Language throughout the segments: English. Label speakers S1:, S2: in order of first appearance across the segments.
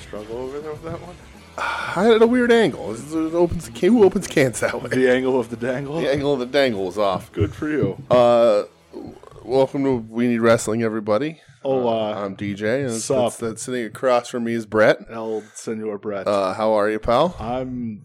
S1: struggle over there with that one?
S2: I had a weird angle. It opens who opens cans that way?
S1: The angle of the dangle?
S2: The angle of the dangle was off.
S1: Good for you.
S2: Uh, welcome to We Need Wrestling, everybody.
S1: oh,
S2: Uh,
S1: uh,
S2: I'm DJ, and it's,
S1: Sup?
S2: it's- that's sitting across from me is Brett.
S1: El Senor Brett.
S2: Uh, how are you, pal?
S1: I'm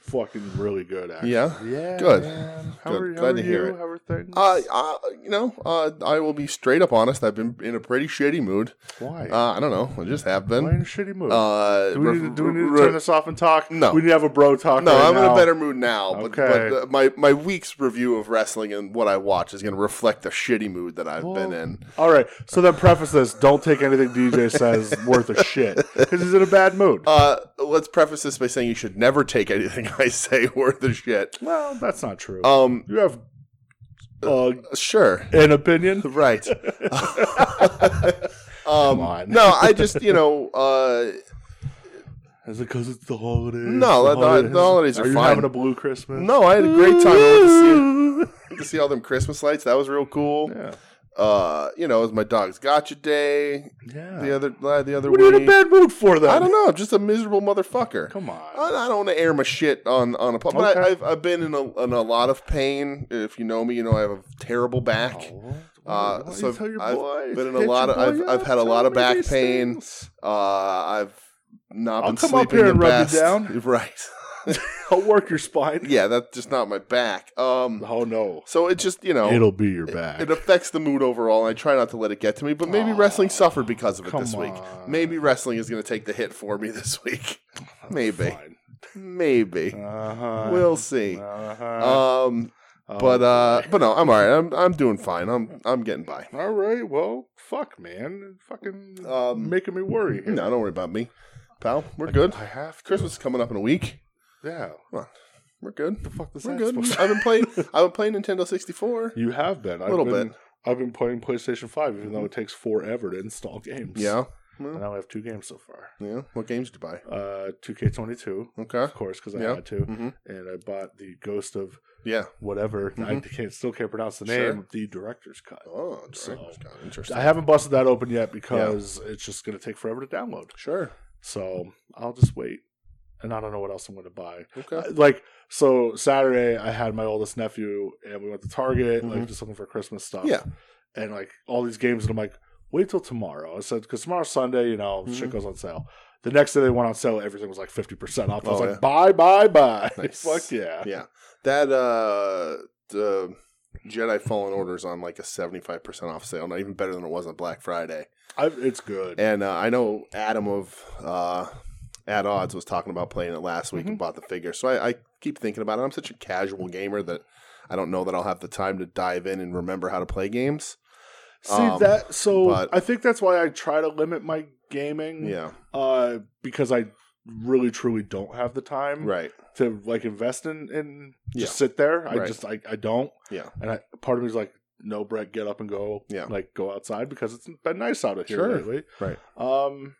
S1: fucking really good, actually.
S2: Yeah?
S1: Yeah.
S2: Good.
S1: man. How
S2: Good.
S1: are, how
S2: Glad
S1: are
S2: to
S1: you?
S2: hear it.
S1: How are things?
S2: Uh, uh, you know, uh, I will be straight up honest. I've been in a pretty shitty mood.
S1: Why?
S2: Uh, I don't know. I just have
S1: Why in
S2: been.
S1: a shitty mood?
S2: Uh,
S1: do, we
S2: re-
S1: need, to- do we need to
S2: re-
S1: turn this off and talk?
S2: No.
S1: We need to have a bro talk.
S2: No,
S1: right
S2: I'm in
S1: now.
S2: a better mood now. But,
S1: Okay.
S2: but uh, my my week's review of wrestling and what I watch is going to reflect the shitty mood that I've been in.
S1: All right. So then preface this. Don't take anything DJ says worth a shit. Because he's in a bad mood.
S2: Uh, let's preface this by saying you should never take anything I say worth a shit.
S1: well, that's not true.
S2: Um,
S1: you have uh,
S2: sure,
S1: an opinion?
S2: right.
S1: Come on.
S2: No, I just you know, uh,
S1: Is it because it's the holidays?
S2: No, the- the holidays are
S1: you
S2: fine.
S1: having a blue Christmas?
S2: no, I had a great time. I went to see, to see all them Christmas lights. That was real cool.
S1: Yeah.
S2: Uh, you know, it was my dog's gotcha day.
S1: Yeah.
S2: The other uh, the other
S1: what are you in a
S2: week.
S1: bad mood for, then?
S2: I don't know. I'm just a miserable motherfucker.
S1: Come on.
S2: I I don't want to air my shit on on a pub, but
S1: Okay.
S2: I, I've I've been in a in a lot of pain. If you know me, you know I have a terrible
S1: Oh,
S2: back. Uh, so
S1: tell your
S2: I've
S1: boy?
S2: been in a
S1: Hit
S2: lot
S1: your
S2: of- I've-
S1: boy
S2: I've
S1: up,
S2: had a
S1: tell
S2: lot of
S1: me
S2: back
S1: these
S2: pain.
S1: things.
S2: Uh, I've not
S1: I'll
S2: been
S1: come up
S2: sleeping
S1: here
S2: the
S1: and rub you
S2: best.
S1: down.
S2: Right?
S1: I'll work your spine.
S2: yeah, that's just not my back. Um,
S1: Oh no,
S2: so it just you know
S1: it'll be your back.
S2: it affects the mood overall, and I try not to let it get to me. But maybe wrestling suffered because of it
S1: come
S2: this week.
S1: on.
S2: Maybe wrestling is going to take the hit for me this week. maybe, maybe.
S1: Uh-huh.
S2: we'll see.
S1: Uh-huh.
S2: Um, but uh, but no, I'm all right. I'm I'm doing fine. I'm I'm getting by.
S1: all right, well, fuck, man, fucking
S2: Um,
S1: making me worry. here.
S2: No, don't worry about me, pal. We're good.
S1: I have to.
S2: Christmas is coming up in a week.
S1: Yeah,
S2: We're good.
S1: fuck this.
S2: We're good. I've been playing. I've been playing Nintendo 64.
S1: You have been I've
S2: Little
S1: been,
S2: bit.
S1: I've been playing PlayStation Five, even though it takes forever to install games.
S2: Yeah.
S1: and I only have two games so far.
S2: Yeah. What games did you buy?
S1: Uh, 2K22,
S2: Okay.
S1: of course, because I
S2: Yeah.
S1: had to,
S2: Mhm.
S1: and I bought the Ghost of
S2: Yeah.
S1: whatever. I can't, still can't pronounce the name.
S2: Mm-hmm. Sure.
S1: The director's cut.
S2: Oh, director's cut. interesting.
S1: I haven't busted that open yet because it's just going to take forever to download.
S2: Sure.
S1: So I'll just wait, and I don't know what else I'm going to buy.
S2: Okay.
S1: Uh, Like so, Saturday I had my oldest nephew, and we went to Target, like
S2: Mhm.
S1: just looking for Christmas stuff.
S2: Yeah.
S1: and like all these games, and I'm like, wait till tomorrow. I said because tomorrow's Sunday, you know, shit
S2: Mhm.
S1: goes on sale. The next day they went on sale, everything was like fifty percent off. I was
S2: Oh,
S1: like,
S2: yeah.
S1: bye, bye, bye.
S2: Nice.
S1: Fuck yeah.
S2: yeah. That uh, the Jedi Fallen Order is on like a 75% off sale. Not even better than it was on Black Friday.
S1: I, it's good.
S2: And uh, I know Adam of uh, At Odds was talking about playing it last week
S1: Mm-hmm.
S2: and bought the figure. So I, I keep thinking about it. I'm such a casual gamer that I don't know that I'll have the time to dive in and remember how to play games.
S1: See
S2: Um,
S1: that? So
S2: but-
S1: I think that's why I try to limit my gaming.
S2: Yeah.
S1: Uh, because I really truly don't have the time
S2: Right.
S1: to like invest in and
S2: Yeah.
S1: just sit there. I
S2: Right.
S1: just I, I don't.
S2: Yeah.
S1: And I, part of me's like, no, Brett, get up and go.
S2: Yeah.
S1: Like go outside because it's been nice out of here
S2: Sure.
S1: lately.
S2: Right.
S1: Um.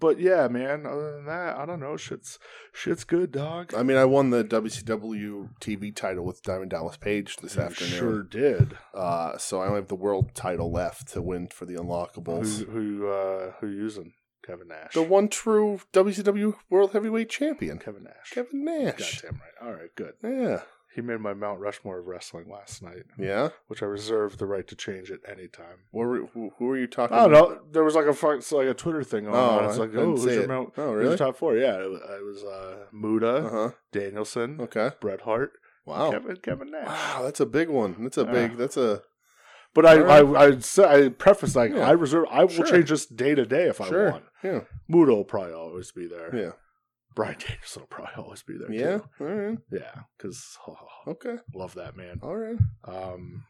S1: But yeah, man. Other than that, I don't know. Shit's shit's good, dog.
S2: I mean, I won the WCW TV title with Diamond Dallas Page this
S1: You
S2: afternoon.
S1: Mm, sure did.
S2: Uh, so I only have the world title left to win for the
S1: Who
S2: Unlockables.
S1: who uh, who you using Kevin Nash?
S2: The one true WCW World Heavyweight Champion,
S1: Kevin Nash.
S2: Kevin Nash.
S1: Goddamn right. All right, good.
S2: Yeah,
S1: He made my Mount Rushmore of wrestling last night,
S2: yeah.
S1: which I reserve the right to change at any time.
S2: What were, who, who are you talking?
S1: I don't
S2: about?
S1: know. There was like a fuck- so, like a Twitter thing going
S2: Um, Oh,
S1: on. It's
S2: I
S1: like,
S2: didn't
S1: oh, who's
S2: see
S1: your
S2: it.
S1: Mount?
S2: Oh,
S1: who's
S2: really?
S1: your top four? Yeah, it was, it was uh, Muda,
S2: Uh huh.
S1: Danielson,
S2: Okay.
S1: Bret Hart,
S2: Wow.
S1: Kevin Kevin Nash.
S2: Wow, that's a big one. That's a
S1: Yeah.
S2: big. That's a
S1: But I,
S2: Alright.
S1: I, I, said- I preface like
S2: Yeah.
S1: I reserve. I will
S2: Sure.
S1: change this day to day if I
S2: Sure.
S1: want.
S2: yeah,
S1: Muda will probably always be there.
S2: yeah,
S1: Brian Danielson will probably always be there.
S2: yeah.
S1: too.
S2: All right.
S1: yeah, because
S2: Okay.
S1: love that man.
S2: All right.
S1: Um,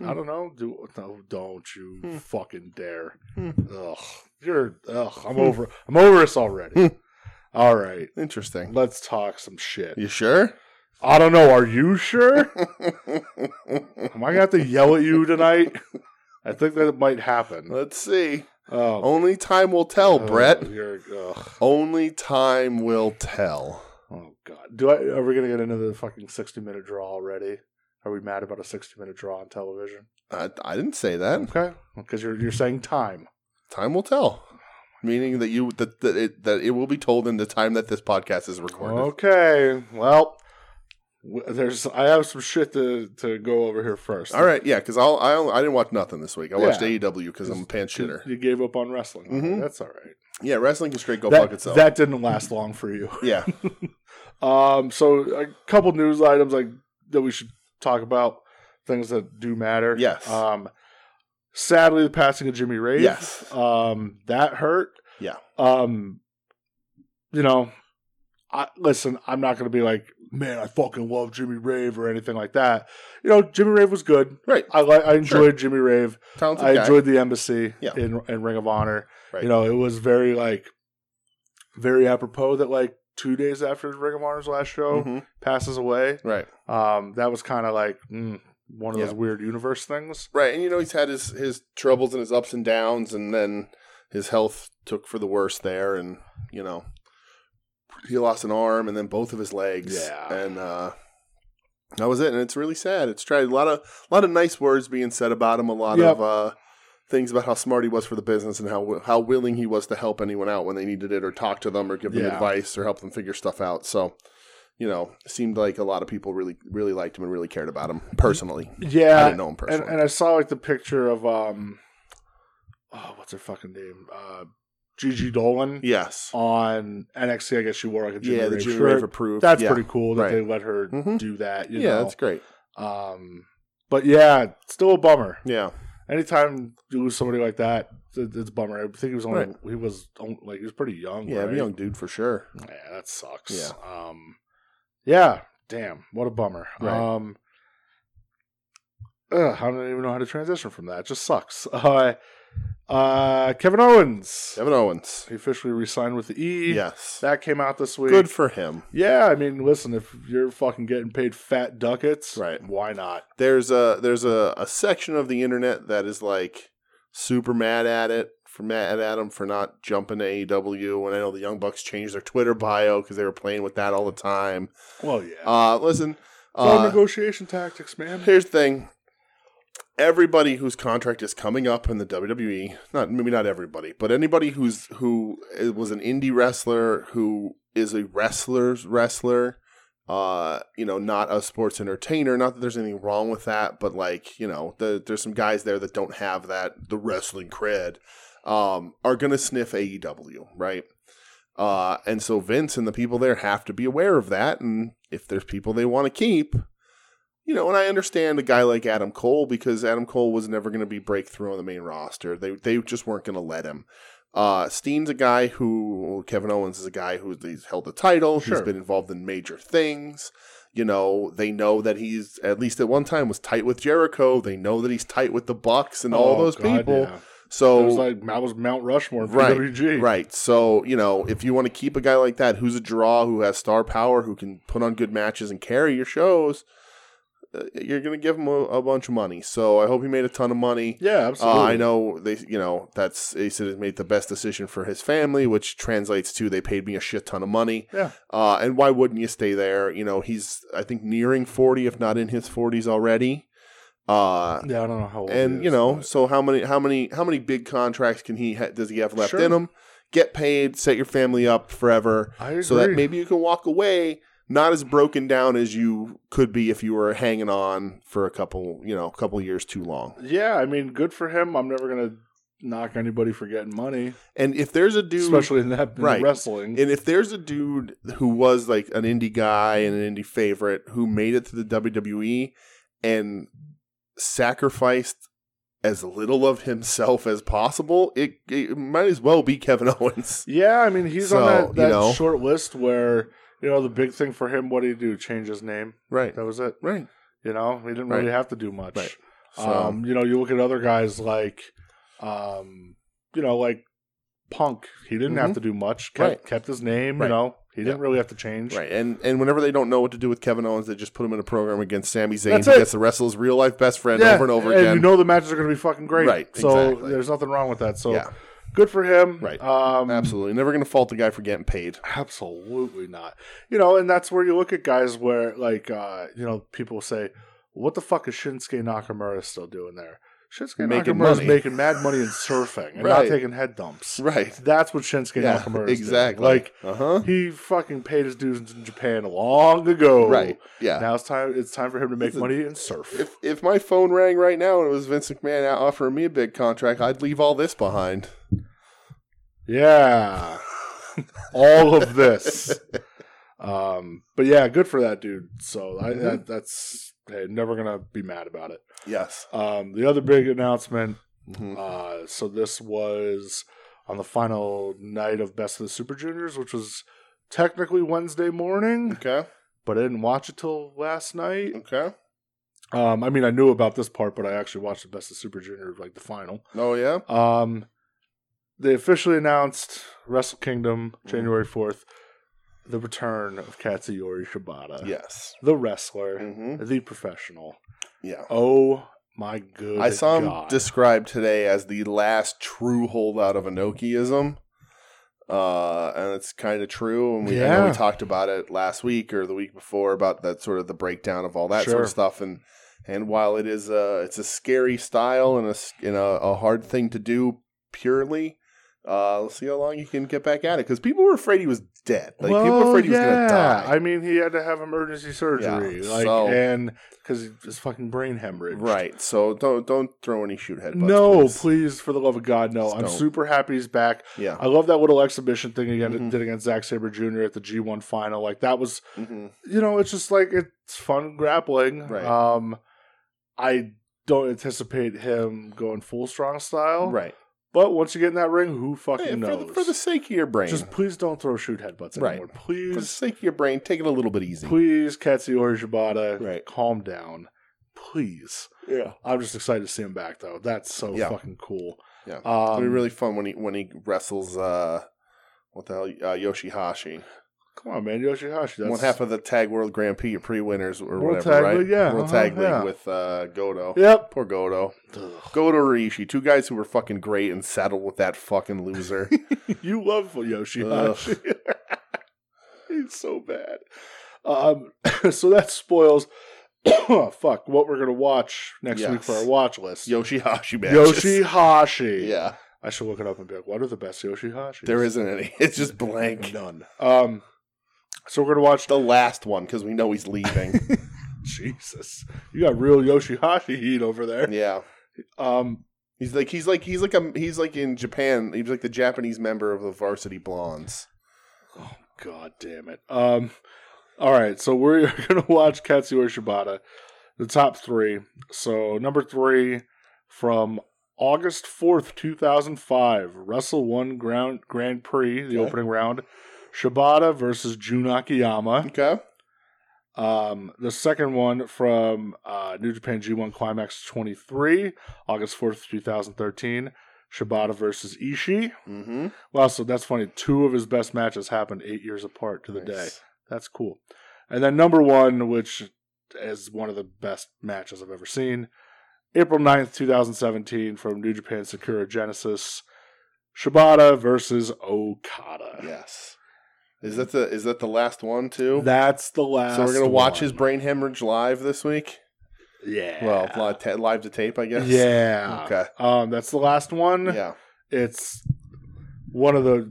S2: Hmm.
S1: I don't know. Do no, don't you
S2: Hmm.
S1: fucking dare.
S2: Hmm.
S1: Ugh, you're. Ugh, I'm
S2: Hmm.
S1: over. I'm over this already.
S2: Hmm.
S1: All right,
S2: Interesting.
S1: let's talk some shit.
S2: You sure?
S1: I don't know. Are you sure? Am I gonna have to yell at you tonight? I think that might happen.
S2: Let's see.
S1: Oh,
S2: Only time will tell,
S1: oh,
S2: Brett.
S1: You're, ugh.
S2: Only time will tell.
S1: Oh God. Do I? Are we gonna get into the fucking sixty minute draw already? Are we mad about a sixty minute draw on television? Hmm.
S2: I, I didn't say that.
S1: Okay, because you're you're saying time.
S2: Time will tell. meaning that you that, that it that it will be told in the time that this podcast is recorded.
S1: Okay. Well, w- there's I have some shit to to go over here first.
S2: All right, yeah, because I'll, I'll I didn't watch nothing this week. I watched
S1: Yeah.
S2: AEW because I'm a pants shitter.
S1: You gave up on wrestling.
S2: Mhm.
S1: That's all right.
S2: Yeah, wrestling can straight go fuck
S1: That,
S2: itself.
S1: that didn't last long for you.
S2: yeah,
S1: Um, so a couple news items like that we should talk about things that do matter.
S2: Yes.
S1: Um, sadly, the passing of Jimmy Rave.
S2: yes,
S1: Um, that hurt.
S2: Yeah.
S1: Um, you know, I listen. I'm not gonna be like, man, I fucking love Jimmy Rave or anything like that. You know, Jimmy Rave was good.
S2: right.
S1: I li- I enjoyed Jimmy Rave.
S2: Talented
S1: I
S2: guy.
S1: enjoyed the embassy
S2: Yeah.
S1: in in Ring of Honor.
S2: Right.
S1: You know, it was very like very apropos that like two days after Ring of Honor's last show
S2: Mhm.
S1: passes away.
S2: Right,
S1: Um, that was kind of like mm, one of
S2: Yeah.
S1: those weird universe things.
S2: right, and you know he's had his his troubles and his ups and downs, and then his health took for the worse there, and you know he lost an arm and then both of his legs.
S1: Yeah.
S2: and uh, that was it. And it's really sad. It's tried a lot of a lot of nice words being said about him. A lot
S1: Yep.
S2: of uh, things about how smart he was for the business and how wi- how willing he was to help anyone out when they needed it or talk to them or give them
S1: Yeah.
S2: advice or help them figure stuff out. So. You know, it seemed like a lot of people really, really liked him and really cared about him personally. I
S1: Yeah,
S2: didn't know him
S1: and,
S2: personally.
S1: and I saw like the picture of um, oh, what's her fucking name? Uh, Gigi Dolan
S2: Yes.
S1: on NXT. I guess she wore like a Jimmy
S2: yeah, the
S1: Rave
S2: Jimmy
S1: shirt.
S2: Rave approved.
S1: That's
S2: yeah.
S1: pretty cool that
S2: Right.
S1: they let her
S2: Mhm.
S1: do that. You
S2: yeah,
S1: know?
S2: that's great.
S1: Um, but yeah, still a bummer.
S2: Yeah,
S1: Anytime you lose somebody like that, it- it's a bummer. I think he was only
S2: Right.
S1: he was on- like he was pretty young.
S2: yeah,
S1: right?
S2: young dude for sure.
S1: Yeah, that sucks.
S2: Yeah.
S1: Um, yeah. Damn, what a bummer.
S2: Right.
S1: Um, ugh, I don't even know how to transition from that. It just sucks. Uh, uh, Kevin Owens.
S2: Kevin Owens.
S1: He officially re-signed with the E.
S2: Yes,
S1: That came out this week.
S2: good for him.
S1: Yeah, I mean, listen, if you're fucking getting paid fat ducats,
S2: Right.
S1: Why not?
S2: There's a there's a, a section of the internet that is like super mad at it for mad at him for not jumping to AEW. And I know the Young Bucks changed their Twitter bio because they were playing with that all the time.
S1: Well, yeah.
S2: Uh, listen,
S1: It's all
S2: uh,
S1: negotiation tactics, man.
S2: Here's the thing. Everybody whose contract is coming up in the WWE, not maybe not everybody, but anybody who's who is- was an indie wrestler who is a wrestler's wrestler, uh, you know, not a sports entertainer. Not that there's anything wrong with that, but like you know, the, there's some guys there that don't have that the wrestling cred, um, are gonna sniff AEW, right? Uh, and so Vince and the people there have to be aware of that, and if there's people they want to keep, you know, and I understand a guy like Adam Cole because Adam Cole was never going to be breakthrough on the main roster. They they just weren't going to let him. Uh, Steen's a guy who Kevin Owens is a guy who's he's held the title.
S1: Sure.
S2: He's been involved in major things. You know, they know that he's at least at one time was tight with Jericho. They know that he's tight with the Bucks and all
S1: Oh,
S2: those
S1: God,
S2: people.
S1: yeah.
S2: So
S1: It was like that was Mount Rushmore, in
S2: Right,
S1: PWG.
S2: Right. So, you know, if you want to keep a guy like that who's a draw, who has star power, who can put on good matches and carry your shows, uh, you're going to give him a, a bunch of money. So I hope he made a ton of money.
S1: Yeah, absolutely.
S2: Uh, I know they, you know, that's, he said he made the best decision for his family, which translates to they paid me a shit ton of money.
S1: Yeah.
S2: Uh, and why wouldn't you stay there? You know, he's, I think, nearing 40, if not in his 40s already. Uh,
S1: Yeah, I don't know how old.
S2: and
S1: he
S2: you
S1: is,
S2: know,
S1: but-
S2: so how many, how many, how many big contracts can he ha- does he have left
S1: Sure.
S2: in him? Get paid, set your family up forever,
S1: I agree.
S2: so that maybe you can walk away not as broken down as you could be if you were hanging on for a couple, you know, a couple years too long.
S1: yeah, I mean, good for him. I'm never gonna knock anybody for getting money,
S2: And if there's a dude,
S1: especially in that in
S2: right.
S1: wrestling.
S2: and if there's a dude who was like an indie guy and an indie favorite who made it to the WWE and sacrificed as little of himself as possible, it, it might as well be Kevin Owens.
S1: yeah, I mean, he's on
S2: So,
S1: that,
S2: you
S1: that
S2: know.
S1: short list where you know the big thing for him. What did he do? Change his name.
S2: Right.
S1: That was it.
S2: Right.
S1: You know, he didn't
S2: Right.
S1: really have to do much.
S2: Right. So,
S1: Um, you know, you look at other guys like, um, you know, like Punk. He didn't have
S2: Mhm.
S1: to do much. Kept,
S2: Right.
S1: kept his name.
S2: Right.
S1: You know, he didn't
S2: Yeah.
S1: really have to change.
S2: right. And and whenever they don't know what to do with Kevin Owens, they just put him in a program against Sami Zayn,
S1: That's
S2: who
S1: it.
S2: gets to wrestle his real life best friend over and over
S1: you
S2: again.
S1: know the matches are going to be fucking great.
S2: Right,
S1: So
S2: exactly.
S1: there's nothing wrong with that. So
S2: Yeah.
S1: good for him.
S2: Right.
S1: Um,
S2: Absolutely. Never gonna fault the guy for getting paid.
S1: Absolutely not. You know, and that's where you look at guys where, like, uh, you know, people say, what the fuck is Shinsuke Nakamura still doing there? Shinsuke
S2: Making
S1: Nakamura is
S2: money.
S1: making mad money in surfing and not
S2: Right.
S1: taking head dumps.
S2: Right.
S1: That's what Shinsuke
S2: Yeah,
S1: Nakamura is
S2: exactly.
S1: doing. Like
S2: Uh huh.
S1: he fucking paid his dues in Japan long ago.
S2: Right. Yeah.
S1: Now it's time. It's time for him to make
S2: It's a-
S1: money and surf.
S2: if if my phone rang right now and it was Vince McMahon out offering me a big contract, I'd leave all this behind.
S1: Yeah. All of this. Um, but yeah, good for that dude. So I,
S2: Mhm.
S1: that, that's hey, never gonna be mad about it.
S2: Yes.
S1: Um, the other big announcement.
S2: hmm
S1: Uh, so this was on the final night of Best of the Super Juniors, which was technically Wednesday morning,
S2: Okay.
S1: but I didn't watch it till last night.
S2: Okay.
S1: Um, I mean, I knew about this part, but I actually watched the Best of Super Junior, like the final.
S2: Oh yeah.
S1: Um, they officially announced Wrestle Kingdom
S2: Mm-hmm.
S1: January fourth, the return of Katsuyori Shibata,
S2: Yes.
S1: the wrestler,
S2: hmm
S1: the professional.
S2: Yeah.
S1: Oh my good!
S2: I saw him
S1: God.
S2: described today as the last true holdout of Enochism. Uh, and it's kind of true. And we, I know
S1: Yeah.
S2: we talked about it last week or the week before about that sort of the breakdown of all that sort
S1: Sure.
S2: of stuff. And and while it is a it's a scary style and a s- and a, a hard thing to do purely, uh, let's see how long you can get back at it because people were afraid he was dead. Like people were afraid he was gonna die.
S1: I mean, he had to have emergency surgery,
S2: Yeah,
S1: like,
S2: so-
S1: and because his fucking brain hemorrhage.
S2: right. So don't don't throw any shoot headbutts.
S1: No, please. for the love of God, no!
S2: Just
S1: I'm
S2: don't.
S1: super happy he's back.
S2: Yeah.
S1: I love that little exhibition thing again
S2: Mhm.
S1: did against Zack Saber Jr. at the G1 final. Like that was
S2: hmm
S1: you know, it's just like it's fun grappling.
S2: Right.
S1: Um, I don't anticipate him going full strong style.
S2: Right.
S1: But once you get in that ring, who fucking
S2: Hey, for,
S1: knows?
S2: the, for the sake of your brain.
S1: just please don't throw shoot headbutts
S2: Right.
S1: anymore.
S2: for the
S1: Please,
S2: sake of your brain, take it a little bit easy.
S1: please, Katsuyori Shibata,
S2: Right.
S1: calm down, please.
S2: Yeah,
S1: I'm just excited to see him back though. That's so
S2: Yeah.
S1: fucking cool.
S2: Yeah.
S1: um,
S2: it'll be really fun when he when he wrestles. Uh, what the hell, uh, Yoshihashi?
S1: come on, man, Yoshihashi. That's,
S2: One half of the Tag World Grand Prix pre-winners or
S1: World
S2: whatever,
S1: Tag
S2: right?
S1: League, yeah,
S2: World
S1: uh-huh,
S2: Tag League
S1: yeah.
S2: with uh, Godo.
S1: Yep.
S2: Poor Godo.
S1: Ugh.
S2: Godo Rishi, two guys who were fucking great and saddled with that fucking loser.
S1: you love Yoshihashi. He's so bad. Um, so that spoils. fuck what we're gonna watch next week
S2: Yes.
S1: for our watch list.
S2: Yoshihashi matches.
S1: Yoshihashi.
S2: Yeah,
S1: I should look it up and be like, what are the best Yoshihashi?
S2: there isn't any. It's just blank.
S1: none. Um, so we're gonna watch
S2: The last one because we know he's leaving.
S1: Jesus. You got real Yoshihashi heat over there.
S2: yeah.
S1: Um,
S2: He's like he's like he's like a he's like in Japan. He's like the Japanese member of the Varsity Blondes.
S1: oh god damn it. Um, all right, so we're gonna watch Katsuyori Shibata, the top three. So number three from August fourth, two thousand five, Wrestle One Grand Grand Prix, the
S2: Okay.
S1: opening round. Shibata versus Jun Akiyama.
S2: Okay.
S1: Um, the second one from uh, New Japan G1 Climax 23, August 4th, 2013. Shibata versus Ishii.
S2: Mm-hmm.
S1: Wow, so that's funny. Two of his best matches happened eight years apart to the day. That's cool. And then number one, which is one of the best matches I've ever seen, April 9th, 2017, from New Japan Sakura Genesis. Shibata versus Okada.
S2: Yes. Is that the is that the last one too?
S1: That's the last.
S2: so we're gonna watch
S1: one.
S2: his brain hemorrhage live this week.
S1: Yeah.
S2: Well, live, ta- live to tape, I guess.
S1: Yeah.
S2: Okay.
S1: Um, that's the last one.
S2: Yeah.
S1: It's one of the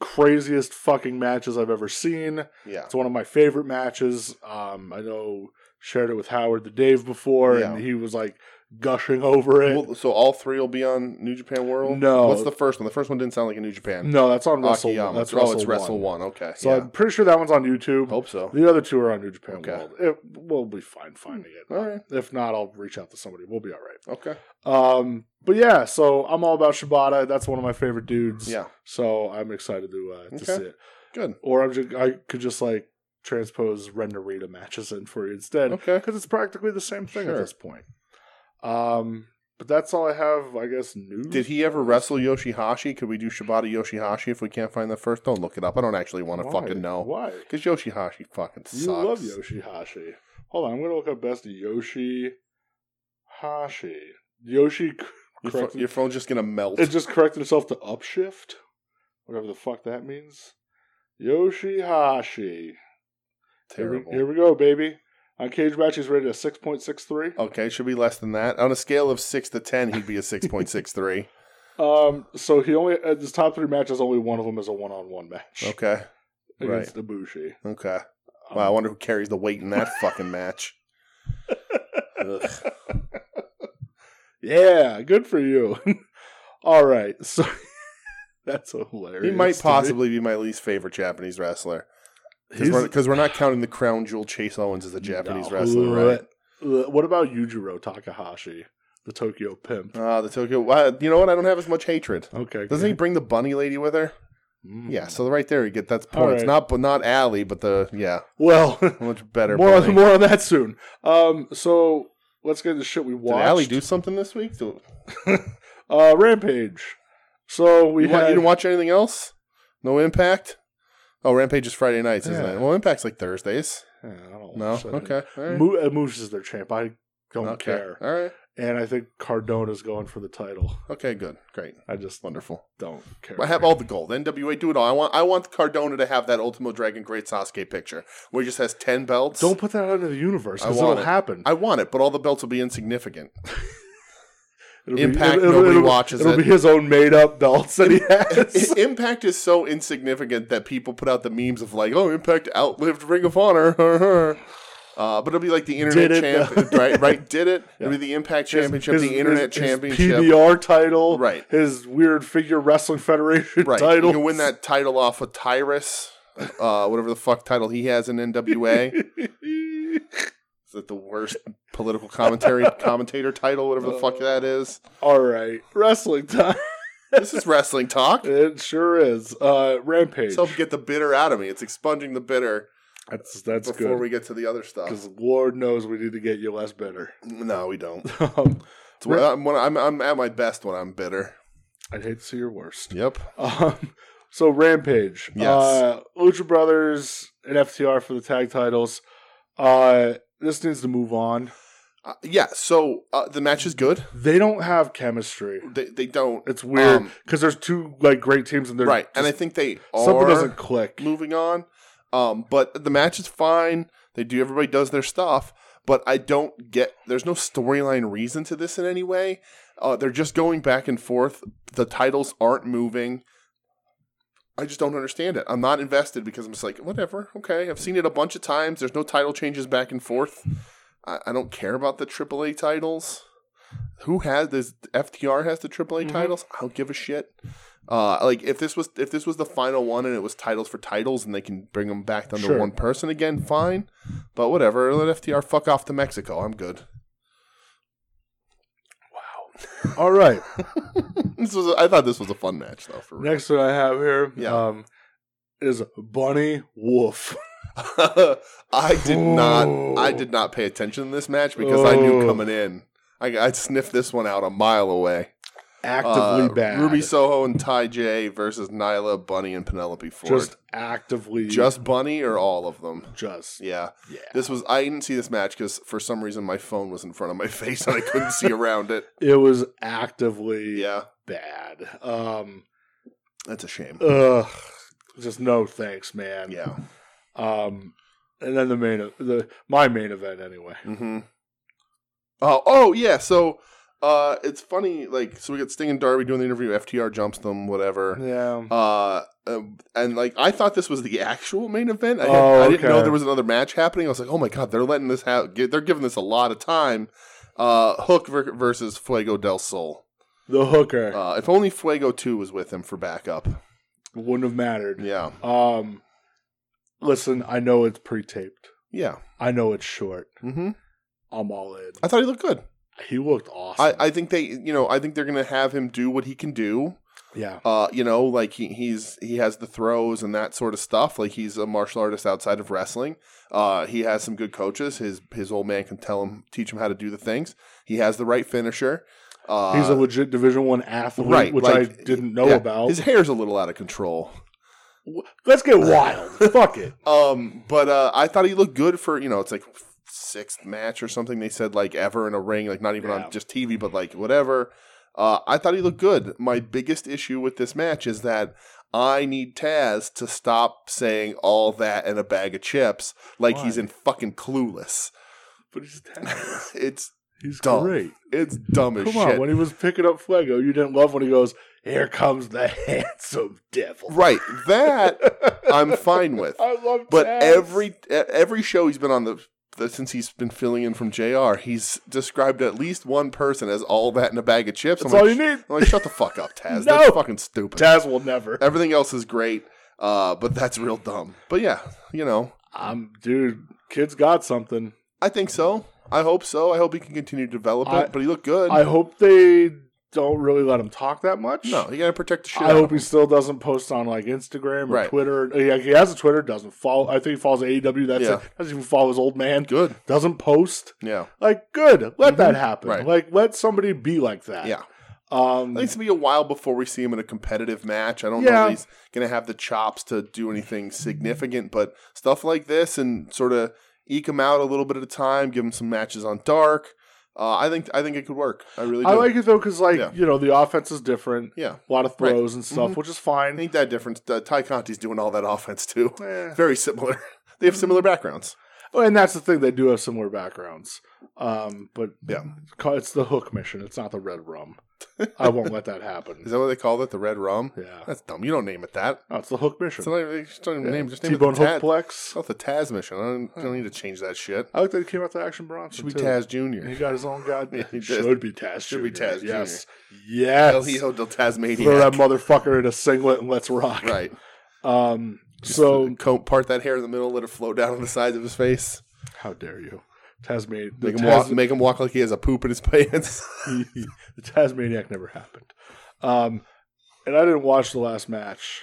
S1: craziest fucking matches I've ever seen.
S2: Yeah.
S1: It's one of my favorite matches. Um, I know shared it with Howard the Dave before,
S2: Yeah.
S1: and he was like gushing over it.
S2: Well, so all three will be on New Japan World.
S1: No.
S2: What's the first one? The first one didn't sound like a New Japan.
S1: no, that's on Wrestle.
S2: Akiyama.
S1: That's
S2: oh,
S1: Wrestle
S2: it's Wrestle
S1: One.
S2: One. Okay.
S1: So
S2: yeah.
S1: I'm pretty sure that one's on YouTube.
S2: hope so.
S1: The other two are on New Japan
S2: Okay. Hmm.
S1: World. It, we'll be fine finding it.
S2: All right.
S1: If not, I'll reach out to somebody. We'll be all right.
S2: Okay.
S1: Um, but yeah, so I'm all about Shibata. That's one of my favorite dudes.
S2: Yeah.
S1: So I'm excited to uh, to
S2: Okay.
S1: see it.
S2: Good.
S1: Or I'm just, I could just like transpose Ren Narita matches in for you instead
S2: Okay.
S1: because it's practically the same thing
S2: Sure.
S1: at this point. Um, but that's all I have, I guess. News.
S2: Did he ever wrestle Yoshihashi? Could we do Shibata Yoshihashi if we can't find the first? Don't look it up. I don't actually want to
S1: Why?
S2: fucking know.
S1: why?
S2: Because Yoshihashi fucking sucks.
S1: You love Yoshihashi. Hold on, I'm gonna look up best Yoshi Hashi. Yoshi
S2: Your, pho-
S1: correct-
S2: your phone's just gonna melt.
S1: It just corrected itself to upshift, whatever the fuck that means. Yoshihashi. Here we-
S2: terrible.
S1: Here we, go, baby. On Cage Match, he's rated a 6.63.
S2: Okay, should be less than that. On a scale of six to ten, he'd be a six point six three.
S1: Um, so he only at his top three matches, only one of them is a one-on-one match
S2: Okay,
S1: against Ibushi.
S2: okay. Wow, I wonder who carries the weight in that fucking match. Ugh.
S1: Yeah, good for you. All right, so that's hilarious.
S2: He might
S1: to me.
S2: possibly be my least favorite Japanese wrestler because
S1: He's-
S2: we're, 'cause we're not counting the crown jewel Chase Owens as a Japanese
S1: No.
S2: wrestler, right?
S1: Uh, What about Yujiro Takahashi, the Tokyo pimp?
S2: Ah, the Tokyo. Wow, you know what? I don't have as much hatred.
S1: Okay,
S2: Doesn't he bring the bunny lady with her?
S1: Mm.
S2: Yeah, so right there you get that's
S1: All
S2: points.
S1: right.
S2: Not but not Alley, but the yeah,
S1: Well,
S2: much better.
S1: more on,
S2: bunny.
S1: more on that soon. Um, so let's get into shit we
S2: Did
S1: watched.
S2: Alley do something this week? Do,
S1: uh, Rampage. So we
S2: you, wa- you
S1: had
S2: didn't watch anything else? No Impact. Oh, Rampage is Friday nights, isn't
S1: Yeah.
S2: it? Well, Impact's like Thursdays.
S1: Yeah, I don't
S2: No,
S1: watch that.
S2: okay, all right.
S1: Mo- uh, Moose is their champ. I don't
S2: Okay.
S1: care,
S2: All right,
S1: and I think Cardona's going for the title.
S2: okay, good, great,
S1: I just
S2: wonderful.
S1: don't care.
S2: I have all the gold. NWA, do it all. I want, I want Cardona to have that Ultimo Dragon Great Sasuke picture where he just has ten belts.
S1: Don't put that out into the universe because
S2: I want
S1: it'll
S2: it.
S1: happen.
S2: I want it, but all the belts will be insignificant.
S1: It'll
S2: Impact, nobody watches
S1: it'll
S2: it.
S1: be his own made up belts that he has.
S2: Impact is so insignificant that people put out the memes of like, "Oh, Impact outlived Ring of Honor." uh, but it'll be like the internet
S1: Did it,
S2: champ,
S1: though.
S2: right? Right? Did it? It'll be the Impact Championship, the internet
S1: his
S2: championship,
S1: PBR title,
S2: Right.
S1: His weird figure wrestling federation
S2: right?
S1: title.
S2: You can win that title off of Tyrus, uh, whatever the fuck title he has in NWA. Is that the worst political commentary commentator title, whatever the fuck that is?
S1: all right, wrestling time.
S2: This is wrestling talk.
S1: It sure is. Uh, Rampage.
S2: Let's help get the bitter out of me. It's expunging the bitter
S1: that's that's
S2: before
S1: good
S2: we get to the other stuff.
S1: because Lord knows we need to get you less bitter.
S2: No, we don't.
S1: Um,
S2: It's when I'm, when I'm, I'm at my best when I'm bitter.
S1: I'd hate to see your worst.
S2: Yep.
S1: Um, so Rampage,
S2: Yes.
S1: uh, Lucha Brothers and FTR for the tag titles. Uh, this needs to move on.
S2: Uh, yeah. So uh, the match is good.
S1: They don't have chemistry.
S2: They they don't
S1: It's weird
S2: Um,
S1: because there's two like great teams and they're
S2: right, and I
S1: just-
S2: think they
S1: something
S2: are
S1: doesn't click.
S2: moving on. Um, but the match is fine. They do. Everybody does their stuff. But I don't get. There's no storyline reason to this in any way. Uh, they're just going back and forth. The titles aren't moving. I just don't understand it. I'm not invested because I'm just like, whatever. Okay, I've seen it a bunch of times. There's no title changes back and forth. I, I don't care about the AAA titles. Who has this? FTR has the AAA
S1: Mhm.
S2: titles. I don't give a shit. Uh, like if this was if this was the final one and it was titles for titles and they can bring them back under
S1: Sure.
S2: one person again, fine. But whatever, let FTR fuck off to Mexico. I'm good.
S1: All right,
S2: This was I thought this was a fun match though. For real.
S1: next one I have here
S2: Yeah.
S1: um, is Bunny Wolf.
S2: I did
S1: Ooh.
S2: not I did not pay attention to this match because I knew
S1: Oh.
S2: coming in. I, I sniffed this one out a mile away. Uh,
S1: Actively bad.
S2: Ruby Soho and Ty J versus Nyla, Bunny, and Penelope Ford.
S1: just actively
S2: Just Bunny or all of them?
S1: just
S2: Yeah.
S1: yeah.
S2: This was I didn't see this match because for some reason my phone was in front of my face and I couldn't see around it.
S1: It was actively
S2: Yeah,
S1: bad. Um,
S2: that's a shame.
S1: ugh, just no thanks, man.
S2: Yeah.
S1: Um, and then the main, the my main event anyway.
S2: Mm-hmm. Oh, oh yeah. So uh, it's funny. Like, so we got Sting and Darby doing the interview. FTR jumps them, whatever.
S1: Yeah.
S2: Uh, um, and like I thought this was the actual main event. I, had,
S1: Oh,
S2: I didn't know
S1: okay.
S2: there was another match happening. I was like, oh my god, they're letting this have. They're giving this a lot of time. Uh, Hook ver- versus Fuego del Sol.
S1: The hooker
S2: Uh, if only Fuego Two was with him for backup.
S1: wouldn't have mattered.
S2: Yeah,
S1: Um, listen, I know it's pre-taped.
S2: yeah.
S1: I know it's short.
S2: Mm-hmm.
S1: I'm all in.
S2: I thought he looked good.
S1: He looked awesome.
S2: I, I think they, you know, I think they're gonna have him do what he can do.
S1: yeah.
S2: uh, you know, like he, he's he has the throws and that sort of stuff. Like he's a martial artist outside of wrestling. Uh, he has some good coaches. His his old man can tell him, teach him how to do the things. He has the right finisher. Uh,
S1: He's a legit Division One athlete,
S2: right,
S1: which
S2: like-
S1: I didn't know
S2: yeah,
S1: about.
S2: His hair's a little out of control.
S1: Let's get wild. Fuck it.
S2: Um, but uh, I thought he looked good for you know, it's like sixth match or something. They said like ever in a ring, like not even
S1: Yeah.
S2: on just TV, but like whatever. Uh, I thought he looked good. My biggest issue with this match is that I need Taz to stop saying all that and a bag of chips like he's
S1: Why?
S2: in fucking clueless.
S1: but he's talented.
S2: it's
S1: He's
S2: Dumb.
S1: great.
S2: it's dumb as
S1: Come
S2: shit.
S1: on, when he was picking up Fuego, you didn't love when he goes, "Here comes the handsome devil."
S2: right, that I'm fine with.
S1: I love,
S2: But
S1: Taz.
S2: every e- every show he's been on the, the since he's been filling in from Jr. He's described at least one person as all that in a bag of chips.
S1: that's
S2: I'm
S1: all
S2: like,
S1: you need.
S2: I'm like, shut the fuck up, Taz.
S1: No.
S2: That's fucking stupid.
S1: Taz will never.
S2: Everything else is great, uh, but that's real dumb. But yeah, you know,
S1: Um, dude, kid's got something.
S2: I think so. I hope so. I hope he can continue to develop it.
S1: I-
S2: but he looked good.
S1: I hope they don't really let him talk that much.
S2: no, you gotta protect the shit.
S1: I
S2: out
S1: hope
S2: of
S1: he
S2: him.
S1: still doesn't post on like Instagram or
S2: Right.
S1: Twitter. Yeah, he has a Twitter. Doesn't follow. I think he follows AEW. That's
S2: Yeah.
S1: it. Doesn't even follow his old man.
S2: good.
S1: Doesn't post.
S2: Yeah,
S1: Like, good. Let
S2: Mhm.
S1: that happen.
S2: Right.
S1: Like, let somebody be like that.
S2: yeah.
S1: Um,
S2: I think it's gonna be a while before we see him in a competitive match. I don't know
S1: Yeah.
S2: if he's gonna have the chops to do anything significant, but stuff like this and sort of eke him out a little bit at a time, give him some matches on dark. Uh, I think I think it could work. I really do.
S1: I like it though because like
S2: Yeah.
S1: you know the offense is different.
S2: yeah,
S1: A lot of
S2: Right. Mm-hmm.
S1: throws and stuff, which is
S2: I
S1: fine.
S2: think that difference. Uh, Ty Conti's doing all that offense too.
S1: Eh.
S2: Very similar. They have
S1: Mm-hmm.
S2: similar backgrounds.
S1: Oh, and that's the thing; they do have similar backgrounds. Um, but
S2: Yeah.
S1: ca- it's the hook mission. It's not the red rum. I won't let that happen.
S2: Is that what they call it? The red rum?
S1: Yeah,
S2: That's dumb. You don't name it that.
S1: no, it's the hook mission.
S2: It's not even, it's not even
S1: Yeah.
S2: name. Just name
S1: T-Bone
S2: it the Taz.
S1: Hookplex.
S2: It's not the Taz mission. I don't, I don't need to change that shit.
S1: I like that he came out to Action Bronson.
S2: Should be
S1: too.
S2: Taz
S1: He
S2: Junior.
S1: got his own god.
S2: Yeah, he did.
S1: should be Taz.
S2: Should be
S1: Jr.
S2: Taz Jr.
S1: Yes.
S2: El
S1: Yes.
S2: Hijo del Tasmaniac.
S1: Throw that motherfucker in a singlet and let's rock.
S2: right.
S1: Um.
S2: Just
S1: so
S2: comb, part that hair in the middle, let it flow down on the sides of his face.
S1: how dare you, Tasmanian?
S2: Make him
S1: Taz-
S2: walk. Make him walk like he has a poop in his pants.
S1: the Tasmaniac never happened. Um, and I didn't watch the last match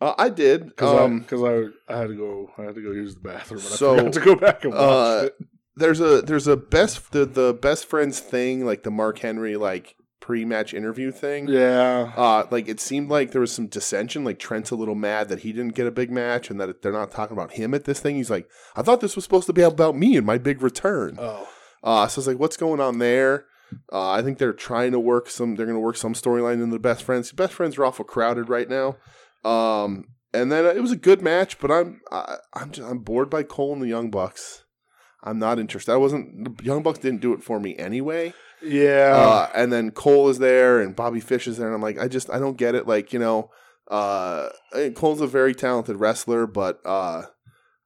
S2: uh, I did.
S1: because
S2: Um,
S1: I, I had to go I had to go use the bathroom and
S2: So,
S1: I forgot to go back and watch
S2: uh,
S1: it.
S2: there's a there's a best the the best friends thing like the Mark Henry like pre match interview thing.
S1: Yeah,
S2: Uh, like it seemed like there was some dissension. Like Trent's a little mad that he didn't get a big match, and that they're not talking about him at this thing. He's like, I thought this was supposed to be about me and my big return.
S1: oh,
S2: Uh, so it's like, what's going on there? Uh, I think they're trying to work some. They're going to work some storyline into the best friends. Best friends are awful crowded right now. Um, and then it was a good match, but I'm I, I'm just, I'm bored by Cole and the Young Bucks. I'm not interested. I wasn't. The Young Bucks didn't do it for me anyway.
S1: yeah.
S2: Uh, and then Cole is there, and Bobby Fish is there, and I'm like, I just I don't get it. Like you know, uh, and Cole's a very talented wrestler, but uh,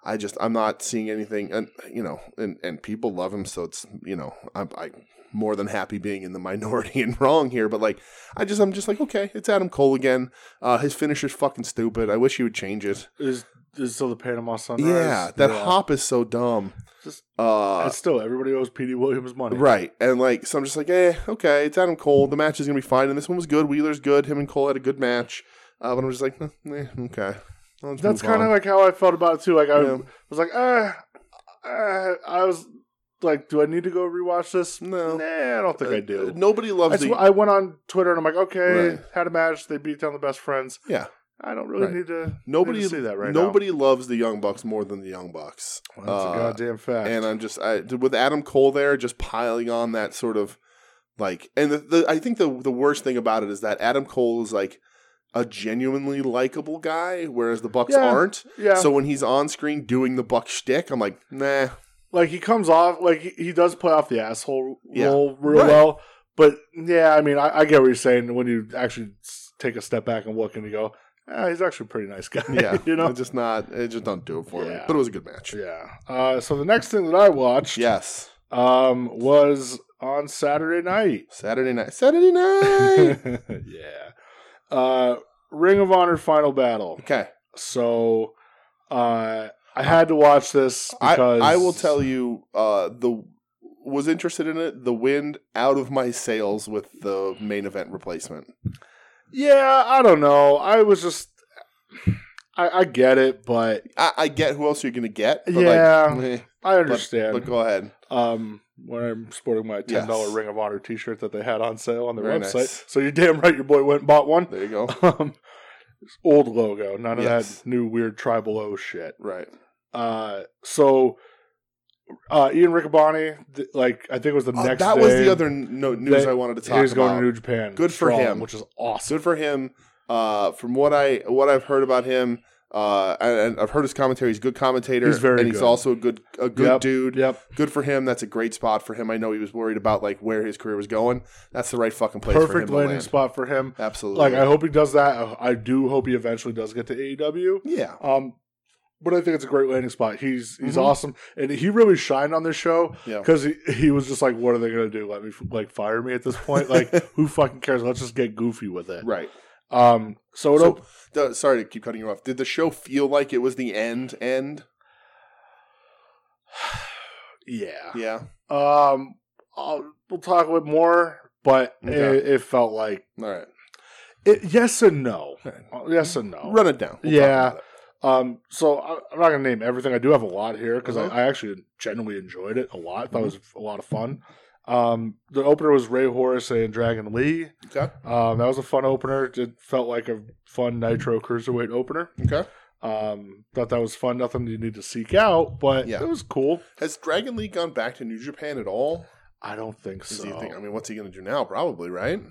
S2: I just I'm not seeing anything, and you know, and and people love him, so it's you know I'm I more than happy being in the minority and wrong here, but like I just I'm just like okay, it's Adam Cole again. Uh, his finisher's fucking stupid. I wish he would change it.
S1: is is still the Panama Sunrise?
S2: Yeah, that hop is so dumb.
S1: Just-
S2: uh,
S1: It's still everybody owes PD Williams money,
S2: Right. And like, so I'm just like, eh, okay, it's Adam Cole. The match is going to be fine. And this one was good. Wheeler's good. Him and Cole had a good match. Uh, but I'm just like, eh, eh, okay.
S1: That's kind of like how I felt about it too. Like I
S2: Yeah.
S1: was like, uh, uh, I was like, do I need to go rewatch this?
S2: No.
S1: nah, I don't think I do.
S2: Uh, nobody
S1: I,
S2: loves
S1: just,
S2: the.
S1: I went on Twitter and I'm like, okay,
S2: Right.
S1: had a match. They beat down the best friends.
S2: yeah.
S1: I don't really
S2: Right.
S1: need to.
S2: Nobody
S1: see that right
S2: Nobody loves the Young Bucks more than the Young Bucks.
S1: now. That's a
S2: Uh,
S1: goddamn fact.
S2: and I'm just I, with Adam Cole there, just piling on that sort of like, and the, the I think the the worst thing about it is that Adam Cole is like a genuinely likable guy, whereas the Bucks
S1: Yeah.
S2: aren't.
S1: yeah,
S2: So when he's on screen doing the Buck shtick, I'm like, nah,
S1: like he comes off like he, he does play off the asshole
S2: Yeah.
S1: role real
S2: Right.
S1: well. But yeah, I mean, I, I get what you're saying when you actually s- take a step back and look and you go, ah, he's actually a pretty nice guy.
S2: yeah,
S1: you know.
S2: it's just not, it just don't do it for me.
S1: Yeah.
S2: But it was a good match.
S1: Yeah. Uh, so the next thing that I watched
S2: Yes,
S1: um, was on Saturday night.
S2: Saturday night, Saturday night.
S1: yeah. Uh, Ring of Honor Final Battle.
S2: okay,
S1: So uh, I had to watch this
S2: I,
S1: because
S2: I will tell you, uh, the was interested in it. The wind out of my sails with the main event replacement.
S1: Yeah, I don't know. I was just. I, I get it, but
S2: I, I get who else you're gonna get. But
S1: Yeah.
S2: like, eh,
S1: I
S2: but,
S1: understand.
S2: but go ahead.
S1: um, when I'm sporting my ten dollar
S2: Yes.
S1: Ring of Honor T-shirt that they had on sale on their
S2: Very
S1: website,
S2: nice.
S1: so you're damn right, your boy went and bought one.
S2: There you go.
S1: Um, old logo, none of
S2: Yes.
S1: that new weird tribal O shit.
S2: Right.
S1: Uh, so uh, Ian Riccaboni, th- like I think it was the
S2: Uh,
S1: next.
S2: that was
S1: day,
S2: the other no, news
S1: they-
S2: I wanted to talk
S1: He was
S2: about.
S1: going to New Japan.
S2: Good for
S1: Strong,
S2: him.
S1: which is awesome.
S2: good for him. Uh, from what I what I've heard about him, Uh, and, and I've heard his commentary. He's a good commentator.
S1: He's very
S2: and he's
S1: good.
S2: also a good a good
S1: Yep,
S2: dude.
S1: Yep.
S2: Good for him. That's a great spot for him. I know he was worried about like where his career was going. That's the right fucking place for him
S1: Perfect
S2: to
S1: landing
S2: land.
S1: spot for him.
S2: Absolutely.
S1: Like I hope he does that. I- I do hope he eventually does get to AEW.
S2: yeah.
S1: Um, but I think it's a great landing spot. He's he's
S2: Mhm.
S1: awesome, and he really shined on this show
S2: Yeah.
S1: because he, he was just like, "What are they gonna do? Let me f- like fire me at this point? Like, who fucking cares? Let's just get goofy with it."
S2: Right.
S1: Um, so it
S2: So,
S1: op-
S2: d- sorry to keep cutting you off. Did the show feel like it was the end? End?
S1: yeah.
S2: Yeah.
S1: Um, I'll, we'll talk a bit more, but
S2: Okay.
S1: it, it felt like
S2: All right.
S1: it. Yes and no.
S2: All right.
S1: Uh, Yes and no.
S2: Run it down. talk
S1: Yeah.
S2: about it.
S1: Um, so I, I'm not gonna name everything. I do have a lot here because
S2: Uh-huh. Mm-hmm.
S1: I, I actually genuinely enjoyed it a lot. Thought it was a lot of fun. Um, the opener was Ray Horace and Dragon Lee.
S2: Okay.
S1: Um, that was a fun opener. It felt like a fun Nitro Cruiserweight opener.
S2: Okay.
S1: Um, thought that was fun. Nothing you need to seek out, but
S2: Yeah.
S1: it was cool.
S2: Has Dragon Lee gone back to New Japan at all?
S1: I don't think
S2: Does
S1: so.
S2: he think, I mean, what's he going to do now? Probably, right?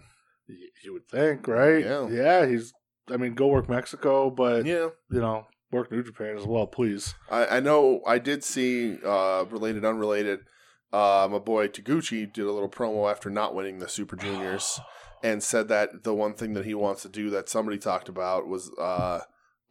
S1: Y- you would think, right?
S2: Yeah.
S1: he's. I mean, go work Mexico, but
S2: Yeah.
S1: you know, work New Japan as well, please.
S2: I, I know I did see uh, related, unrelated. Uh, my boy Taguchi did a little promo after not winning the Super Juniors and said that the one thing that he wants to do that somebody talked about was uh,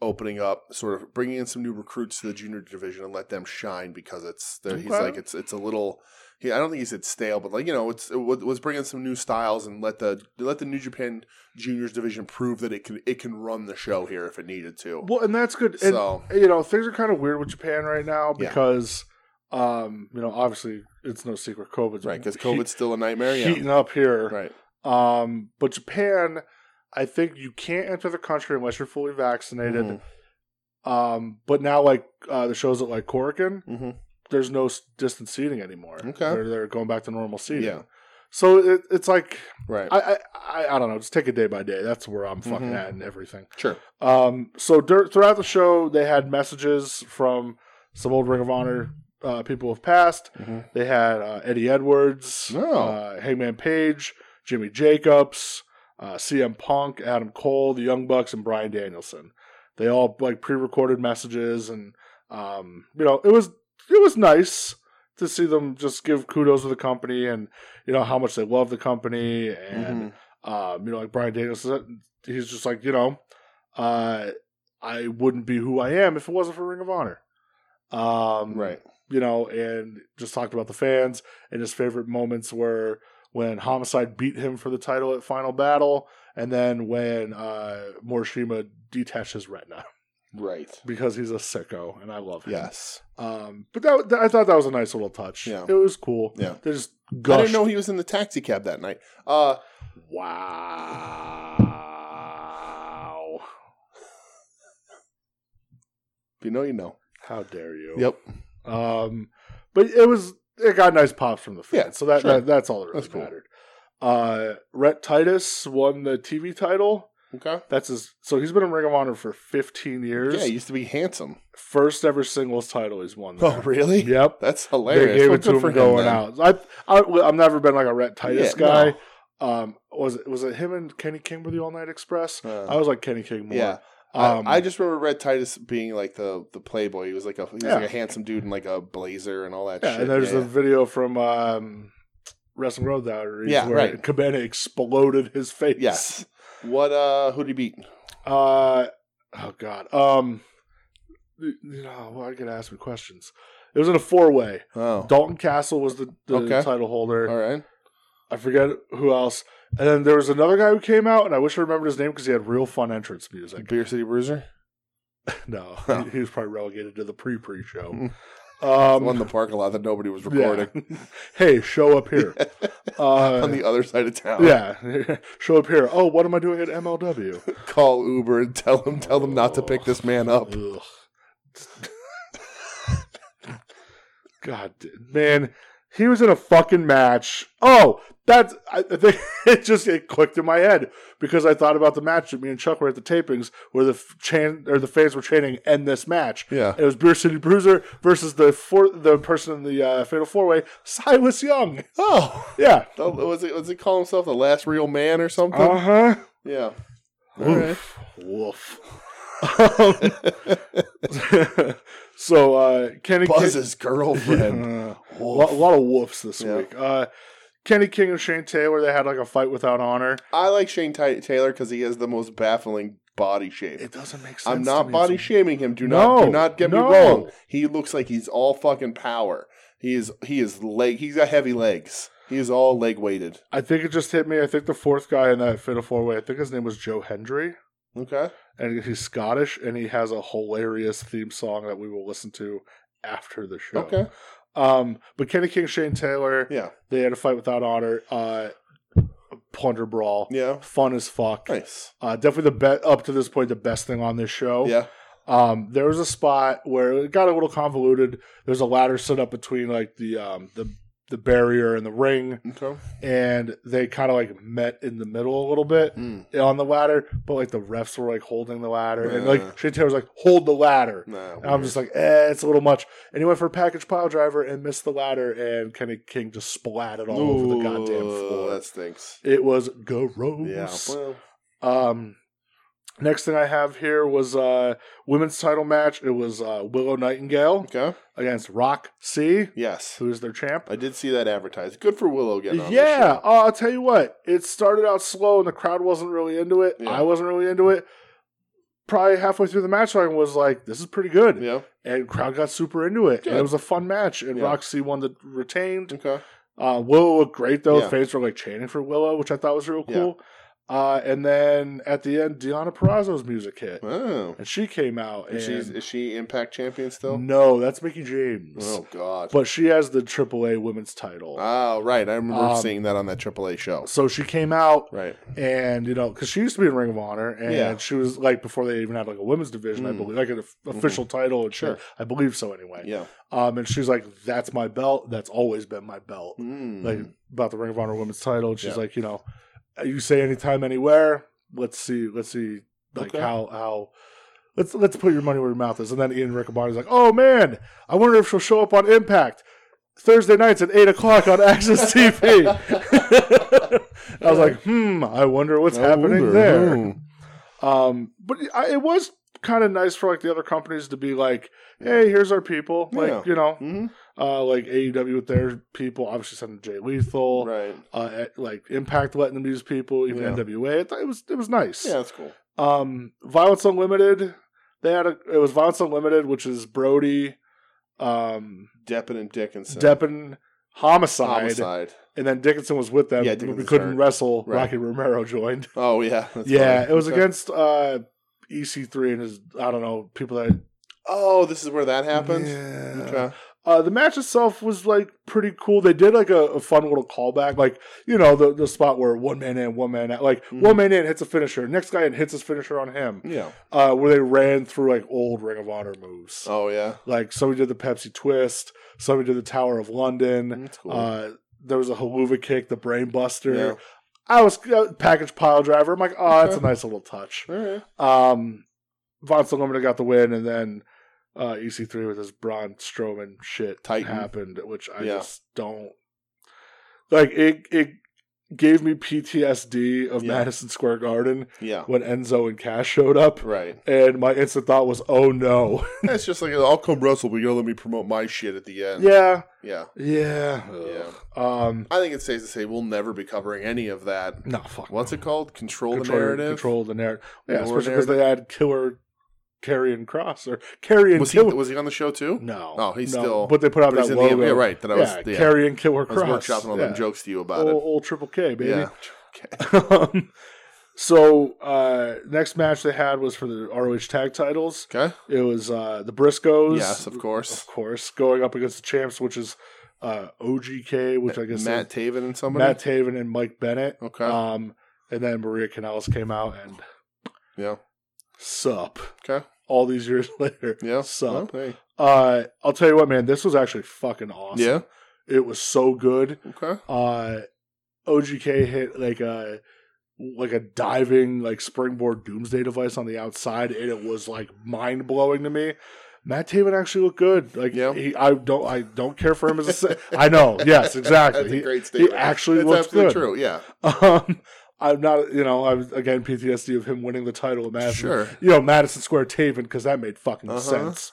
S2: opening up, sort of bringing in some new recruits to the junior division and let them shine because it's there. He's
S1: Okay.
S2: like it's it's a little. He, I don't think he said stale, but like you know, it's it was was bringing some new styles and let the let the New Japan Juniors division prove that it can it can run the show here if it needed to.
S1: Well, and that's good. And
S2: so
S1: you know things are kind of weird with Japan right now
S2: Yeah.
S1: because um you know obviously it's no secret COVID's
S2: right because
S1: heat-
S2: COVID's still a nightmare. Yeah.
S1: heating up here
S2: Right.
S1: um but Japan I think you can't enter the country unless you're fully vaccinated
S2: Mhm.
S1: um but now like uh the shows at like Korakuen
S2: Mhm.
S1: there's no s- distance seating anymore
S2: Okay.
S1: they're, they're going back to normal seating
S2: Yeah.
S1: so it, it's like
S2: Right.
S1: I, I I I don't know just take it day by day that's where I'm fucking
S2: Mhm.
S1: at and everything
S2: sure.
S1: um, so dur- throughout the show, they had messages from some old Ring of Honor uh, people who have passed.
S2: Mhm.
S1: They had uh, Eddie Edwards,
S2: Oh.
S1: uh, Hangman Page, Jimmy Jacobs, uh, CM Punk, Adam Cole, the Young Bucks, and Brian Danielson. They all like pre-recorded messages, and um, you know it was it was nice to see them just give kudos to the company and you know how much they love the company and
S2: Mhm.
S1: um, you know, like Brian Danielson, he's just like, you know, uh, I wouldn't be who I am if it wasn't for Ring of Honor. Um,
S2: Mm-hmm. Right.
S1: You know, and just talked about the fans and his favorite moments were when Homicide beat him for the title at Final Battle, and then when uh, Morishima detached his retina
S2: Right.
S1: because he's a sicko, and I love him.
S2: Yes.
S1: Um, but that, that- I thought that was a nice little touch.
S2: Yeah.
S1: It was cool.
S2: Yeah.
S1: They just
S2: I
S1: gushed.
S2: didn't know he was in the taxi cab that night. Uh,
S1: Wow.
S2: if you know, you know.
S1: How dare you?
S2: Yep.
S1: Um, but it was it got nice pops from the fans,
S2: Yeah,
S1: so that,
S2: sure.
S1: that that's all that really
S2: That's cool.
S1: mattered. Uh, Rhett Titus won the TV title.
S2: Okay.
S1: That's his. So he's been in Ring of Honor for 15 years.
S2: Yeah, he used to be handsome.
S1: First ever singles title he's won. There.
S2: really?
S1: Yep.
S2: That's
S1: Oh, They
S2: hilarious.
S1: gave
S2: Well,
S1: it to
S2: good
S1: him
S2: for
S1: going
S2: then.
S1: out. I, I I've never been like a Rhett Titus
S2: Yeah,
S1: guy.
S2: no.
S1: Um, was it was it him and Kenny King were the All Night Express?
S2: Uh,
S1: I was like Kenny King more.
S2: yeah.
S1: Um,
S2: I, I just remember Red Titus being like the the playboy. He was like a he was
S1: Yeah.
S2: like a handsome dude in like a blazer and all that.
S1: Yeah,
S2: shit.
S1: and there's
S2: yeah.
S1: a video from um, Wrestling Road Diaries
S2: Yeah,
S1: where
S2: right.
S1: Cabana exploded his face.
S2: yes. What uh? Who did he beat?
S1: Uh, oh God. Um, you know, well, I could ask me questions. It was in a four way.
S2: Oh,
S1: Dalton Castle was the, the
S2: Okay.
S1: title holder.
S2: all right.
S1: I forget who else. And then there was another guy who came out, and I wish I remembered his name because he had real fun entrance music.
S2: Beer City Bruiser.
S1: No,
S2: Huh.
S1: he, he was probably relegated to the pre pre show.
S2: Mm. The one in
S1: Um,
S2: the parking lot that nobody was
S1: yeah.
S2: recording
S1: hey, show up here. Uh,
S2: on the other side of town.
S1: Yeah, show up here. Oh, what am I doing at MLW?
S2: call Uber and tell them tell them not to pick this man up.
S1: Ugh. God, d- man, he was in a fucking match. Oh, that's I I think it just it clicked in my head because I thought about the match that me and Chuck were at the tapings where the f- chan or the fans were chanting "End this match."
S2: Yeah.
S1: It was Beer City Bruiser versus the four, the person in the uh, Fatal Four Way, Silas Young.
S2: Oh,
S1: Yeah.
S2: The- was it was it call himself Uh-huh. the last real man or something?
S1: Uh huh.
S2: yeah. All right.
S1: Woof. Woof. Um, so uh, Kenny
S2: Buzz's
S1: King,
S2: girlfriend.
S1: uh, a
S2: Woof.
S1: lot, a lot of woofs this
S2: Yeah.
S1: week. Uh, Kenny King and Shane Taylor they had like a fight without honor.
S2: I like Shane Ty- Taylor because he has the most baffling body shape.
S1: It doesn't make sense.
S2: I'm
S1: to
S2: not
S1: me.
S2: body
S1: It's-
S2: shaming him. Do not
S1: No,
S2: do not get
S1: no.
S2: me wrong. He looks like he's all fucking power. He is he is leg. He's got heavy legs. He is all leg weighted.
S1: I think it just hit me. I think the fourth guy in that fit of four way. I think his name was Joe Hendry,
S2: Okay.
S1: and he's Scottish, and he has a hilarious theme song that we will listen to after the show.
S2: Okay.
S1: Um, but Kenny King, Shane Taylor,
S2: Yeah.
S1: they had a fight without honor. Uh, plunder brawl.
S2: Yeah.
S1: Fun as fuck.
S2: Nice.
S1: Uh, definitely the bet up to this point the best thing on this show.
S2: Yeah.
S1: Um, there was a spot where it got a little convoluted. There's a ladder set up between like the um the the barrier and the ring,
S2: Okay.
S1: and they kind of like met in the middle a little bit
S2: Mm.
S1: on the ladder. But like the refs were like holding the ladder, and
S2: Yeah.
S1: like Shane Taylor was like hold the ladder.
S2: Nah,
S1: And I'm just like, eh, it's a little much. And he went for a package pile driver and missed the ladder, and Kenny King just splatted all over the goddamn
S2: Ooh,
S1: floor.
S2: That stinks.
S1: It was gross.
S2: Yeah. Well,
S1: Um, next thing I have here was uh women's title match. It was uh, Willow Nightingale
S2: okay.
S1: against Rock C,
S2: Yes.
S1: who is their champ.
S2: I did see that advertised. Good for Willow getting on. the
S1: Yeah,
S2: show.
S1: uh, I'll tell you what. It started out slow, and the crowd wasn't really into it.
S2: Yeah.
S1: I wasn't really into it. Probably halfway through the match, I was like, "This is pretty good,"
S2: Yeah.
S1: and crowd got super into it. And
S2: Good.
S1: it was a fun match, and
S2: Yeah.
S1: Roxy won the retained.
S2: Okay.
S1: Uh, Willow looked great though.
S2: Yeah.
S1: Fans were like chanting for Willow, which I thought was real
S2: Yeah.
S1: cool. Uh, and then at the end, Deanna Perrazzo's music hit,
S2: Oh.
S1: and she came out. And
S2: Is she, is she Impact champion still?
S1: no, that's Mickey James,
S2: Oh God.
S1: but she has the AAA Women's Title.
S2: Oh right, I remember
S1: Um,
S2: seeing that on that AAA show.
S1: so she came out,
S2: Right.
S1: and you know, because she used to be in Ring of Honor, and
S2: Yeah.
S1: she was like before they even had like a women's division, I
S2: Mm.
S1: believe, like an of- official title and
S2: Sure.
S1: shit. I believe so anyway.
S2: Yeah.
S1: Um, and she's like, "That's my belt. That's always been my belt."
S2: Hmm.
S1: like about the Ring of Honor Women's Title. and She's
S2: Mm-hmm. Yeah.
S1: like, you know, uh, you say anytime, anywhere. Let's see, let's see, like
S2: Okay.
S1: how how. Let's let's put your money where your mouth is. And then Ian Riccoboni's like, oh man, I wonder if she'll show up on Impact Thursday nights at eight o'clock on Access TV. I was like, hmm, I wonder what's happening there.
S2: hmm.
S1: Um, but I, it was kind of nice for like the other companies to be like, hey, here's our people. Like
S2: Yeah.
S1: you know,
S2: hmm
S1: uh, like AEW with their people, obviously sending Jay Lethal,
S2: Right.
S1: uh, at, like Impact letting them use people, even
S2: Yeah.
S1: NWA. It, it was it was nice.
S2: Yeah, that's cool.
S1: Um, Violence Unlimited. They had a it was Violence Unlimited, which is Brody, um,
S2: Deppin and Dickinson.
S1: Deppin, Homicide,
S2: Homicide.
S1: and then Dickinson was with them.
S2: Yeah,
S1: but we
S2: Dickinson's
S1: couldn't
S2: hurt.
S1: wrestle.
S2: Right.
S1: Rocky Romero joined.
S2: Oh yeah. that's
S1: yeah,
S2: funny.
S1: it was
S2: Okay.
S1: against uh, EC3 and his I don't know people that
S2: Oh, this is where that happens.
S1: Yeah.
S2: Okay.
S1: Uh, the match itself was like pretty cool. They did like a, a fun little callback, like you know the the spot where one man in, one man out, like
S2: Mhm.
S1: one man in hits a finisher, next guy in hits his finisher on him.
S2: Yeah.
S1: Uh, where they ran through like old Ring of Honor moves,
S2: Oh yeah.
S1: like somebody did the Pepsi Twist, somebody did the Tower of London.
S2: That's cool.
S1: Uh, there was a Haluva kick, the Brain Buster.
S2: yeah.
S1: I was uh, package pile driver. I'm like, oh, that's a
S2: Okay.
S1: nice little touch.
S2: All right.
S1: Um, Von Limited got the win, and then uh, EC3 with his Braun Strowman shit
S2: Titan.
S1: happened, which I
S2: Yeah.
S1: just don't like. It it gave me PTSD of
S2: Yeah.
S1: Madison Square Garden
S2: Yeah.
S1: when Enzo and Cash showed up,
S2: Right.
S1: and my instant thought was, "Oh no,
S2: It's just like I'll come wrestle, but you gotta let me promote my shit at the end.
S1: yeah,
S2: Yeah.
S1: yeah,
S2: Yeah.
S1: Um,
S2: I think it's safe to say we'll never be covering any of that.
S1: no, fuck,
S2: What's it called? Control,
S1: control
S2: the
S1: your-
S2: narrative.
S1: Control the narrative, yeah,
S2: Your
S1: especially because they had Killer Carrion Cross or Carrion
S2: Was he
S1: Killer.
S2: was he on the show too?
S1: No.
S2: Oh, he's
S1: No.
S2: still-
S1: But they put out
S2: But he's
S1: that
S2: in
S1: logo.
S2: the, yeah, right. That I was,
S1: yeah,
S2: yeah,
S1: carrying Killer
S2: I was
S1: Cross.
S2: workshopping all
S1: yeah.
S2: them jokes to you about
S1: Old, old Triple K,
S2: it.
S1: baby.
S2: Yeah. Okay.
S1: Um, so uh, next match they had was for the ROH tag titles.
S2: Okay.
S1: It was uh, the Briscoes,
S2: Yes, of course.
S1: of course, going up against the champs, which is uh, OGK, which I guess
S2: Matt
S1: is
S2: Taven and somebody.
S1: Matt Taven and Mike Bennett.
S2: okay.
S1: Um, and then Maria Canales came out and
S2: yeah.
S1: sup.
S2: Okay.
S1: All these years later,
S2: Yeah.
S1: sup.
S2: Well, hey.
S1: Uh, I'll tell you what, man, this was actually fucking awesome.
S2: Yeah.
S1: It was so good.
S2: Okay.
S1: Uh OGK hit like a like a diving like springboard doomsday device on the outside and it was like mind blowing to me. Matt Taven actually looked good. Like
S2: Yeah.
S1: he, I don't I don't care for him as a se- I know. Yes, exactly.
S2: That's a
S1: He-
S2: great statement.
S1: actually
S2: That's
S1: looks
S2: absolutely
S1: good.
S2: true. Yeah.
S1: um I'm not, you know, I was again PTSD of him winning the title at Madison,
S2: Sure.
S1: you know, Madison Square Taven because that made fucking
S2: Uh-huh.
S1: sense.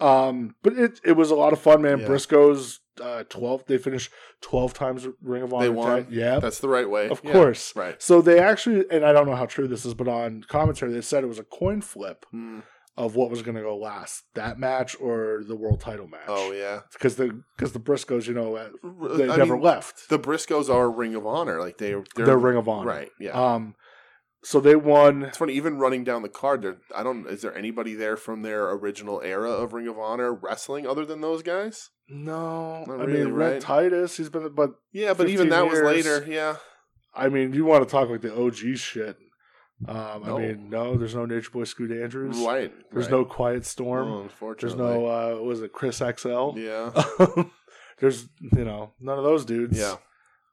S1: Um, but it it was a lot of fun, man.
S2: Yeah.
S1: Briscoes uh, twelve, they finished twelve times Ring of Honor.
S2: won.
S1: tag- yeah,
S2: That's the right way.
S1: of
S2: Yeah.
S1: course.
S2: Right.
S1: So they actually, and I don't know how true this is, but on commentary they said it was a coin flip
S2: Mm.
S1: of what was going to go last, that match or the world title match.
S2: Oh yeah.
S1: because the because the Briscoes, you know, uh, they
S2: I
S1: never
S2: mean,
S1: left.
S2: The Briscoes are Ring of Honor. Like they, they're,
S1: They're, Ring of Honor,
S2: Right. Yeah.
S1: Um, so they won.
S2: It's funny, even running down the card, there I don't is there anybody there from their original era of Ring of Honor wrestling other than those guys?
S1: No,
S2: Not
S1: I
S2: really,
S1: mean
S2: right?
S1: Red Titus. He's been, but
S2: Yeah, but even
S1: 15
S2: that was
S1: years.
S2: later, yeah.
S1: I mean, you want to talk like the OG shit. Um,
S2: No.
S1: I mean, no, there's no Nature Boy Scoot Andrews.
S2: Right.
S1: There's
S2: right.
S1: no Quiet Storm.
S2: Oh,
S1: There's uh,
S2: unfortunately.
S1: no uh, what was it Chris XL?
S2: Yeah.
S1: Um, there's you know none of those dudes.
S2: Yeah.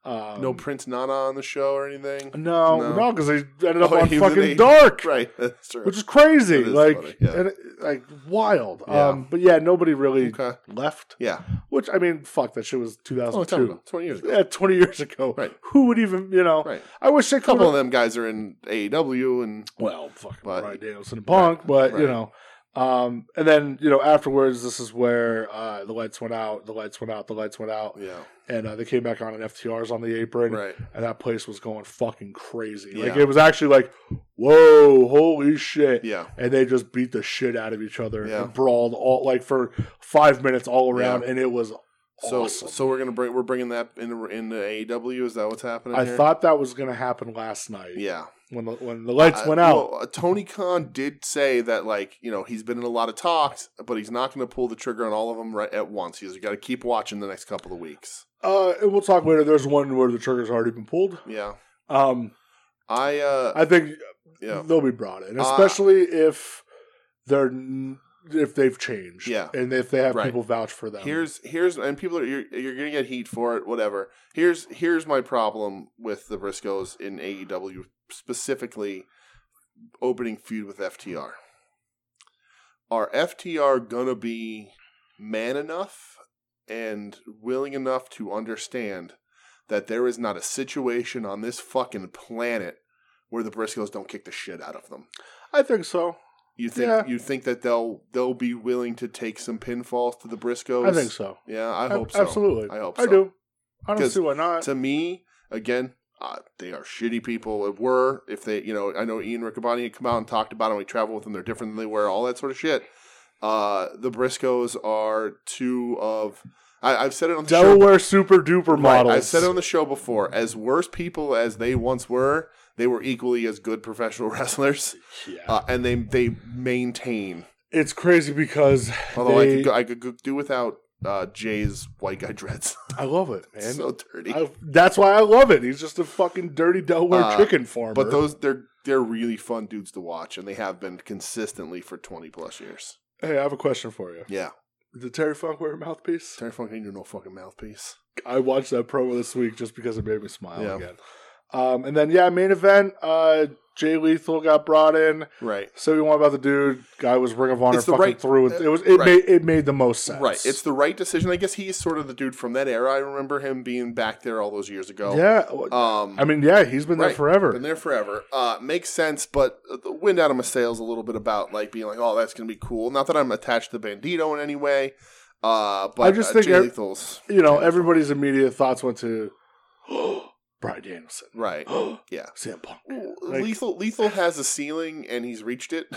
S1: Um, Uh,
S2: no Prince Nana on the show or anything.
S1: no,
S2: No.
S1: no, because they ended up
S2: Oh,
S1: on
S2: he was
S1: fucking
S2: an-
S1: Dark.
S2: Right. That's true.
S1: which is crazy.
S2: That is
S1: like,
S2: funny, yeah.
S1: and it- like wild.
S2: Yeah.
S1: Um, but yeah, nobody really
S2: okay.
S1: left.
S2: Yeah.
S1: Which I mean, fuck, that shit was
S2: Oh, it's time
S1: 2002.
S2: ago. Twenty years ago.
S1: yeah, 20 years ago.
S2: Right.
S1: Who would even, you know?
S2: Right.
S1: I wish they
S2: A couple of
S1: couple.
S2: them guys are in AEW and
S1: Well, fucking
S2: But-
S1: Brian Danielson and Punk, but
S2: right.
S1: you know. Um, and then you know afterwards, this is where uh, the lights went out. The lights went out. The lights went out,
S2: yeah.
S1: and uh, they came back on an FTRs on the apron,
S2: Right.
S1: and that place was going fucking crazy. Like
S2: Yeah.
S1: it was actually like, whoa, holy shit!
S2: Yeah.
S1: and they just beat the shit out of each other
S2: Yeah.
S1: and brawled all like for five minutes all around, and it was
S2: So
S1: awesome.
S2: so we're gonna bring we're bringing that into into AEW. E Is that what's happening?
S1: I
S2: here?
S1: thought that was going to happen last night
S2: Yeah.
S1: when the, when the lights
S2: Uh,
S1: went out.
S2: well, uh, Tony Khan did say that, like, you know, he's been in a lot of talks, but he's not going to pull the trigger on all of them right at once. He's got to keep watching the next couple of weeks.
S1: Uh, and we'll talk later. There's one where the trigger's already been pulled.
S2: Yeah,
S1: Um,
S2: I, uh,
S1: I think
S2: yeah,
S1: they'll be brought in,
S2: Uh,
S1: especially if they're n- if they've changed,
S2: Yeah.
S1: and if they have
S2: Right.
S1: people vouch for them.
S2: here's here's and people are you're, you're going to get heat for it, whatever. Here's here's my problem with the Briscoes in AEW specifically opening feud with FTR. Are FTR gonna be man enough and willing enough to understand that there is not a situation on this fucking planet where the Briscoes don't kick the shit out of them?
S1: I think so.
S2: You think
S1: Yeah.
S2: you think that they'll they'll be willing to take some pinfalls to the Briscoes?
S1: I think so.
S2: Yeah, I
S1: Ab-
S2: hope so.
S1: Absolutely,
S2: I hope
S1: I
S2: so.
S1: do. I don't
S2: 'Cause
S1: see why not.
S2: To me, again, uh, they are shitty people. It were if they, you know, I know Ian Riccaboni had come out and talked about them. We travel with them. They're different than they were. All that sort of shit. Uh, the Briscoes are two of. I, I've said it on the show.
S1: Delaware super duper models.
S2: I've said it on the show before. As worse people as they once were, they were equally as good professional wrestlers,
S1: yeah.
S2: uh, and they they maintain.
S1: It's crazy because
S2: Although I
S1: they-
S2: could go, I could go, do without uh, Jay's white guy dreads.
S1: I love it, man.
S2: so dirty.
S1: I- that's why I love it. He's just a fucking dirty Delaware
S2: Uh,
S1: chicken farmer.
S2: But those they're they're really fun dudes to watch, and they have been consistently for twenty plus years.
S1: hey, I have a question for you.
S2: Yeah,
S1: Did Terry Funk wear a mouthpiece?
S2: Terry Funk ain't your no fucking mouthpiece.
S1: I watched that promo this week just because it made me smile
S2: Yeah.
S1: again. Um, and then yeah, main event. Uh, Jay Lethal got brought in.
S2: Right,
S1: So we want about the dude. Guy was Ring of Honor
S2: It's the
S1: fucking
S2: right- uh,
S1: through. It was it
S2: right.
S1: made it made the most sense.
S2: right. It's the right decision. I guess he's sort of the dude from that era. I remember him being back there all those years ago.
S1: yeah. well,
S2: Um,
S1: I mean, yeah, he's been
S2: right.
S1: there forever.
S2: Been there forever. Uh, makes sense, but the wind out of my sails a little bit about like being like, oh, that's gonna be cool. Not that I'm attached to Bandito in any way. Uh, but
S1: I just
S2: uh,
S1: think
S2: Jay
S1: ev-
S2: Lethal's
S1: you know, everybody's immediate thoughts went to Brian Danielson.
S2: right. Yeah.
S1: CM Punk. Like-
S2: Lethal Lethal has a ceiling and he's reached it.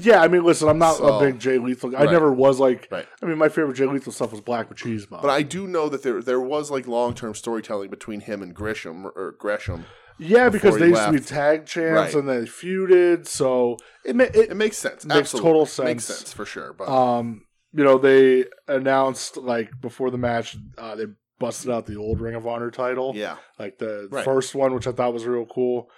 S1: Yeah, I mean, listen, I'm not
S2: So-
S1: a big Jay Lethal. guy. I
S2: Right.
S1: never was like.
S2: Right.
S1: I mean, my favorite Jay Lethal stuff was Black Machismo.
S2: But I do know that there there was like long term storytelling between him and Grisham or Gresham.
S1: yeah, because
S2: he
S1: they used to be
S2: left.
S1: tag champs
S2: Right.
S1: and they feuded, so it, ma-
S2: It
S1: it
S2: makes sense.
S1: Makes
S2: Absolutely.
S1: total
S2: Makes
S1: sense.
S2: sense for sure. But
S1: um, you know, they announced like before the match, uh, they busted out the old Ring of Honor title,
S2: yeah,
S1: like the
S2: Right.
S1: first one, which I thought was real cool.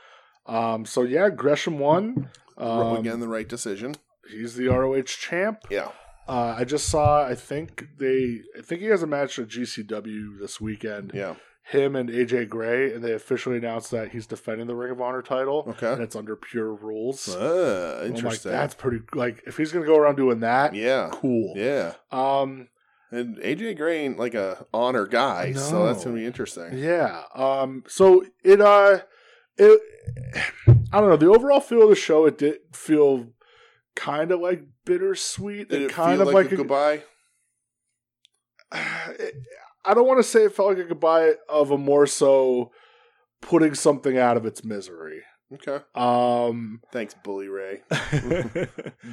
S1: Um, so yeah, Gresham won. Um,
S2: again, the right decision.
S1: he's the ROH champ.
S2: Yeah,
S1: Uh, I just saw. I think they. I think he has a match at GCW this weekend.
S2: yeah.
S1: Him and AJ Gray, and they officially announced that he's defending the Ring of Honor title, and
S2: Okay.
S1: it's under pure rules.
S2: Ah,
S1: I'm like,
S2: interesting.
S1: oh that's pretty. Like, if he's gonna go around doing that,
S2: yeah,
S1: cool.
S2: yeah.
S1: Um,
S2: And AJ Gray ain't like a honor guy, so that's
S1: No.
S2: gonna be interesting.
S1: yeah. Um, so it uh, it, I don't know. The overall feel of the show, it did feel kind of like bittersweet
S2: Did
S1: and
S2: it
S1: kind
S2: feel
S1: of
S2: like,
S1: like
S2: a
S1: a-
S2: goodbye?
S1: I don't want to say it felt like a goodbye of a more so putting something out of its misery.
S2: Okay.
S1: Um,
S2: Thanks, Bully Ray.
S1: you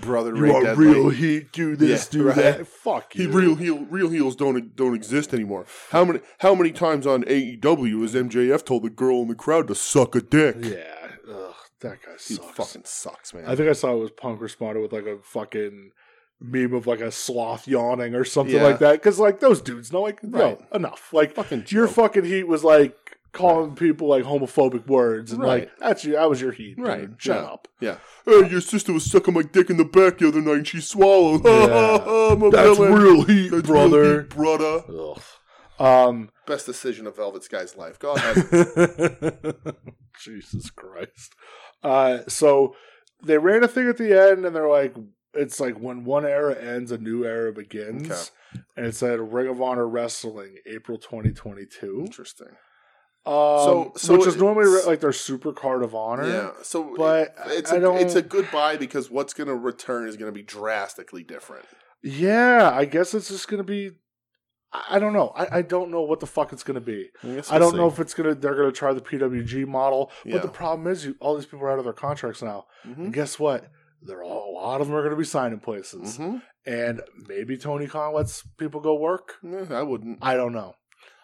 S2: Brother Ray
S1: want
S2: Deadly.
S1: real heat? Do this,
S2: Yeah,
S1: do
S2: right.
S1: that. Fuck
S2: He
S1: you.
S2: real heel real heels don't don't exist anymore. How many how many times on AEW has MJF told the girl in the crowd to suck a dick?
S1: Yeah, Ugh, that guy
S2: He
S1: sucks.
S2: fucking sucks, man.
S1: I think I saw it was Punk responded with like a fucking meme of like a sloth yawning or something
S2: Yeah.
S1: like that. Because like those dudes, no, like
S2: Right.
S1: no, enough. Like
S2: fucking
S1: your
S2: joke.
S1: fucking heat was like calling people like homophobic words and
S2: Right.
S1: like that's you. That was your heat. dude.
S2: Right.
S1: Shut
S2: Yeah.
S1: up.
S2: yeah. Hey, your sister was sucking my dick in the back the other night and she swallowed.
S1: Yeah.
S2: I'm a
S1: That's
S2: villain.
S1: real heat,
S2: That's real
S1: brother.
S2: heat, brother.
S1: Ugh. Um.
S2: Best decision of Velvet's guy's life. Go ahead.
S1: Jesus Christ. Uh, so they ran a thing at the end, and they're like, it's like when one era ends, a new era begins. And it said Ring of Honor Wrestling, April 2022. Um,
S2: Interesting.
S1: so,
S2: so
S1: which is normally
S2: it's-
S1: re- like their super card of honor.
S2: Yeah. So,
S1: But
S2: it's
S1: I
S2: a,
S1: don't-
S2: it's a goodbye because what's going to return is going to be drastically different.
S1: Yeah, I guess it's just going to be. I I don't know. I, I don't know what the fuck it's going to be. I don't know if it's gonna they're gonna try the PWG model,
S2: Yeah.
S1: but the problem is you, all these people are out of their contracts now,
S2: Mhm.
S1: and guess what? There are a lot of them are gonna be signing places,
S2: Mhm.
S1: and maybe Tony Khan lets people go work.
S2: No, I wouldn't.
S1: I don't know.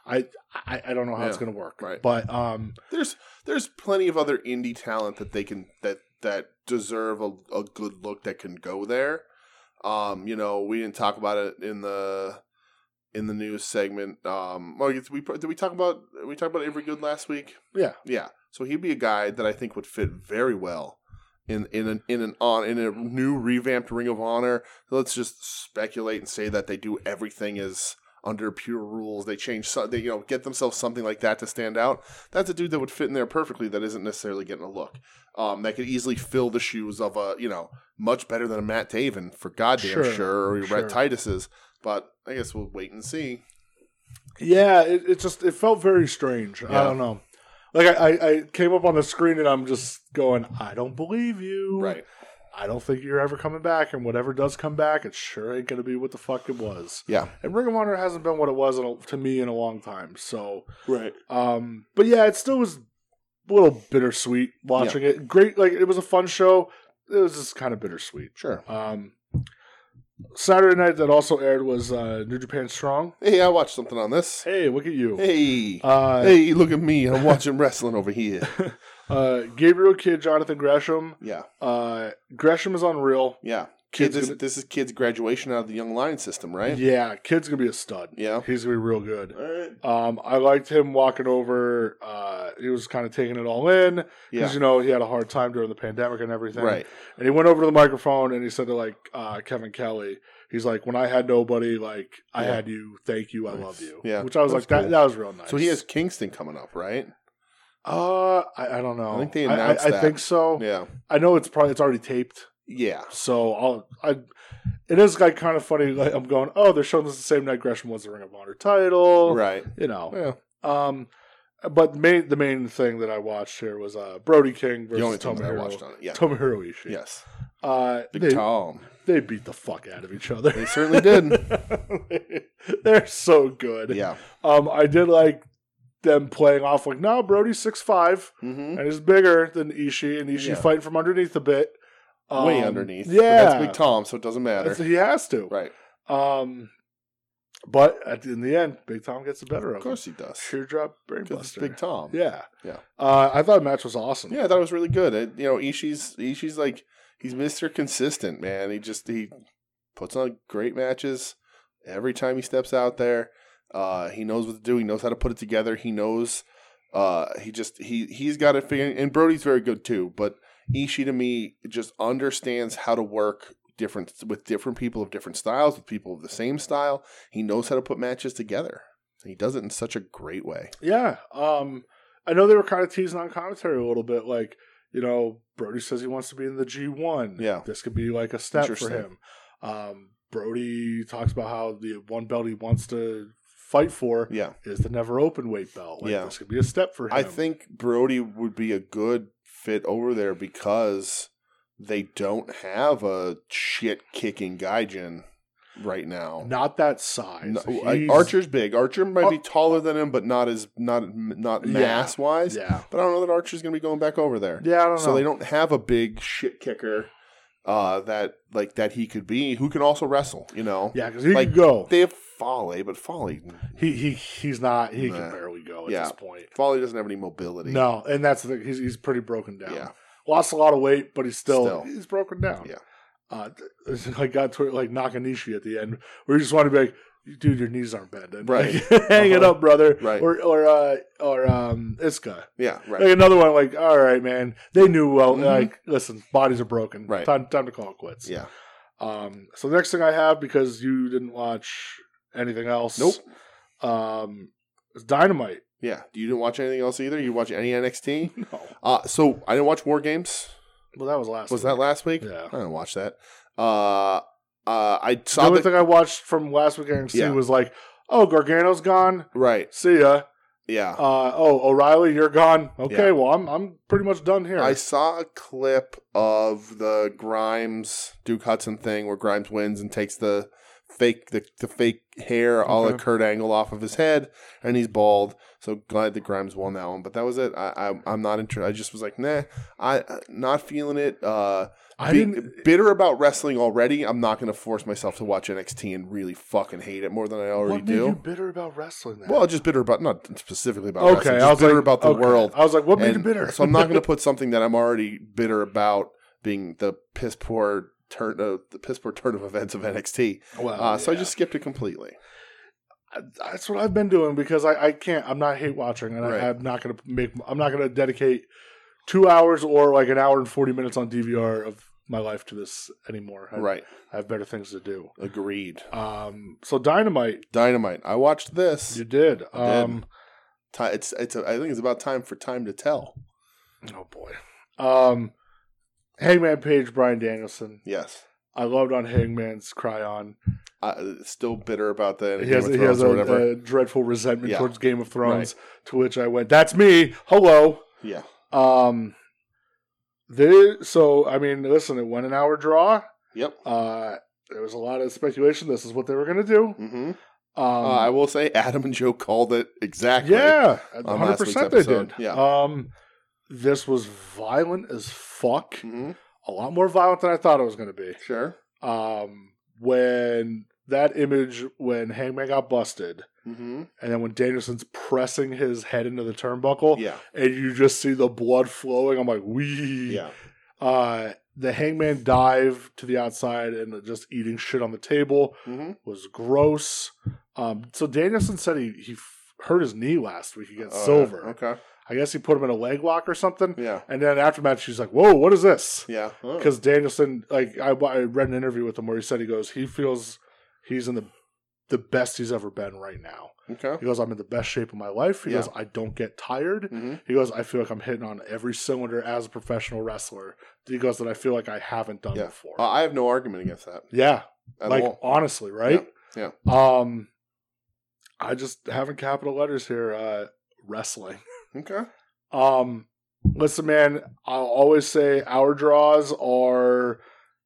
S1: I I, I don't know how it's
S2: Yeah,
S1: gonna work,
S2: right.
S1: But um,
S2: There's there's plenty of other indie talent that they can that that deserve a, a good look that can go there. Um, you know, we didn't talk about it in the in the news segment. Um, well, did we did we talk about we talked about Avery Good last week?
S1: Yeah.
S2: yeah. So he'd be a guy that I think would fit very well in in an in an on in a new revamped Ring of Honor. Let's just speculate and say that they do everything is under pure rules. They change so they you know get themselves something like that to stand out. That's a dude that would fit in there perfectly. That isn't necessarily getting a look. Um, that could easily fill the shoes of a you know much better than a Matt Taven for goddamn
S1: Sure,
S2: sure, or your
S1: sure.
S2: Brett Titus's. But I guess we'll wait and see.
S1: yeah, it, it just it felt very strange. I
S2: Yeah.
S1: don't know. Like I, I, I came up on the screen and I'm just going, I don't believe you.
S2: Right.
S1: I don't think you're ever coming back, and whatever does come back, it sure ain't gonna be what the fuck it was.
S2: Yeah.
S1: And Ring of Honor hasn't been what it was in a, to me in a long time. So,
S2: Right.
S1: um, but yeah, it still was a little bittersweet watching it. Great, like it was a fun show. It was just kind of bittersweet.
S2: Sure.
S1: Um, Saturday night that also aired was uh, New Japan Strong.
S2: Hey, I watched something on this.
S1: Hey, look at you.
S2: Hey.
S1: Uh,
S2: Hey, look at me. I'm watching wrestling over here.
S1: uh, Gabriel Kidd, Jonathan Gresham.
S2: Yeah.
S1: Uh, Gresham is unreal.
S2: Yeah.
S1: Kid's
S2: Kids this,
S1: gonna-
S2: this is kids graduation out of the young lion system, right?
S1: Yeah, Kid's gonna be a stud.
S2: Yeah.
S1: He's gonna be real good.
S2: All right.
S1: Um, I liked him walking over. Uh, he was kind of taking it all in because
S2: Yeah.
S1: you know he had a hard time during the pandemic and everything.
S2: Right.
S1: And he went over to the microphone and he said to like uh, Kevin Kelly, he's like, "When I had nobody, like I
S2: Yeah.
S1: had you. Thank you. I
S2: Nice.
S1: love you."
S2: Yeah.
S1: Which I was
S2: That
S1: like,
S2: was
S1: that
S2: cool.
S1: that was real nice.
S2: So he has Kingston coming up, right?
S1: Uh, I, I don't know.
S2: I think they
S1: I,
S2: announced
S1: I
S2: that.
S1: think so.
S2: Yeah.
S1: I know it's probably it's already taped.
S2: Yeah.
S1: So I'll I. It is like kind of funny. Like I'm going, oh, they're showing this the same night Gresham wins the Ring of Honor title.
S2: Right.
S1: You know.
S2: Yeah.
S1: Um, but main, the main thing that I watched here was uh, Brody King
S2: The only
S1: versus
S2: time I watched
S1: Tomohiro,
S2: on it. Yeah.
S1: Tomohiro Ishii.
S2: Yes.
S1: Uh,
S2: Big
S1: they,
S2: Tom.
S1: they beat the fuck out of each other.
S2: They certainly did.
S1: They're so good.
S2: yeah.
S1: Um, I did like them playing off like, no, Brody's six five
S2: Mm-hmm.
S1: and he's bigger than Ishii, and Ishii
S2: Yeah.
S1: fighting from underneath a bit.
S2: Way
S1: Um,
S2: underneath. But
S1: Yeah,
S2: that's Big Tom, so it doesn't matter.
S1: That's- he has to.
S2: right.
S1: Um, but at, in the end, Big Tom gets the better of,
S2: Of course he does.
S1: him. Teardrop brain
S2: 'Cause it's
S1: buster.
S2: Big Tom.
S1: Yeah.
S2: Yeah.
S1: Uh, I thought the match was awesome.
S2: Yeah, I thought it was really good. It, you know, Ishii's Ishii's like he's Mr. Consistent, man. He just he puts on great matches every time he steps out there. Uh, he knows what to do. He knows how to put it together. He knows. Uh, he just he he's got it figured. And Brody's very good too, but Ishii to me just understands how to work different with different people of different styles, with people of the same style. He knows how to put matches together. He does it in such a great way.
S1: Yeah. Um, I know they were kind of teasing on commentary a little bit, like you know, Brody says he wants to be in the G one.
S2: Yeah.
S1: this could be like a step for
S2: Interesting.
S1: him. Um, Brody talks about how the one belt he wants to fight for
S2: Yeah.
S1: is the never open weight belt. Like,
S2: Yeah.
S1: This could be a step for him.
S2: I think Brody would be a good fit over there because they don't have a shit kicking Gaijin right now.
S1: Not that size.
S2: No, I-
S1: He's-
S2: Archer's big. Archer might be
S1: Ar-
S2: taller than him, but not as not not
S1: Yeah.
S2: mass wise.
S1: Yeah.
S2: But I don't know that Archer's going to be going back over there.
S1: Yeah, I don't know.
S2: So they don't have a big shit kicker uh, that like that he could be, who can also wrestle. You know,
S1: Yeah, because he
S2: like,
S1: could go.
S2: they have Folly, but Folly
S1: he he he's not. He
S2: Nah.
S1: can barely go at
S2: Yeah.
S1: this point.
S2: Folly doesn't have any mobility.
S1: No, and that's the thing. He's he's pretty broken down.
S2: Yeah.
S1: Lost a lot of weight, but he's still,
S2: Still.
S1: he's broken down.
S2: Yeah.
S1: Uh, it's like got to like Nakanishi at the end, where you just want to be like, dude, your knees aren't bending.
S2: Right.
S1: Like, hang it
S2: Uh-huh.
S1: up, brother.
S2: Right.
S1: Or or uh, or um Iska.
S2: Yeah. Right.
S1: Like another one, like, all right, man. They knew well.
S2: Mhm.
S1: Like, listen, bodies are broken.
S2: Right.
S1: Time time to call it quits.
S2: Yeah.
S1: Um. So the next thing I have because you didn't watch anything else.
S2: Nope.
S1: Um. Is Dynamite.
S2: Yeah. You didn't watch anything else either. You watch any NXT?
S1: No.
S2: Uh, so I didn't watch War Games.
S1: Well, that was last.
S2: Was
S1: week.
S2: that last week?
S1: Yeah.
S2: I didn't watch that. Uh, uh, I
S1: The
S2: saw
S1: only
S2: the
S1: thing I watched from last week NXT
S2: Yeah.
S1: was like, oh, Gargano's gone.
S2: right.
S1: See ya.
S2: Yeah.
S1: Uh, oh, O'Reilly, you're gone. Okay,
S2: Yeah.
S1: well, I'm I'm pretty much done here.
S2: I saw a clip of the Grimes Duke Hudson thing where Grimes wins and takes the fake the, the fake hair all a la
S1: Okay.
S2: Kurt Angle off of his head, and he's bald. So glad that Grimes won that one, but that was it. I, I I'm not interested. I just was like, nah, I not feeling it. Uh,
S1: I
S2: be-
S1: didn't.
S2: bitter about wrestling already. I'm not going to force myself to watch NXT and really fucking hate it more than I already
S1: What made
S2: do.
S1: you bitter about wrestling? Then?
S2: Well, just bitter about not specifically about
S1: okay,
S2: wrestling,
S1: I
S2: just
S1: was
S2: bitter
S1: like,
S2: about the
S1: okay.
S2: world.
S1: I was like, what made you
S2: And
S1: bitter?
S2: so I'm not going to put something that I'm already bitter about being the piss poor turn uh, the piss poor turn of events of NXT.
S1: well,
S2: Uh, So I
S1: Oh, yeah.
S2: just skipped it completely.
S1: that's what I've been doing because I, I can't. I'm not hate watching, and
S2: Right.
S1: I, I'm not going to make. I'm not going to dedicate two hours or like an hour and forty minutes on DVR of my life to this anymore. I,
S2: right.
S1: I have better things to do.
S2: Agreed.
S1: Um, so Dynamite,
S2: Dynamite. I watched this.
S1: you did.
S2: I did.
S1: Um,
S2: Ti- It's it's. A, I think it's about time for time to tell.
S1: Oh boy. Um, Hangman Page, Brian Danielson.
S2: Yes.
S1: I loved on Hangman's cry on.
S2: I, uh, still bitter about the
S1: He
S2: Game
S1: has,
S2: of
S1: he
S2: Thrones
S1: has
S2: or
S1: a,
S2: whatever.
S1: a dreadful resentment
S2: Yeah.
S1: towards Game of Thrones. To which I went, "That's me." Hello.
S2: yeah.
S1: Um, they so I mean, listen, it went an hour draw.
S2: Yep.
S1: Uh, there was a lot of speculation. This is what they were going to do.
S2: hmm
S1: Um,
S2: uh, I will say Adam and Joe called it exactly.
S1: yeah,
S2: On
S1: hundred
S2: last week's
S1: percent they
S2: episode,
S1: did.
S2: yeah.
S1: Um, this was violent as fuck.
S2: hmm
S1: A lot more violent than I thought it was going to be.
S2: Sure.
S1: um, when that image when Hangman got busted,
S2: hmm
S1: and then when Danielson's pressing his head into the turnbuckle,
S2: Yeah.
S1: and you just see the blood flowing. I'm like, wee.
S2: Yeah.
S1: Uh, the Hangman dive to the outside and just eating shit on the table
S2: hmm
S1: was gross. Um, so Danielson said he he f- hurt his knee last week against
S2: Uh,
S1: Silver.
S2: Okay.
S1: I guess he put him in a leg lock or something.
S2: Yeah.
S1: And then after match, she's like, "Whoa, what is this?"
S2: Yeah. Oh.
S1: because Danielson, like I, I read an interview with him where he said he goes, he feels he's in the the best he's ever been right now.
S2: Okay.
S1: He goes, I'm in the best shape of my life. He
S2: Yeah.
S1: goes, I don't get tired.
S2: hmm
S1: He goes, I feel like I'm hitting on every cylinder as a professional wrestler. He goes that I feel like I haven't done
S2: Yeah.
S1: before.
S2: Uh, I have no argument against that
S1: yeah,
S2: at
S1: like
S2: all.
S1: honestly, right?
S2: Yeah,
S1: Um, I just having capital letters here. Uh, wrestling.
S2: Okay.
S1: Um, listen, man, I'll always say our draws are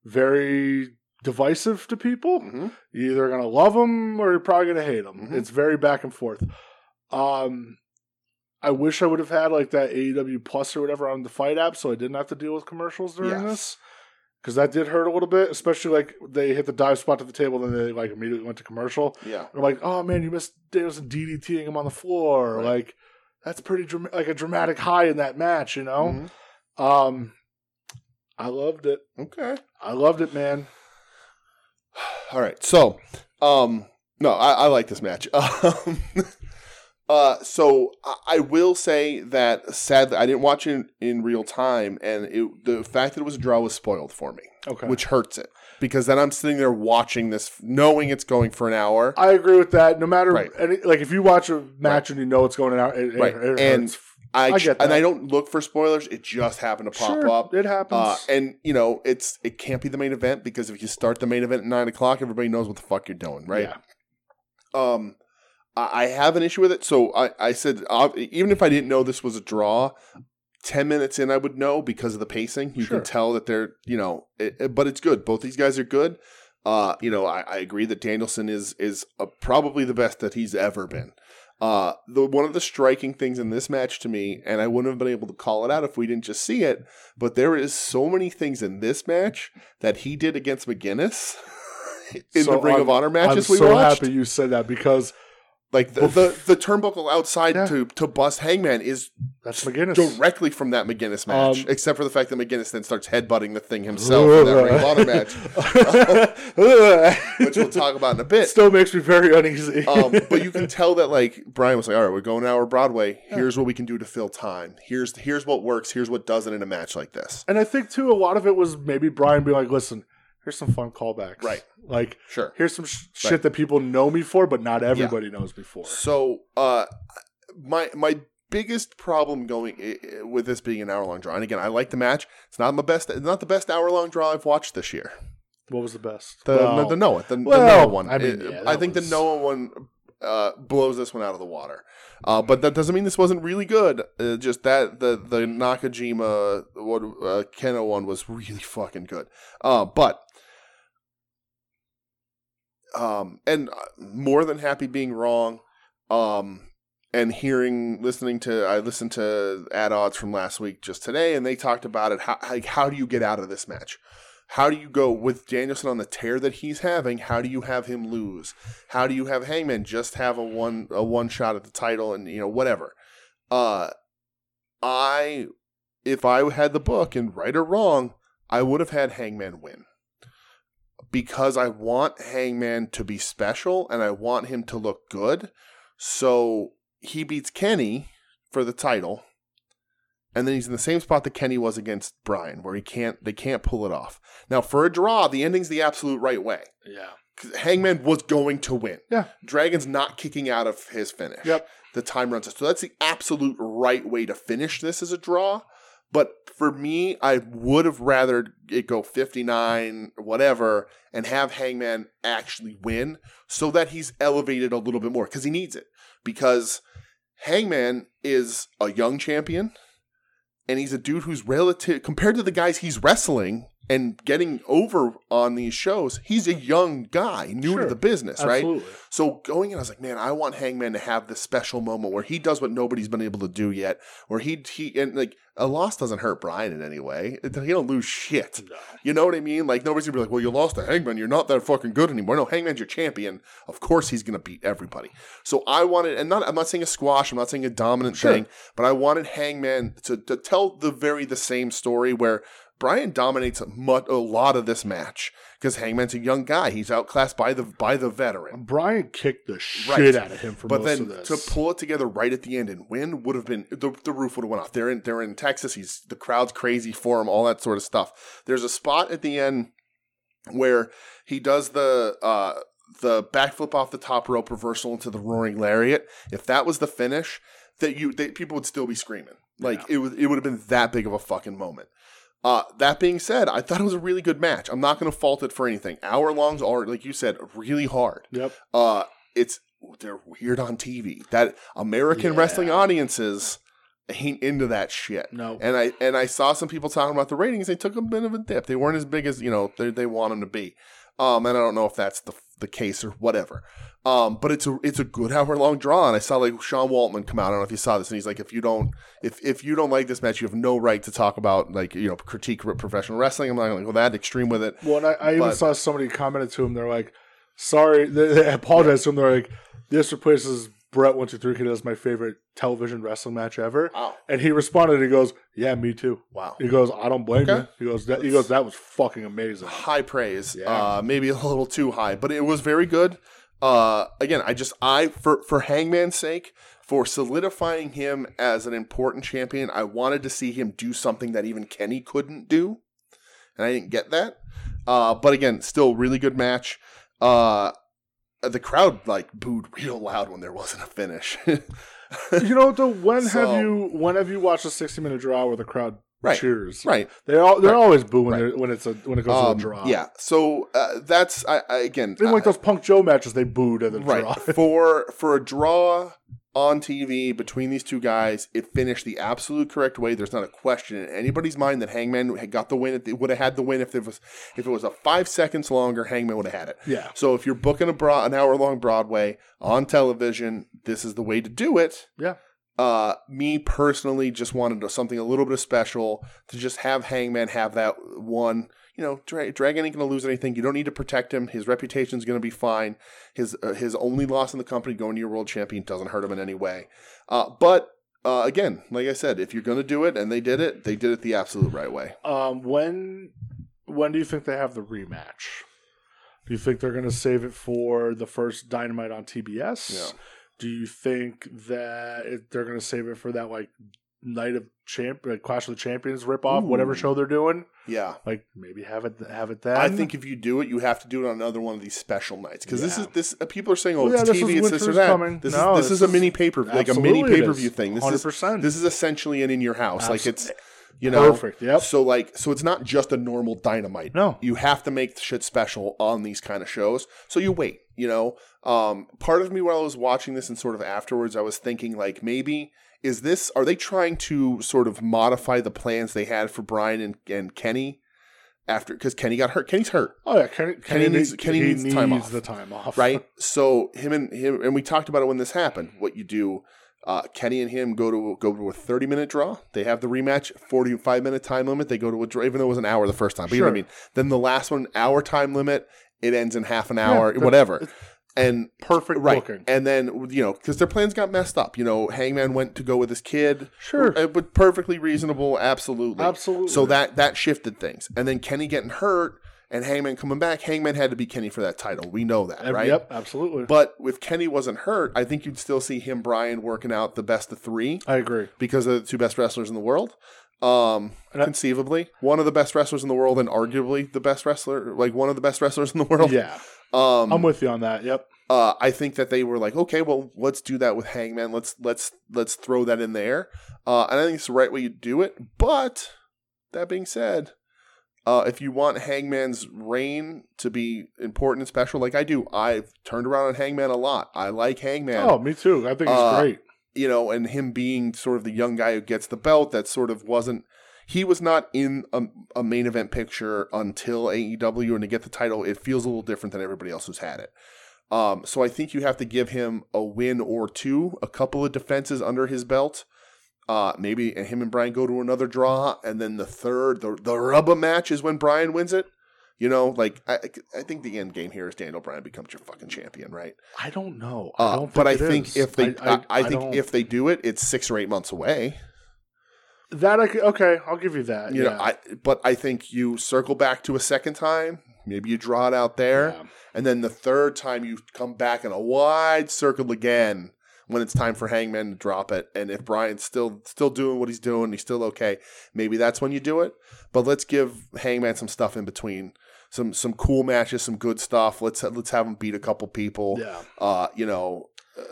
S1: very divisive to people.
S2: hmm
S1: You're either gonna love them or you're probably gonna hate them.
S2: Mhm.
S1: It's very back and forth. Um, I wish I would have had like that AEW Plus or whatever on the Fight app, so I didn't have to deal with commercials during
S2: Yes.
S1: this. Because that did hurt a little bit, especially like they hit the dive spot to the table, then they like immediately went to commercial.
S2: Yeah.
S1: They're like, oh man, you missed Danielson DDTing him on the floor.
S2: Right.
S1: Like, that's pretty dram- like a dramatic high in that match, you know.
S2: Mhm.
S1: Um, I loved it.
S2: Okay.
S1: I loved it, man.
S2: All right. So, um, no, I, I like this match. Um, uh, so I, I will say that sadly, I didn't watch it in, in real time, and it, the fact that it was a draw was spoiled for me,
S1: Okay,
S2: which hurts it because then I'm sitting there watching this, knowing it's going for an hour.
S1: I agree with that. No matter
S2: Right.
S1: any, like if you watch a match and you know it's going out, it, it-
S2: Right.
S1: it hurts.
S2: And I,
S1: I get
S2: and
S1: that.
S2: I don't look for spoilers. It just happened to pop
S1: Sure,
S2: up.
S1: It happens.
S2: Uh, and you know, it's it can't be the main event because if you start the main event at nine o'clock, everybody knows what the fuck you're doing, right?
S1: Yeah.
S2: Um, I, I have an issue with it. So I, I said, uh, even if I didn't know this was a draw, 10 minutes in, I would know because of the pacing. You
S1: Sure.
S2: can tell that they're, you know, it, it- but it's good. Both these guys are good. Uh, you know, I, I agree that Danielson is is uh probably the best that he's ever been. Uh, the one of the striking things in this match to me, and I wouldn't have been able to call it out if we didn't just see it, but there is so many things in this match that he did against McGinnis in
S1: So
S2: the Ring
S1: I'm-
S2: of Honor matches
S1: I'm
S2: we
S1: so
S2: watched.
S1: happy you said that because
S2: Like the,
S1: Bef-
S2: the the turnbuckle outside
S1: Yeah.
S2: to to bust Hangman is
S1: that's McGinnis.
S2: directly from that McGinnis match,
S1: Um,
S2: except for the fact that McGinnis then starts headbutting the thing himself in that Ring of Honor match, which we'll talk about in a bit.
S1: Still makes me very uneasy.
S2: Um, but you can tell that like Brian was like, "All right, we're going an hour Broadway. Here's what we can do to fill time. Here's here's what works. Here's what doesn't in a match like this."
S1: and I think too, a lot of it was maybe Brian being like, "Listen, here's some fun callbacks.
S2: Right.
S1: Like,
S2: Sure.
S1: here's some sh-
S2: Right.
S1: shit that people know me for, but not everybody knows me for."
S2: So, uh, my my biggest problem going i- i- with this being an hour long draw, and again, I like the match. It's not my best. It's not the best hour long draw I've watched this year.
S1: What was the best?
S2: The
S1: Well,
S2: no, the Noah, the,
S1: well,
S2: the Noah one.
S1: I mean,
S2: It-
S1: yeah,
S2: I
S1: that
S2: think
S1: was-
S2: the Noah one uh, blows this one out of the water. Uh, but that doesn't mean this wasn't really good. Uh, just that the the Nakajima what uh, Keno one was really fucking good. Uh, but um, and uh, more than happy being wrong. Um, and hearing, listening to, I listened to Ad Odds from last week just today, and they talked about it. How like, how do you get out of this match? How do you go with Danielson on the tear that he's having? How do you have him lose? How do you have Hangman just have a one a one shot at the title and you know whatever? Uh, I if I had the book and right or wrong, I would have had Hangman win because I want Hangman to be special and I want him to look good. So he beats Kenny for the title. And then he's in the same spot that Kenny was against Brian, where he can't they can't pull it off. Now for a draw, the ending's the absolute right way.
S1: yeah.
S2: 'Cause Hangman was going to win.
S1: Yeah.
S2: Dragon's not kicking out of his finish.
S1: Yep.
S2: The time runs out. So that's the absolute right way to finish this as a draw. But for me, I would have rather it go 59, whatever, and have Hangman actually win so that he's elevated a little bit more because he needs it. Because Hangman is a young champion and he's a dude who's relative compared to the guys he's wrestling and getting over on these shows. He's a young guy, new
S1: Sure.
S2: to the business, right?
S1: Absolutely.
S2: So going in, I was like, man, I want Hangman to have this special moment where he does what nobody's been able to do yet, where he he and like a loss doesn't hurt Brian in any way. It- He don't lose shit.
S1: No.
S2: You know what I mean? Like nobody's gonna be like, well, you lost to Hangman, you're not that fucking good anymore. No, Hangman's your champion. Of course he's gonna beat everybody. So I wanted, and not I'm not saying a squash, I'm not saying a dominant
S1: Sure.
S2: thing, but I wanted Hangman to to tell the very the same story where Brian dominates a, mu- a lot of this match because Hangman's a young guy. He's outclassed by the by the veteran
S1: Brian kicked the shit
S2: Right.
S1: out of him for
S2: but
S1: most
S2: then
S1: of this.
S2: to pull it together right at the end and win would have been the, the roof would have went off. They're in they're in Texas. He's the crowd's crazy for him, all that sort of stuff. There's a spot at the end where he does the uh, the backflip off the top rope reversal into the roaring lariat. If that was the finish, that you that people would still be screaming. Like it was it would have been that big of a fucking moment. Uh, that being said, I thought it was a really good match. I'm not going to fault it for anything. Hour longs are, like you said, really hard
S1: yep.
S2: uh it's they're weird on TV. That American
S1: Yeah.
S2: wrestling audiences ain't into that shit.
S1: No.
S2: And I and I saw some people talking about the ratings. They took a bit of a dip. They weren't as big as you know they they want them to be. Um, and I don't know if that's the the case or whatever. Um, but it's a it's a good hour long draw. And I saw like Sean Waltman come out. I don't know if you saw this, and he's like, if you don't if if you don't like this match, you have no right to talk about like you know critique professional wrestling. I'm not going to go that extreme with it.
S1: Well, and I, I even
S2: But-
S1: saw somebody commented to him. They're like, "Sorry," they, they apologized to him. They're like, "This replaces Brett One Two Three Kid as my favorite television wrestling match ever."
S2: Wow,
S1: And he responded. He goes, "Yeah, me too."
S2: wow.
S1: He goes, "I don't blame
S2: Okay.
S1: you." He goes, that, "He goes, that was fucking amazing."
S2: high praise.
S1: Yeah.
S2: Uh, maybe a little too high, but it was very good. Uh, again, I just I for for Hangman's sake, for solidifying him as an important champion, I wanted to see him do something that even Kenny couldn't do, and I didn't get that. Uh, but again, still really good match. Uh, the crowd like booed real loud when there wasn't a finish.
S1: you know, though, when
S2: So-
S1: have you when have you watched a sixty minute draw where the crowd
S2: Right.
S1: cheers.
S2: Right.
S1: They all they're
S2: Right.
S1: always booing
S2: Right.
S1: their- when it's a when it goes
S2: Um,
S1: to a draw.
S2: Yeah. So uh, that's I, I again
S1: Even like
S2: I-
S1: those Punk Joe matches, they booed at the draw.
S2: right for for a draw on TV between these two guys. It finished the absolute correct way. There's not a question in anybody's mind that Hangman had got the win. It would have had the win if there was if it was a five seconds longer. Hangman would have had it.
S1: Yeah.
S2: So if you're booking a bra- an hour long Broadway on television, this is the way to do it.
S1: Yeah.
S2: Uh, me personally just wanted something a little bit special to just have Hangman have that one. You know, Dra- Dragon ain't gonna lose anything. You don't need to protect him. His reputation's gonna be fine. His uh, his only loss in the company going to your world champion doesn't hurt him in any way. Uh, but uh, again, like I said, if you're gonna do it, and they did it, they did it the absolute right way.
S1: Um, when when do you think they have the rematch? Do you think they're going to save it for the first Dynamite on TBS?
S2: Yeah.
S1: Do you think that it, they're going to save it for that like Night of Champ, like Clash of the Champions ripoff,
S2: Ooh.
S1: whatever show they're doing?
S2: Yeah.
S1: Like maybe have it have it then.
S2: I think if you do it, you have to do it on another one of these special nights because this
S1: Yeah.
S2: is this. uh, People are saying, "Oh,
S1: Well, yeah,
S2: it's
S1: this is
S2: TV, it's this or
S1: winter's
S2: that."
S1: coming.
S2: This,
S1: No,
S2: is, this,
S1: this
S2: is a
S1: is-
S2: mini pay per like a mini
S1: Absolutely it
S2: pay per view
S1: is.
S2: thing. This is
S1: 100%.
S2: this is essentially an in your house. Like it's
S1: Absolutely.
S2: you know
S1: Perfect, yep.
S2: So like so it's not just a normal dynamite.
S1: No.
S2: you have to make the shit special on these kind of shows. So you wait. You know, um, part of me while I was watching this and sort of afterwards, I was thinking like maybe. Is this are they trying to sort of modify the plans they had for Brian and, and Kenny after because Kenny got hurt? Kenny's hurt
S1: Oh yeah, Kenny, Kenny,
S2: needs-
S1: needs,
S2: Kenny
S1: he
S2: needs time off.
S1: the time off,
S2: right? So him and him, and we talked about it when this happened. What you do, uh, Kenny and him go to go to a thirty minute draw. They have the rematch, forty five minute time limit. They go to a draw, even though it was an hour the first time. But you know what I
S1: Sure.
S2: mean. Then the last one, hour time limit. It ends in half an hour,
S1: that's-
S2: whatever. And
S1: Perfect
S2: right,
S1: booking.
S2: and then you know because their plans got messed up. You know, Hangman went to go with his kid.
S1: Sure.
S2: Uh, but perfectly reasonable. Absolutely,
S1: Absolutely.
S2: So that that shifted things, and then Kenny getting hurt. And Hangman coming back, Hangman had to be Kenny for that title. We know that,
S1: Every-
S2: right?
S1: Yep, absolutely.
S2: But if Kenny wasn't hurt, I think you'd still see him, Brian, working out the best of three
S1: I agree.
S2: because they're the two best wrestlers in the world. Um,
S1: And I-
S2: conceivably, one of the best wrestlers in the world, and arguably the best wrestler, like one of the best wrestlers in the world.
S1: Yeah,
S2: Um,
S1: I'm with you on that. Yep.
S2: uh, I think that they were like, okay, well, let's do that with Hangman. Let's let's let's throw that in there. Uh, and I think it's the right way you do it. But that being said, uh, if you want Hangman's reign to be important and special, like I do, I've turned around on Hangman a lot. I like Hangman
S1: Oh, me too. I think it's
S2: Uh,
S1: great.
S2: you know, and him being sort of the young guy who gets the belt that sort of wasn't he was not in a, a main event picture until AEW and to get the title, it feels a little different than everybody else who's had it. Um, so I think you have to give him a win or two, a couple of defenses under his belt. Uh, maybe and him and Brian go to another draw, and then the third, the the rubber match is when Brian wins it. You know, like I, I think the end game here is Daniel Bryan becomes your fucking champion, right?
S1: I don't know. I
S2: Uh,
S1: don't
S2: but I
S1: it
S2: think
S1: is.
S2: if they, I, I, think
S1: don't-
S2: if they do it, it's six or eight months away.
S1: that, I could, okay, I'll give you that.
S2: You
S1: Uh, yeah.
S2: know, I, but I think you circle back to a second time. Maybe you draw it out there,
S1: Yeah.
S2: and then the third time you come back in a wide circle again when it's time for Hangman to drop it. And if Brian's still still doing what he's doing, he's still okay. Maybe that's when you do it. But let's give Hangman some stuff in between, some some cool matches, some good stuff. Let's let's have him beat a couple people.
S1: yeah,
S2: uh, you know, uh,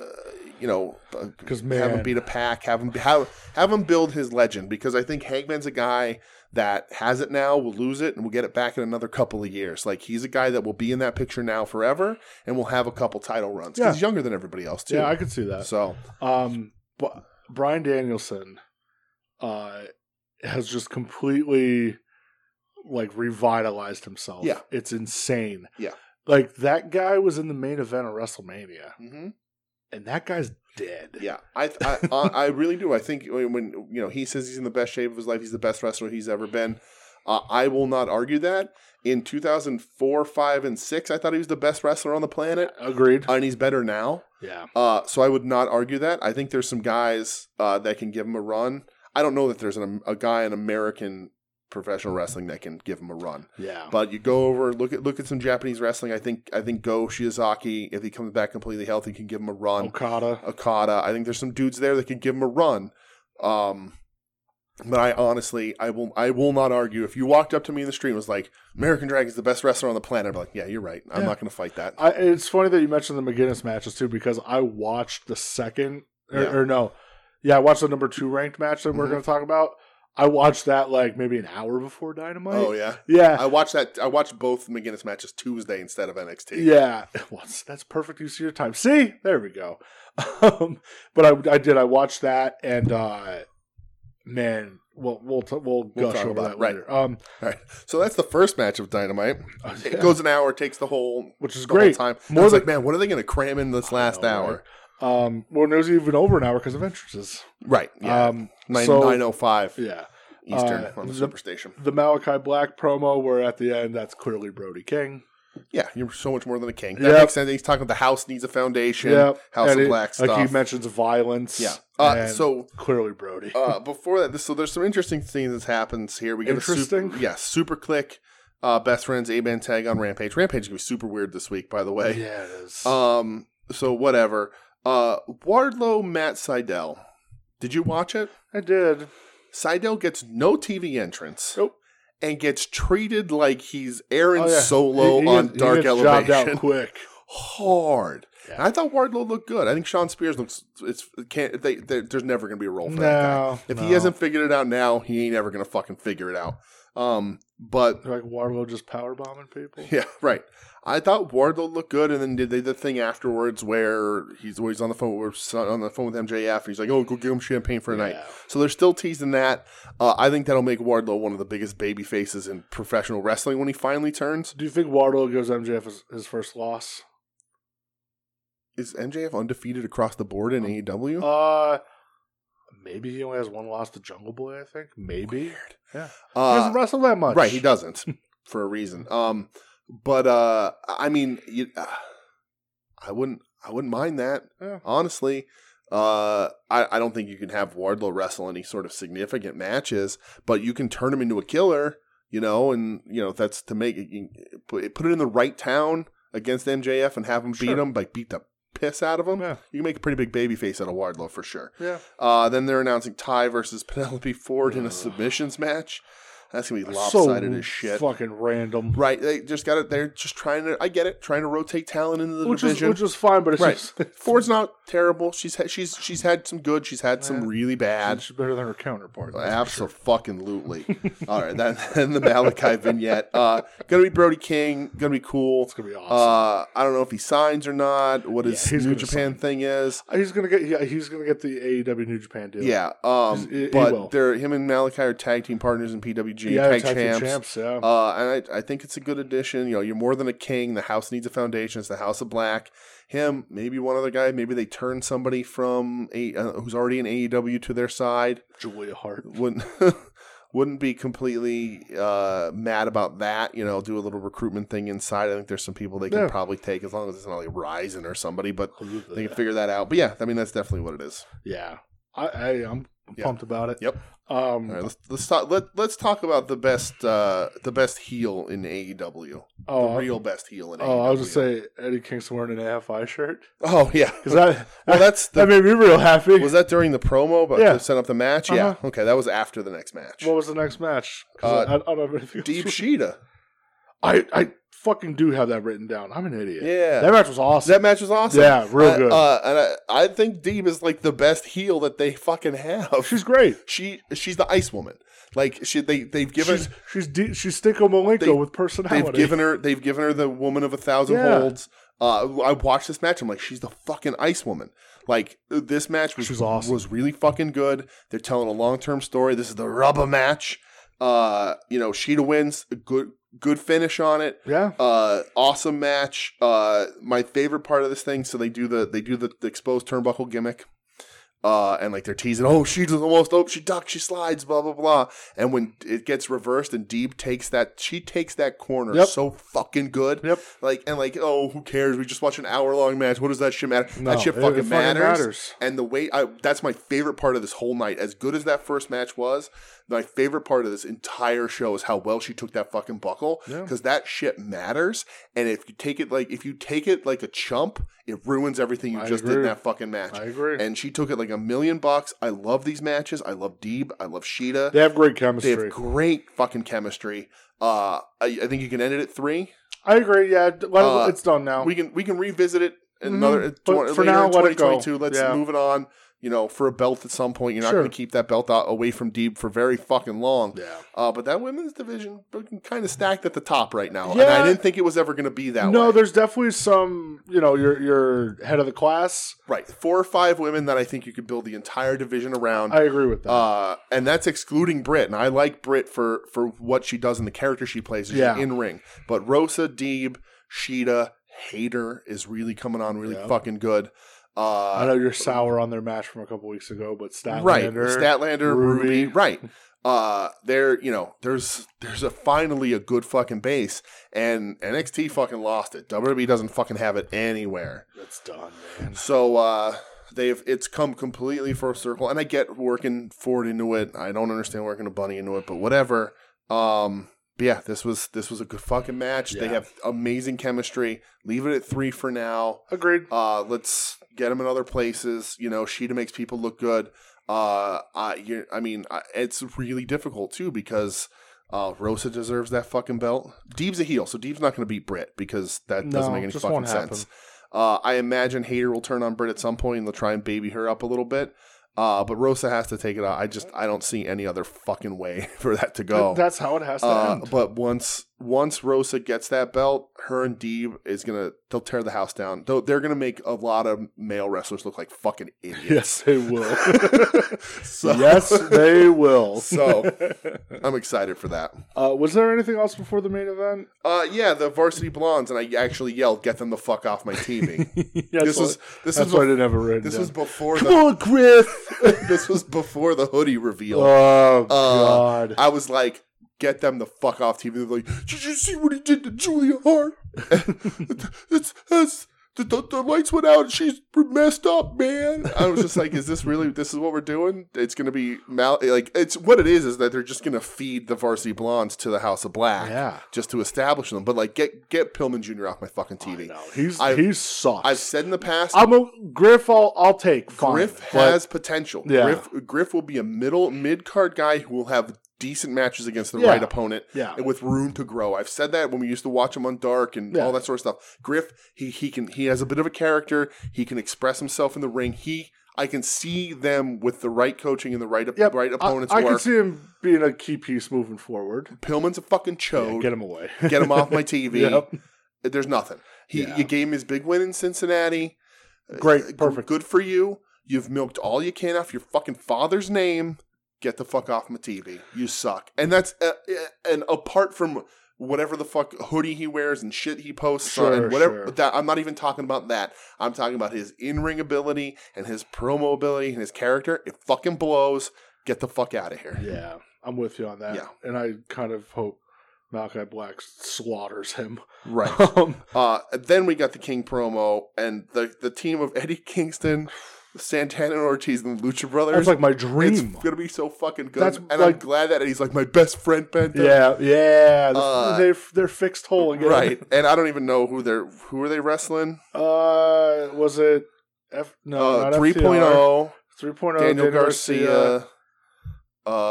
S2: you know, uh,
S1: 'Cause,
S2: have him
S1: man-
S2: beat a pack, have him have, have him build his legend because I think Hangman's a guy that has it now, will lose it, and will get it back in another couple of years. Like he's a guy that will be in that picture now forever, and will have a couple title runs. 'Cause
S1: Yeah.
S2: He's younger than everybody else too.
S1: yeah, I could see that.
S2: so
S1: Um, but Brian Danielson, uh, has just completely like revitalized himself.
S2: Yeah.
S1: it's insane.
S2: Yeah.
S1: like that guy was in the main event of WrestleMania,
S2: mhm.
S1: and that guy's dead.
S2: yeah, I, I I I really do. I think when when, you know he says he's in the best shape of his life, he's the best wrestler he's ever been. Uh, I will not argue that. In 2004, 5, and 6, I thought he was the best wrestler on the planet.
S1: agreed.
S2: and he's better now.
S1: yeah,
S2: Uh, so I would not argue that. I think there's some guys uh, that can give him a run. I don't know that there's an, a guy in American professional wrestling that can give him a run.
S1: yeah,
S2: But you go over look at look at some Japanese wrestling. I think I think Go Shiozaki, if he comes back completely healthy, can give him a run.
S1: Okada.
S2: Okada. I think there's some dudes there that could give him a run. Um, but I honestly, I will, I will not argue. If you walked up to me in the street and was like, "American Dragon's the best wrestler on the planet," I'd be like, "Yeah, you're right. I'm
S1: Yeah.
S2: not going to fight that."
S1: I, it's funny that you mentioned the McGinnis matches too, because I watched the second or,
S2: Yeah.
S1: or no, yeah, I watched the number two ranked match that we're
S2: Mhm.
S1: going to talk about. I watched that like maybe an hour before Dynamite.
S2: Oh yeah,
S1: yeah.
S2: I watched that. I watched both McGinnis matches Tuesday instead of NXT.
S1: Yeah, Well, that's- that's perfect use of your time. See, there we go. Um, but I, I did. I watched that, and uh, man, we'll we'll t- we'll
S2: We'll
S1: gush
S2: talk
S1: over
S2: about
S1: that
S2: it, right.
S1: later. Um,
S2: All right, so that's the first match of Dynamite. It
S1: yeah,
S2: goes an hour, takes the whole
S1: which is
S2: the whole
S1: great.
S2: time. More
S1: More
S2: was
S1: than-
S2: like, man, what are they going to cram in this last
S1: know,
S2: hour?
S1: Um, well, it was even over an hour because of entrances.
S2: Right. Yeah.
S1: Um,
S2: Nine
S1: so-
S2: nine oh five
S1: yeah.
S2: Eastern
S1: uh,
S2: on the
S1: the-
S2: Superstation.
S1: The Malachi Black promo, where at the end, that's clearly Brody King.
S2: Yeah, you're so much more than a king. That
S1: Yep.
S2: makes sense. He's talking about the house needs a foundation.
S1: Yep.
S2: House
S1: And
S2: of
S1: it-
S2: Black stuff.
S1: Like he mentions violence.
S2: yeah. Uh,
S1: and
S2: so
S1: clearly Brody.
S2: uh, before that, this, so there's some interesting things that happens here. We get a
S1: Interesting?
S2: super, yeah, super click. Uh, best friends, A Man tag on Rampage. Rampage is gonna be super weird this week, by the way.
S1: yeah, it is.
S2: Um, so whatever. Uh, Wardlow, Matt Seidel. Did you watch it?
S1: I did.
S2: Seidel gets no TV entrance.
S1: Nope.
S2: And gets treated like he's Aaron
S1: Oh, yeah.
S2: Solo
S1: He- he
S2: on
S1: gets- he
S2: Dark
S1: gets jobbed
S2: Elevation.
S1: out quick.
S2: Hard.
S1: Yeah.
S2: And I thought Wardlow looked good. I think Sean Spears looks. It's can't. They, they, there's never gonna be a role for that guy.
S1: No,
S2: If
S1: no.
S2: he hasn't figured it out now, he ain't ever gonna fucking figure it out. Um, but
S1: They're like Wardlow just power bombing people.
S2: yeah, right. I thought Wardlow looked good, and then did they the thing afterwards where he's always on the phone with on the phone with MJF, and he's like, "Oh, go give him champagne for the night."
S1: Yeah.
S2: So they're still teasing that. Uh, I think that'll make Wardlow one of the biggest baby faces in professional wrestling when he finally turns.
S1: Do you think Wardlow gives MJF his, his first loss?
S2: Is MJF undefeated across the board in E AEW?
S1: Uh, maybe he only has one loss to Jungle Boy. I think maybe Yeah. he
S2: Uh,
S1: doesn't wrestle that much.
S2: Right, he doesn't for a reason. Um, but uh, I mean, you, uh, I wouldn't, I wouldn't mind that
S1: Yeah.
S2: honestly. Uh, I, I don't think you can have Wardlow wrestle any sort of significant matches, but you can turn him into a killer, you know, and you know that's to make it, you put put it in the right town against MJF and have him beat
S1: Sure.
S2: him, like beat the piss out of him.
S1: Yeah.
S2: You can make a pretty big baby face out of Wardlow for sure.
S1: Yeah.
S2: Uh, then they're announcing Ty versus Penelope Ford in a
S1: Ugh.
S2: submissions match. That's gonna be lopsided as shit.
S1: Fucking random.
S2: Right? They just got it. They're just trying to. I get it. Trying to rotate talent into the
S1: Which is
S2: division.
S1: which is fine, but it's
S2: Right.
S1: just
S2: Ford's not terrible. She's had, she's she's had some good. She's had
S1: Yeah.
S2: some really bad.
S1: it's better than her counterpart.
S2: Absolutely. All right. Then, then the Malachi vignette. Uh, gonna be Brody King. Gonna be cool.
S1: It's gonna be awesome.
S2: Uh, I don't know if he signs or not. What his
S1: Yeah, he's
S2: New
S1: gonna
S2: Japan
S1: sign.
S2: thing is.
S1: he's gonna get yeah, he's gonna get the AEW New Japan deal.
S2: Yeah, um,
S1: He's- he- he will.
S2: but they're him and Malachi are tag team partners in PWG,
S1: yeah,
S2: tag,
S1: tag team
S2: champs.
S1: champs. Yeah.
S2: Uh, and I, I think it's a good addition. You know, you're more than a king. The house needs a foundation. It's the House of Black. Him, maybe one other guy. Maybe they turn somebody from a uh, who's already in AEW to their side.
S1: Julia Hart.
S2: Wouldn't wouldn't be completely uh, mad about that. You know, do a little recruitment thing inside. I think there's some people they can
S1: Yeah.
S2: probably take as long as it's not like Rising or somebody, but they
S1: Yeah.
S2: can figure that out. But yeah, I mean that's definitely what it is.
S1: Yeah. I, I I'm
S2: Yeah.
S1: pumped about it.
S2: Yep.
S1: Um
S2: All right, let's let's talk let let's talk about the best uh the best heel in AEW. The
S1: oh,
S2: real E best heel in AEW.
S1: oh I was just say Eddie Kingston wearing an AFI shirt.
S2: Oh yeah.
S1: Because that,
S2: Well that's
S1: that
S2: the,
S1: made me real happy.
S2: was that during the promo but
S1: Yeah.
S2: to set up the match? Yeah.
S1: Uh-huh.
S2: Okay, that was after the next match.
S1: what was the next match? 'Cause I, I don't have anything
S2: Uh, Deep
S1: else.
S2: Sheeta.
S1: I, I fucking do have that written down. I'm an idiot.
S2: Yeah.
S1: That match was awesome.
S2: That match was awesome.
S1: Yeah, real
S2: Uh,
S1: good.
S2: Uh, and I, I think Deep is like the best heel that they fucking have.
S1: she's great.
S2: she she's the Ice Woman. Like she they they've given
S1: She's she's de- she's Stinko Malenko
S2: They-
S1: with
S2: They've
S1: personality.
S2: given her they've given her the woman of a thousand
S1: Yeah.
S2: holds. Uh, I watched this match. I'm like, she's the fucking ice woman. Like this match was
S1: She's awesome.
S2: was really fucking good. They're telling a long term story. This is the rubber match. Uh, you know, Sheeta wins. A good good finish on it.
S1: yeah.
S2: Uh, awesome match. Uh, my favorite part of this thing. So they do the they do the, the exposed turnbuckle gimmick. Uh, and like they're teasing, oh, she's almost, oh, she ducks, she slides, blah blah blah. And when it gets reversed, and Deeb takes that, she takes that corner
S1: Yep.
S2: so fucking good.
S1: Yep.
S2: Like and like, oh, who cares? We just watched an hour long match. What does that shit matter?
S1: No,
S2: that shit
S1: it- it
S2: fucking,
S1: fucking
S2: matters.
S1: matters.
S2: And the way I, that's my favorite part of this whole night. As good as that first match was, my favorite part of this entire show is how well she took that fucking buckle
S1: Yeah.
S2: because that shit matters. And if you take it like if you take it like a chump, it ruins everything you
S1: I
S2: just did in
S1: agree.
S2: that fucking match.
S1: I agree.
S2: And she took it like a million bucks. I love these matches. I love Deeb. I love Sheeta.
S1: they have great
S2: They
S1: chemistry.
S2: have great fucking chemistry. Uh, I, I think you can end it at three.
S1: I agree. Yeah, d- let-
S2: Uh,
S1: it's done now.
S2: We can we can revisit it
S1: Mhm.
S2: another
S1: But
S2: twen-
S1: for
S2: later
S1: now,
S2: in
S1: let it go.
S2: 2022. Let's
S1: Yeah.
S2: move it on. you know, for a belt at some point. You're not
S1: Sure.
S2: going to keep that belt out away from Deeb for very fucking long.
S1: Yeah.
S2: Uh, but that women's division kind of stacked at the top right now, and
S1: Yeah.
S2: I didn't think it was ever going to be that
S1: No,
S2: way.
S1: there's definitely some, you know, your your head of the class.
S2: right, four or five women that I think you could build the entire division around.
S1: I agree with that.
S2: uh, and that's excluding Britt, and I like Britt for for what she does and the character she plays
S1: Yeah.
S2: in ring. But Rosa, Deeb, Sheeta, Hater is really coming on really
S1: Yeah.
S2: fucking good.
S1: I
S2: Uh,
S1: know you're sour on their match from a couple weeks ago, but Statlander,
S2: right, Statlander, Ruby,
S1: Ruby.
S2: right. Uh, there, you know, there's there's a finally a good fucking base, and NXT fucking lost it. WWE doesn't fucking have it anywhere.
S1: that's done, man.
S2: So uh, they've it's come completely full circle, and I get working Ford into it. I don't understand working a bunny into it, but whatever. Um, but yeah, this was this was a good fucking match. They
S1: Yeah.
S2: have amazing chemistry. Leave it at three for now.
S1: Agreed.
S2: Uh, let's get them in other places. You know, Sheeta makes people look good. Uh, I, you I mean, I, it's really difficult too because. Uh, Rosa deserves that fucking belt. Deeb's a heel, so Deeb's not going to beat Britt because that doesn't
S1: No,
S2: make any
S1: just
S2: fucking
S1: won't happen.
S2: sense. Uh, I imagine Hater will turn on Britt at some point and they'll try and baby her up a little bit. Uh, but Rosa has to take it out. I just I don't see any other fucking way for that to go.
S1: Th- that's how it has to
S2: Uh,
S1: end.
S2: but once once Rosa gets that belt, her and Deeb is gonna they'll tear the house down. They'll, they're gonna make a lot of male wrestlers look like fucking idiots.
S1: Yes, they will.
S2: so,
S1: yes, they will.
S2: so I'm excited for that.
S1: Uh, was there anything else before the main event?
S2: Uh, yeah, the Varsity Blondes, and I actually yelled, "Get them the fuck off my TV."
S1: Yes,
S2: this was this
S1: that's
S2: was
S1: what I
S2: bef-
S1: didn't have it written.
S2: this
S1: down.
S2: was before
S1: come
S2: the
S1: on, Griff.
S2: this was before the hoodie reveal.
S1: Oh
S2: Uh,
S1: God.
S2: I was like, get them the fuck off TV. They're like, did you see what he did to Julia Hart? it's, it's, the, the, the lights went out. and She's messed up, man. I was just like, is this really, this is what we're doing? It's going to be, mal- like, it's what it is, is that they're just going to feed the Varsity Blondes to the House of Black.
S1: Yeah.
S2: Just to establish them. But, like, get, get Pillman Jr. off my fucking TV.
S1: no, he's
S2: I-
S1: he sucks.
S2: I've said in the past,
S1: I'm a Griff. I'll, I'll take. Fine,
S2: Griff
S1: but
S2: has potential.
S1: Yeah.
S2: Griff Griff will be a middle mid card guy who will have decent matches against the
S1: Yeah.
S2: right opponent
S1: Yeah.
S2: and with room to grow. I've said that when we used to watch him on Dark and
S1: Yeah.
S2: all that sort of stuff. Griff, he he can he has a bit of a character. He can express himself in the ring. He I can see them with the right coaching and the right op-
S1: Yep,
S2: right opponents
S1: I, I
S2: work.
S1: can see him being a key piece moving forward.
S2: Pillman's a fucking
S1: Yeah,
S2: chode.
S1: get him away.
S2: get, him off my TV.
S1: Yep.
S2: There's nothing. He
S1: Yeah.
S2: you gave him his big win in Cincinnati. Uh,
S1: Great. Perfect.
S2: Good for you. You've milked all you can off your fucking father's name. Get the fuck off my TV. You suck. And that's uh, uh, and apart from whatever the fuck hoodie he wears and shit he posts on
S1: Sure,
S2: and whatever
S1: sure.
S2: that I'm not even talking about that. I'm talking about his in-ring ability and his promo ability and his character. It fucking blows. Get the fuck out of here.
S1: Yeah, I'm with you on that.
S2: Yeah.
S1: And I kind of hope Malachi Black slaughters him.
S2: Right.
S1: Um,
S2: Uh, then we got the King promo and the the team of Eddie Kingston, Santana and Ortiz, and the Lucha Brothers.
S1: that's like my
S2: it's
S1: dream.
S2: gonna be so fucking good.
S1: That's
S2: and I'm
S1: like-
S2: glad that Eddie's like my best friend, Ben.
S1: Yeah, yeah.
S2: Uh,
S1: they they're fixed hole again.
S2: Right. And I don't even know who they're who are they wrestling?
S1: Uh, was it F? No,
S2: uh,
S1: not 3.0.
S2: 3.0, Daniel
S1: 3.0. oh, Daniel
S2: Garcia.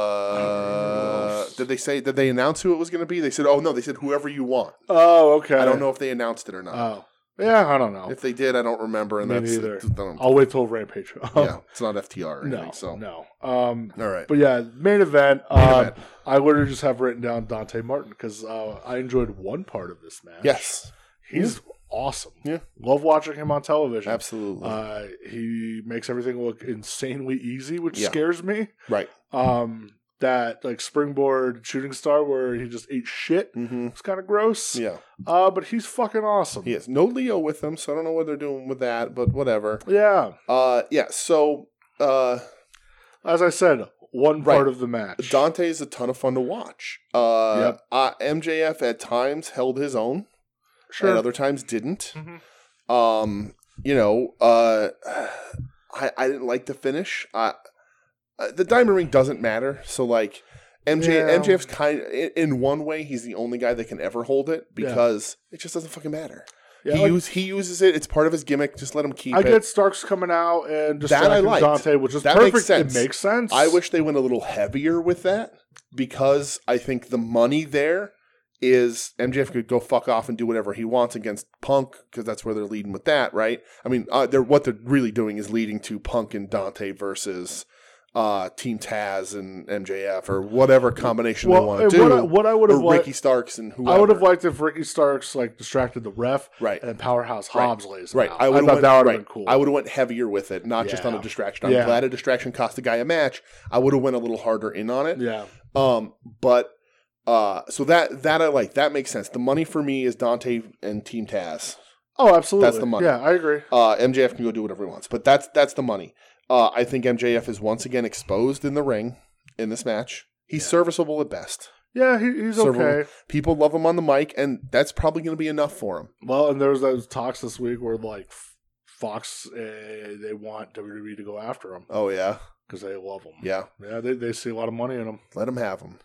S1: don't
S2: Uh,
S1: remember.
S2: did they say did they announce who it was going to be? They said, "Oh no," they said, "Whoever you want."
S1: Oh, okay.
S2: I don't know if they announced it or not.
S1: Oh, yeah. I don't know.
S2: if they did, I don't remember. And
S1: Me
S2: that's
S1: neither.
S2: I don't-
S1: I'll wait till Rampage. Um,
S2: yeah, it's not FTR. Or
S1: no,
S2: anything, so
S1: no. Um,
S2: all right.
S1: but yeah, main event.
S2: Main
S1: uh,
S2: event.
S1: I literally just have written down Dante Martin because uh, I enjoyed one part of this match.
S2: Yes,
S1: He's awesome.
S2: Yeah.
S1: Love watching him on television.
S2: absolutely.
S1: Uh, he makes everything look insanely easy, which
S2: Yeah.
S1: scares me.
S2: right.
S1: Um, that like springboard shooting star where he just ate shit.
S2: Mm-hmm.
S1: It's kind of gross.
S2: Yeah,
S1: Uh, but he's fucking awesome.
S2: he has no Leo with them, so I don't know what they're doing with that, but whatever.
S1: Yeah.
S2: Uh, yeah. So uh,
S1: As I said, one
S2: Right.
S1: part of the match.
S2: Dante is a ton of fun to watch. Uh,
S1: Yep.
S2: uh, MJF at times held his own,
S1: sure.
S2: at other times didn't.
S1: Mhm.
S2: Um, you know, uh, I I didn't like the finish. I, uh, the diamond ring doesn't matter. So like. MJ
S1: Yeah.
S2: MJF's kind in, in one way he's the only guy that can ever hold it
S1: Yeah.
S2: because it just doesn't fucking matter.
S1: Yeah,
S2: he,
S1: like,
S2: use, he uses it. It's part of his gimmick. Just let him keep
S1: I
S2: it.
S1: get Starks coming out and just
S2: That I liked.
S1: Dante, which is
S2: That
S1: perfect.
S2: makes sense.
S1: It makes sense.
S2: I wish they went a little heavier with that because I think the money there is MJF could go fuck off and do whatever he wants against Punk because that's where they're leading with that, right? I mean, uh, they're what they're really doing is leading to Punk and Dante versus uh, Team Taz and MJF or whatever combination they
S1: Well,
S2: want to
S1: and what
S2: do.
S1: I, what I would have
S2: or
S1: liked,
S2: Ricky Starks and whoever.
S1: I would have liked if Ricky Starks like distracted the ref,
S2: Right.
S1: And Powerhouse
S2: Right.
S1: Hobbs lays him
S2: Right,
S1: out.
S2: I
S1: I,
S2: would
S1: thought that would have
S2: right.
S1: been cool.
S2: I would have went heavier with it, not just on a
S1: Yeah.
S2: distraction. I'm
S1: Yeah.
S2: glad a distraction cost the guy a match. I would have went a little harder in on it.
S1: yeah,
S2: Um, but uh, so that that I like that makes sense. The money for me is Dante and Team Taz.
S1: oh, absolutely,
S2: the money.
S1: Yeah, I agree.
S2: Uh, MJF can go do whatever he wants, but that's that's the money. Uh, I think MJF is once again exposed in the ring in this match. He's
S1: Yeah.
S2: serviceable at best.
S1: Yeah, he, he's
S2: Several-
S1: okay.
S2: People love him on the mic, and that's probably going to be enough for him.
S1: Well, and there was those talks this week where like F- Fox, uh, they want WWE to go after him
S2: Oh yeah,
S1: because they love him.
S2: yeah.
S1: yeah, they they see a lot of money in him.
S2: Let him have him.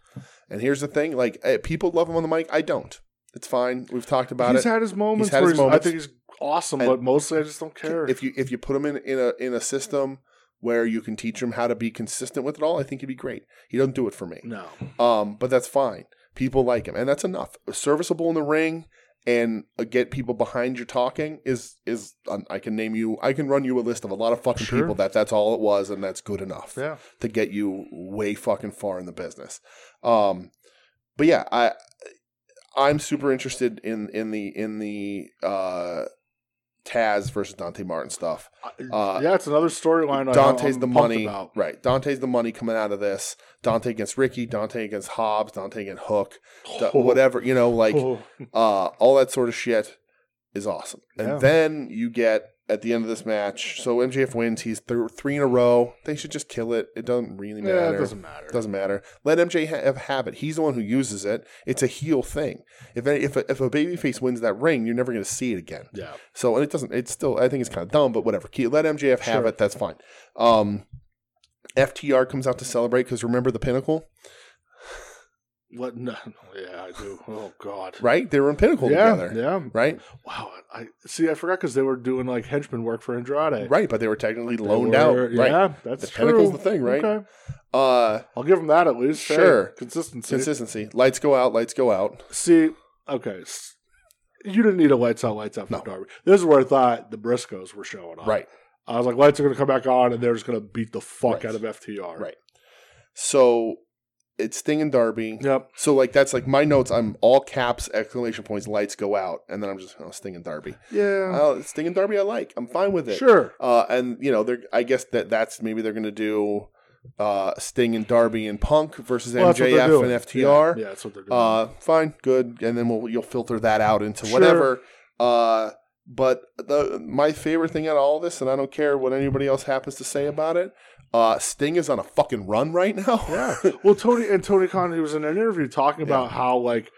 S2: And here's the thing: like eh, people love him on the mic. I don't. It's fine. We've talked about
S1: he's
S2: it.
S1: had his moments.
S2: He's had
S1: where
S2: his
S1: he's-
S2: moments.
S1: I think he's awesome,
S2: And-
S1: but mostly I just don't care.
S2: If you if you put him in in a in a system where you can teach him how to be consistent with it all, I think he'd be great. He doesn't do it for me.
S1: no,
S2: Um, but that's fine. People like him, and that's enough. Serviceable in the ring and uh, get people behind your talking is is um, I can name you. I can run you a list of a lot of fucking
S1: Sure.
S2: people that that's all it was, and that's good enough
S1: yeah,
S2: to get you way fucking far in the business. Um, but yeah, I I'm super interested in in the in the uh, Taz versus Dante Martin stuff. Uh,
S1: yeah, it's another storyline. I-
S2: Dante's
S1: I'm
S2: the
S1: pumped
S2: money,
S1: about.
S2: right? Dante's the money coming out of this. Dante against Ricky, Dante against Hobbs, Dante against Hook, da- whatever you know, like
S1: Oh.
S2: uh, all that sort of shit is awesome. And
S1: Yeah.
S2: then you get at the end of this match, so MJF wins. He's th- three in a row. They should just kill it. It doesn't really matter.
S1: yeah, it doesn't matter.
S2: Doesn't matter. Let MJ have, have it. He's the one who uses it. It's a heel thing. If any- if a, if a babyface wins that ring, you're never going to see it again.
S1: yeah,
S2: So and it doesn't. It's still. I think it's kind of dumb, but whatever. Keep- Let MJF have
S1: Sure.
S2: it. That's fine. Um, FTR comes out to celebrate because remember the Pinnacle,
S1: what? No, yeah, I do. Oh God,
S2: right? They were in Pinnacle
S1: yeah,
S2: together,
S1: yeah.
S2: right?
S1: Wow, I see. I forgot because they were doing like henchman work for Andrade.
S2: Right, but they were technically
S1: They
S2: loaned
S1: were-
S2: out, right?
S1: Yeah, that's
S2: The
S1: true.
S2: Pinnacle's the thing, right?
S1: Okay.
S2: Uh,
S1: I'll give them that at least. Hey,
S2: Sure.
S1: consistency.
S2: consistency. Lights go out. Lights go out.
S1: see, okay, s- you didn't need a lights out, lights out for
S2: No.
S1: Darby. This is where I thought the Briscoes were showing up.
S2: Right.
S1: I was like, lights are going to come back on, and they're just going to beat the fuck
S2: Right.
S1: out of FTR.
S2: Right. So it's Sting and Darby.
S1: Yep.
S2: So like that's like my notes. I'm all caps, exclamation points, lights go out, and then I'm just oh, Sting and Darby.
S1: Yeah.
S2: Oh, Sting and Darby, I like. I'm fine with it.
S1: sure.
S2: Uh, and you know, they're I guess that that's maybe they're gonna do uh, Sting and Darby and Punk versus
S1: Well, that's what they're
S2: MJF
S1: doing.
S2: and FTR.
S1: Yeah, yeah, that's what they're doing.
S2: Uh, fine, good, and then we'll you'll filter that out into
S1: Sure.
S2: whatever. Uh, but the my favorite thing out of all this, and I don't care what anybody else happens to say about it. Uh, Sting is on a fucking run right now.
S1: yeah. Well, Tony and Tony Khan, he was in an interview talking about how like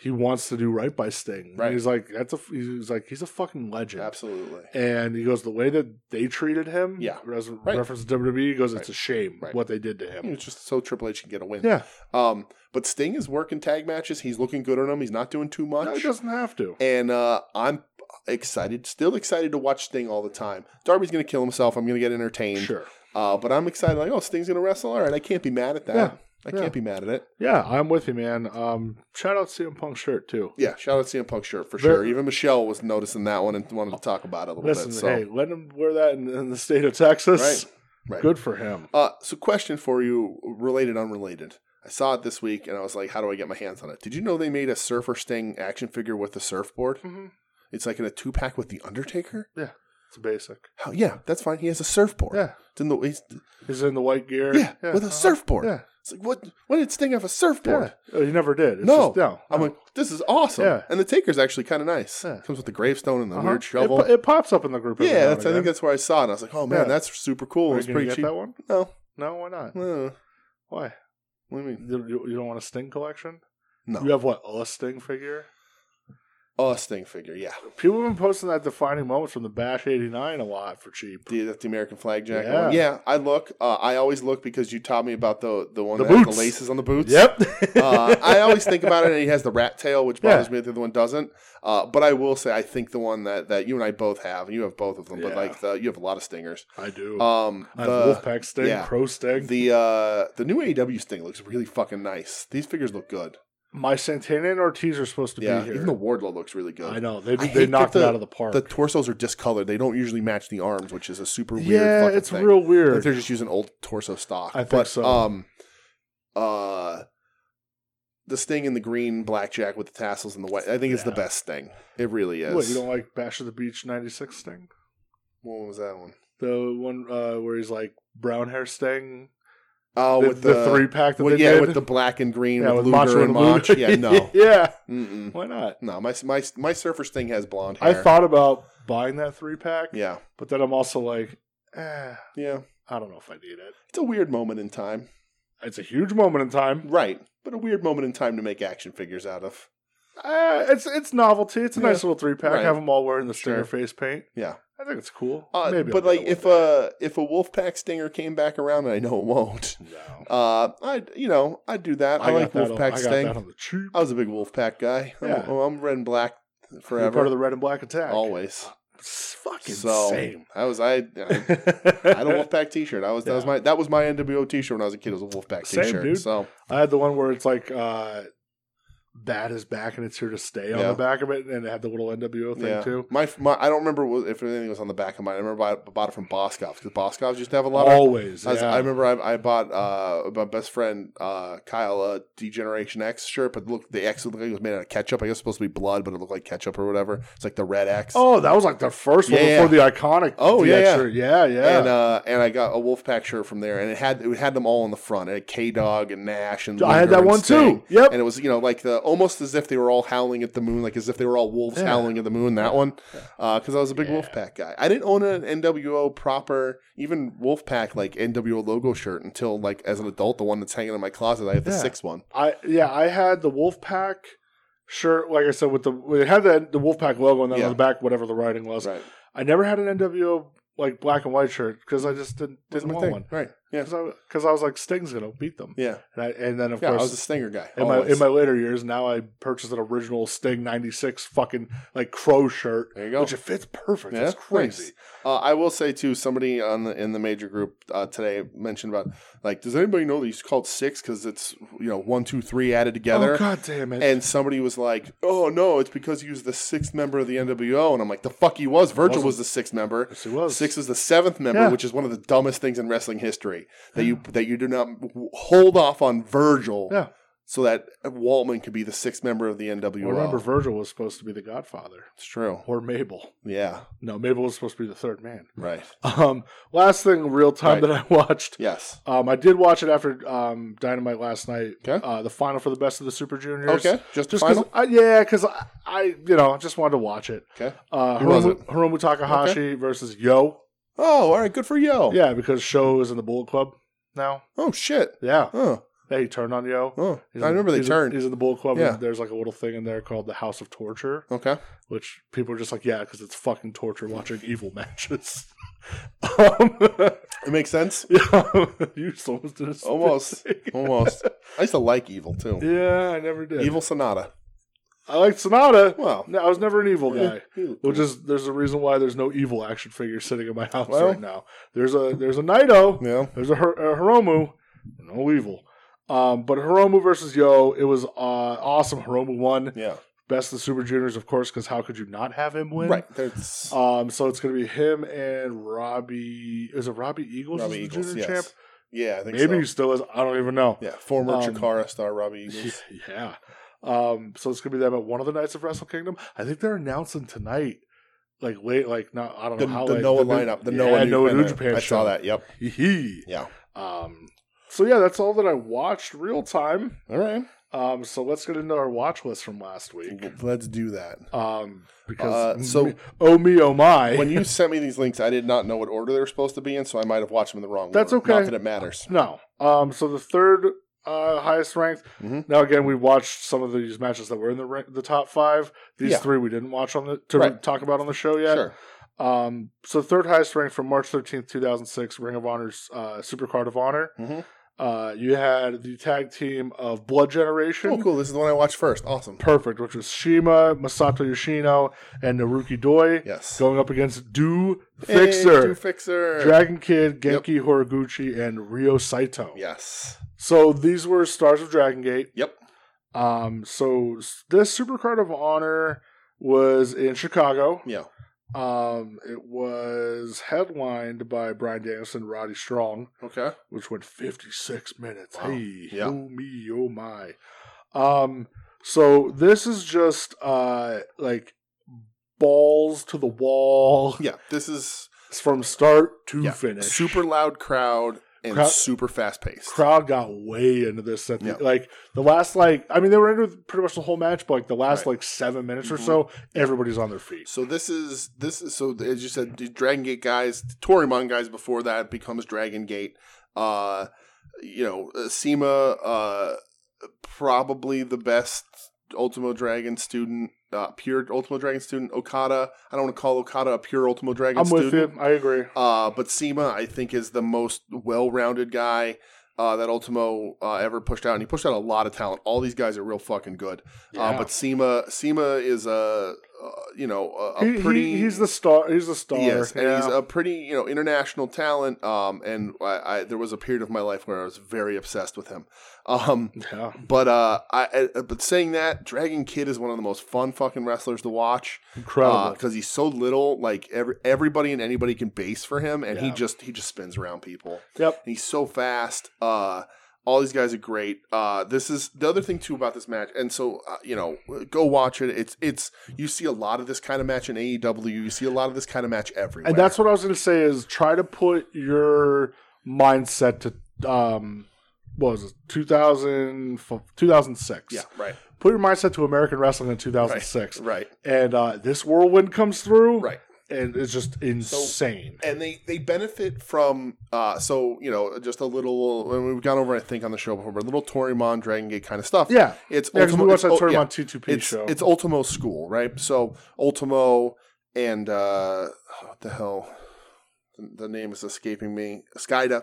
S1: he wants to do right by Sting.
S2: Right.
S1: And he's like, that's a. He's like, he's a fucking legend.
S2: Absolutely.
S1: And he goes, the way that they treated him,
S2: Yeah.
S1: as
S2: Right.
S1: reference to WWE, he goes, it's
S2: Right.
S1: a shame
S2: Right.
S1: what they did to him.
S2: It's just so Triple H can get a win.
S1: Yeah,
S2: Um, but Sting is working tag matches. He's looking good on them. He's not doing too much.
S1: no, he doesn't have to.
S2: and uh, I'm excited, still excited to watch Sting all the time. Darby's gonna kill himself. I'm gonna get entertained.
S1: Sure.
S2: Uh, but I'm excited. Like, oh, Sting's gonna wrestle. All right, I can't be mad at that.
S1: Yeah.
S2: I
S1: Yeah.
S2: can't be mad at it.
S1: Yeah, I'm with you, man. Um, shout out CM Punk shirt too.
S2: Yeah, shout out CM Punk shirt for
S1: Very-
S2: sure. Even Michelle was noticing that one and wanted to talk about it a little
S1: Listen,
S2: bit. So,
S1: hey, let him wear that in, in the state of Texas.
S2: right.
S1: Good for him.
S2: Uh, so, question for you, related, unrelated. I saw it this week and I was like, how do I get my hands on it? Did you know they made a Surfer Sting action figure with the surfboard?
S1: Mhm.
S2: It's like in a two pack with the Undertaker.
S1: It's basic.
S2: How, yeah, that's fine. He has a surfboard.
S1: Yeah,
S2: It's in the, he's,
S1: he's in the white gear.
S2: yeah, with a
S1: uh-huh.
S2: surfboard.
S1: Yeah,
S2: It's like what? When did Sting have a surfboard?
S1: yeah. Oh, he never did. It's
S2: No.
S1: just, no.
S2: I'm like, this is awesome.
S1: Yeah.
S2: And the Taker's actually kind of nice.
S1: Yeah.
S2: Comes with the gravestone and the
S1: Uh-huh.
S2: weird shovel.
S1: It, po- it pops up in the group. every
S2: yeah,
S1: now
S2: that's, I think
S1: and again.
S2: that's where I saw it. And I was like, oh man,
S1: Yeah.
S2: that's super cool.
S1: Are
S2: It's
S1: you gonna
S2: pretty
S1: get
S2: cheap.
S1: that one?
S2: No,
S1: No, why not?
S2: no.
S1: Why?
S2: What do you mean?
S1: You, you- you don't want a Sting collection?
S2: No.
S1: You have what a Sting figure?
S2: Oh, Sting figure. Yeah.
S1: People have been posting that defining moments from the Bash '89 a lot for cheap.
S2: The, that's the American flag jacket.
S1: Yeah.
S2: one. yeah I look. Uh, I always look because you taught me about the the one
S1: The
S2: that has
S1: boots.
S2: the laces on the boots.
S1: Yep.
S2: uh, I always think about it, and he has the rat tail, which
S1: Yeah.
S2: bothers me that the other one doesn't. Uh, but I will say, I think the one that, that you and I both have, and you have both of them, but
S1: Yeah.
S2: like the, you have a lot of stingers.
S1: I do.
S2: Um,
S1: I
S2: the-
S1: have Wolfpack Sting,
S2: yeah.
S1: Pro Sting.
S2: E The uh the new AEW sting looks really fucking nice. These figures look good.
S1: My Santana and Ortiz are supposed to
S2: yeah,
S1: be here.
S2: even the Wardlow looks really good.
S1: I know they
S2: I
S1: they
S2: hate
S1: knocked
S2: that
S1: it
S2: the-
S1: out of the park.
S2: The torsos are discolored. They don't usually match the arms, which is a super weird.
S1: yeah,
S2: fucking
S1: it's
S2: thing.
S1: real
S2: Like,
S1: weird.
S2: they're just using old torso stock.
S1: I think
S2: but,
S1: so.
S2: Um, uh, the sting in the green blackjack with the tassels and the white. I think it's the
S1: Yeah.
S2: best sting. It really is.
S1: What you don't like Bash of the Beach '96 thing?
S2: what was that one?
S1: The one uh, where he's like brown hair sting.
S2: Oh,
S1: the,
S2: with the,
S1: three pack that
S2: well,
S1: they
S2: yeah,
S1: did.
S2: with the black and green
S1: yeah,
S2: with,
S1: with
S2: Luger
S1: Macho
S2: and
S1: and
S2: Mach.
S1: Luger.
S2: Yeah, no,
S1: yeah,
S2: Mm-mm.
S1: why not?
S2: no. My my my surfer sting has blonde hair.
S1: I thought about buying that three pack,
S2: Yeah,
S1: but then I'm also like, eh,
S2: yeah.
S1: I don't know if I need it.
S2: It's a weird moment in time,
S1: It's a huge moment in time.
S2: right? But a weird moment in time to make action figures out of.
S1: Uh, it's it's novelty. It's a
S2: Yeah.
S1: nice little three pack.
S2: Right.
S1: Have them all wearing the
S2: Sure.
S1: stinger face paint.
S2: Yeah.
S1: I think it's cool.
S2: Uh,
S1: Maybe,
S2: but
S1: I'll
S2: like
S1: get
S2: if
S1: one day.
S2: a if a Wolfpack Stinger came back around, and I know it won't,
S1: no,
S2: uh, I you know I'd do that. I,
S1: got
S2: like
S1: that on-
S2: Wolfpack
S1: I got that
S2: Sting.
S1: on the cheap.
S2: I was a big Wolfpack guy. I'm-
S1: Yeah.
S2: I'm, red and black
S1: You're part of
S2: forever,
S1: the red and black attack.
S2: always.
S1: It's fucking
S2: So
S1: same.
S2: I was I. I I had a Wolfpack T-shirt. I was that was
S1: Yeah.
S2: my that was my NWO T-shirt when I was a kid. It was a Wolfpack
S1: Same,
S2: T-shirt.
S1: dude.
S2: So
S1: I had the one where it's like uh bad is back and it's here to stay on
S2: Yeah.
S1: the back of it, and it had the little NWO thing
S2: yeah,
S1: too.
S2: my, my I don't remember what- if anything was on the back of mine. I remember I bought it from Boscovs because Boscovs used to have a lot of
S1: Always,
S2: I, was-
S1: yeah.
S2: I remember I, I bought uh, my best friend uh, Kyle a Degeneration X shirt, but look, the X looked like it was made out of ketchup. I guess it's supposed to be blood, but it looked like ketchup or whatever. It's like the red X.
S1: Oh, that was like the first one
S2: Yeah,
S1: before the iconic.
S2: Oh, yeah,
S1: DX
S2: yeah.
S1: shirt. yeah, yeah.
S2: And uh, and I got a Wolfpack shirt from there, and it had it had them all on the front. It had K Dog and Nash and
S1: I had
S2: Luger
S1: that
S2: and
S1: one
S2: Sting.
S1: too. Yep.
S2: And it was you know like the almost as if they were all howling at the moon, like as if they were all wolves
S1: Yeah.
S2: howling at the moon. That one, because I was a big
S1: Yeah.
S2: Wolfpack guy. I didn't own an NWO proper, even Wolfpack like NWO logo shirt until like as an adult, the one that's hanging in my closet. I have the
S1: Yeah.
S2: sixth one.
S1: I yeah, I had the Wolfpack shirt, like I said, with the it had the the Wolfpack logo and then
S2: Yeah.
S1: on the back whatever the writing was.
S2: Right.
S1: I never had an NWO like black and white shirt because I just didn't
S2: That's
S1: didn't
S2: my
S1: want
S2: thing.
S1: one
S2: Right. Yeah.
S1: because I because I was like Sting's gonna beat them,
S2: Yeah.
S1: and, I, and then of
S2: Yeah. I was a
S1: course.
S2: Stinger guy.
S1: in my, in
S2: always.
S1: my later years, now I purchased an original Sting '96 fucking like crow shirt,
S2: there you go.
S1: which it fits perfect.
S2: Yeah,
S1: It's crazy.
S2: Uh, I will say too, somebody on the in the major group uh, today mentioned about like, does anybody know that he's called six because it's you know one, two, three added together?
S1: Oh god damn it!
S2: and somebody was like, "Oh no, it's because he was the sixth member of the NWO," and I'm like, "The fuck he was! Virgil was
S1: Wasn't.
S2: the sixth member.
S1: yes, it was
S2: Six is the seventh member,
S1: Yeah.
S2: which is one of the dumbest things in wrestling history that you that you do not hold off on Virgil,
S1: Yeah.
S2: so that Waltman could be the sixth member of the NWO."
S1: Well, remember, Virgil was supposed to be the Godfather
S2: it's true.
S1: or Mabel.
S2: Yeah,
S1: No, Mabel was supposed to be the third man.
S2: right.
S1: Um, last thing, real time
S2: Right.
S1: that I watched.
S2: Yes.
S1: Um, I did watch it after um, Dynamite last night.
S2: Okay.
S1: Uh, the final for the best of the Super Juniors.
S2: Okay. Just,
S1: Just
S2: final.
S1: cause, I, yeah, because I, I, you know, just wanted to watch it.
S2: Okay.
S1: Uh,
S2: Who was
S1: Hiromu,
S2: it?
S1: Hiromu Takahashi versus Yo.
S2: Oh, all right. Good for Yo.
S1: Yeah, because Show is in the Bullet Club now.
S2: Oh shit.
S1: Yeah,
S2: Oh.
S1: they turned on Yo.
S2: Oh.
S1: He's
S2: I
S1: in-
S2: remember they
S1: he's in-
S2: turned.
S1: He's in the Bullet Club.
S2: Yeah.
S1: And there's like a little thing in there called the House of Torture.
S2: okay.
S1: which people are just like, yeah, because it's fucking torture watching evil matches. um,
S2: It makes sense.
S1: yeah, you just almost did a spit
S2: Almost.
S1: take.
S2: Almost. I used to like Evil too.
S1: Yeah, I never did.
S2: Evil Sonata.
S1: I liked Sonata.
S2: Well.
S1: No, I was never an evil guy.
S2: Evil.
S1: Which is there's a reason why there's no evil action figure sitting in my house
S2: Well.
S1: right now. There's a there's a Naito.
S2: Yeah.
S1: There's a, Hir- a Hiromu. No evil. Um, but Hiromu versus Yo, it was uh, awesome. Hiromu won.
S2: Yeah.
S1: Best of the Super Juniors, of course, because how could you not have him win?
S2: Right. There's
S1: Um, so it's going to be him and Robbie. Is it Robbie Eagles?
S2: Robbie
S1: is the
S2: Eagles.
S1: junior
S2: Yes.
S1: champ?
S2: Yeah. I think
S1: Maybe he
S2: so.
S1: still is. I don't even know.
S2: Yeah. Former
S1: Um,
S2: Chikara star Robbie
S1: Yeah.
S2: Eagles.
S1: Um, so it's going to be them at one of the nights of Wrestle Kingdom. I think they're announcing tonight, like late, like not. I don't
S2: The,
S1: know how
S2: the
S1: late.
S2: Noah
S1: new-
S2: lineup. The
S1: yeah,
S2: Noah,
S1: Noah New
S2: lineup.
S1: Japan.
S2: I
S1: show.
S2: saw that. Yep.
S1: Hee.
S2: Yeah.
S1: Um. So yeah, that's all that I watched real time.
S2: All right.
S1: Um. So let's get into our watch list from last week.
S2: Let's do that.
S1: Um. Because
S2: Uh, so-
S1: me- oh me oh my.
S2: When you sent me these links, I did not know what order they were supposed to be in, so I might have watched them in the wrong
S1: That's
S2: order. Not
S1: okay.
S2: that it matters.
S1: No. Um. So the third uh, highest ranked.
S2: Mhm.
S1: Now again, we watched some of these matches that were in the rank, the top five. These
S2: Yeah.
S1: three we didn't watch on the to
S2: Right.
S1: talk about on the show yet.
S2: Sure.
S1: Um. So third highest ranked from March thirteenth, two thousand six, Ring of Honor's uh, Supercard of Honor.
S2: Mhm.
S1: Uh, you had the tag team of Blood Generation.
S2: Oh, cool. This is the one I watched first. Awesome.
S1: Perfect, which was Shima, Masato Yoshino, and Naruki Doi
S2: Yes.
S1: going up against Do
S2: Hey,
S1: Fixer,
S2: Drew Fixer.
S1: Dragon Kid,
S2: Yep.
S1: Genki Horiguchi, and Ryo Saito.
S2: yes.
S1: So these were stars of Dragon Gate.
S2: Yep.
S1: Um, so s- this Supercard of Honor was in Chicago.
S2: Yeah.
S1: Um, it was headlined by Brian Danielson, Roddy Strong,
S2: Okay.
S1: which went 56 minutes.
S2: Wow.
S1: Hey,
S2: Yeah.
S1: oh me, oh my. Um, so this is just uh like balls to the wall
S2: Yeah. This is
S1: from start to
S2: Yeah.
S1: finish.
S2: super loud crowd and
S1: Crowd-
S2: super fast paced.
S1: crowd got way into this at the,
S2: Yeah.
S1: like the last like I mean they were into pretty much the whole match, but like the last
S2: Right.
S1: like seven minutes or
S2: Mhm.
S1: so, everybody's on their feet.
S2: So this is this is so as you said, the Dragon Gate guys, Torimon guys before that becomes Dragon Gate. Uh, you know, uh, Sema, uh, probably the best Ultimo Dragon student, uh, pure Ultimo Dragon student. Okada, I don't want to call Okada a pure Ultimo Dragon
S1: I'm
S2: student.
S1: with you. I agree.
S2: Uh, but Sema, I think, is the most well-rounded guy uh, that Ultimo uh, ever pushed out, and he pushed out a lot of talent. All these guys are real fucking good. Uh,
S1: Yeah.
S2: but Sema, Sema is a uh, you know a, a
S1: He- he-
S2: pretty.
S1: he's the star. He's the star.
S2: Yes, and
S1: yeah.
S2: he's a pretty you know international talent. Um, and I, I there was a period of my life where I was very obsessed with him. Um,
S1: yeah.
S2: but uh, I, I but saying that, Dragon Kid is one of the most fun fucking wrestlers to watch
S1: incredible.
S2: because Uh, he's so little. Like every, everybody and anybody can base for him, and he
S1: Yeah.
S2: just he just spins around people.
S1: yep.
S2: And he's so fast. Uh, all these guys are great. Uh, this is the other thing too about this match, and so uh, you know, go watch it. It's it's you see a lot of this kind of match in AEW. You see a lot of this kind of match everywhere.
S1: And that's what I was going to say is try to put your mindset to um what was it 2000 2006.
S2: yeah, right,
S1: Put your mindset to American wrestling in 2006.
S2: right,
S1: And uh this whirlwind comes through
S2: right.
S1: and it's just insane.
S2: and they they benefit from uh so you know just a little and we've gone over I think on the show before but a little Torimon Dragon Gate kind of stuff
S1: yeah.
S2: it's
S1: Yeah, 'cause
S2: Ultimo-
S1: we watched that
S2: it's- oh,
S1: tournament
S2: yeah.
S1: on T2P
S2: it's,
S1: show.
S2: It's Ultimo's school, right? So Ultimo and uh, what the hell? The name is escaping me. Skyda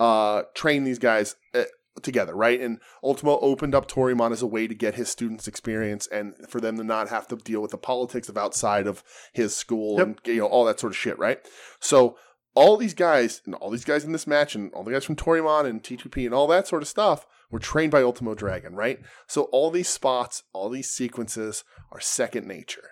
S2: uh, train these guys uh, together, right? And Ultimo opened up Torimon as a way to get his students' experience and for them to not have to deal with the politics of outside of his school
S1: Yep.
S2: and you know all that sort of shit, right? So all these guys and all these guys in this match and all the guys from Torimon and T2P and all that sort of stuff were trained by Ultimo Dragon, right? So all these spots, all these sequences are second nature.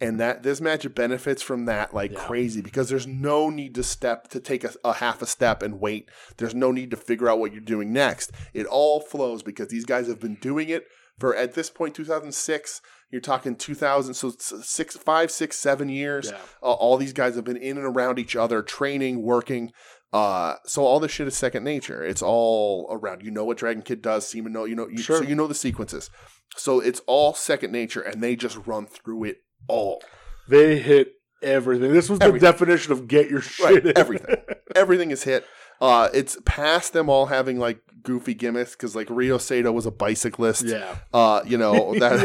S2: And that this match benefits from that like
S1: Yeah.
S2: crazy because there's no need to step to take a, a half a step and wait. There's no need to figure out what you're doing next. It all flows because these guys have been doing it for at this point 2006. You're talking 2000, so s- six, five, six, seven years.
S1: Yeah.
S2: Uh, all these guys have been in and around each other, training, working. Uh, so all this shit is second nature. It's all around. You know what Dragon Kid does. Seaman know. You know. You,
S1: Sure.
S2: So you know the sequences. So it's all second nature, and they just run through it all.
S1: They hit everything. This was
S2: Everything.
S1: the definition of get your shit.
S2: Right,
S1: in.
S2: everything. Everything is hit. Uh, it's past them all having like goofy gimmicks because like Rio Sato was a bicyclist.
S1: yeah.
S2: Uh, you know that.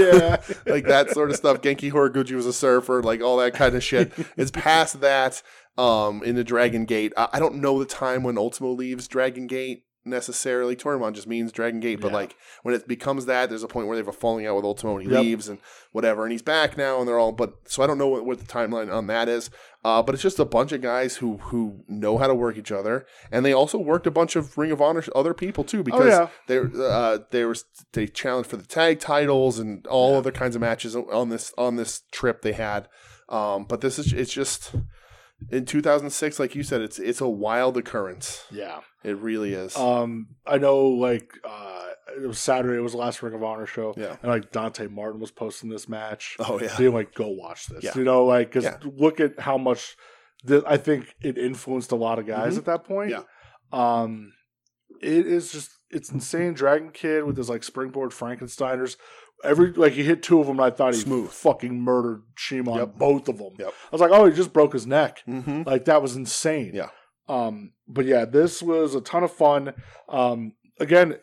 S1: yeah.
S2: like that sort of stuff. Genki Horiguchi was a surfer, like all that kind of shit. It's past that um, in the Dragon Gate. I, I don't know the time when Ultimo leaves Dragon Gate necessarily. Torimon just means Dragon Gate, but
S1: Yeah.
S2: like when it becomes that, there's a point where they have a falling out with Ultimo and he
S1: Yep.
S2: leaves and whatever, and he's back now, and they're all. But so I don't know what, what the timeline on that is. Uh, but it's just a bunch of guys who who know how to work each other, and they also worked a bunch of Ring of Honor other people too because
S1: Oh, yeah.
S2: they uh, they were they challenged for the tag titles and all other kinds of matches on this on this trip they had. Um, but this is it's just in 2006, like you said, it's it's a wild occurrence.
S1: Yeah.
S2: It really is.
S1: Um, I know, like, uh, it was Saturday. It was the last Ring of Honor show.
S2: Yeah.
S1: And, like, Dante Martin was posting this match.
S2: oh
S1: So you're like, go watch this.
S2: Yeah.
S1: You know, like, because
S2: Yeah.
S1: look at how much that I think it influenced a lot of guys
S2: Mhm.
S1: at that point.
S2: Yeah.
S1: Um, it is just, it's insane. Dragon Kid with his, like, springboard Frankensteiners. Every, like, he hit two of them, and I thought he
S2: Smooth.
S1: fucking murdered Shima on
S2: Yep.
S1: both of them.
S2: Yep.
S1: I was like, oh, he just broke his neck.
S2: Mm-hmm.
S1: Like that was insane.
S2: Yeah.
S1: Um. But yeah, this was a ton of fun. Um. Again,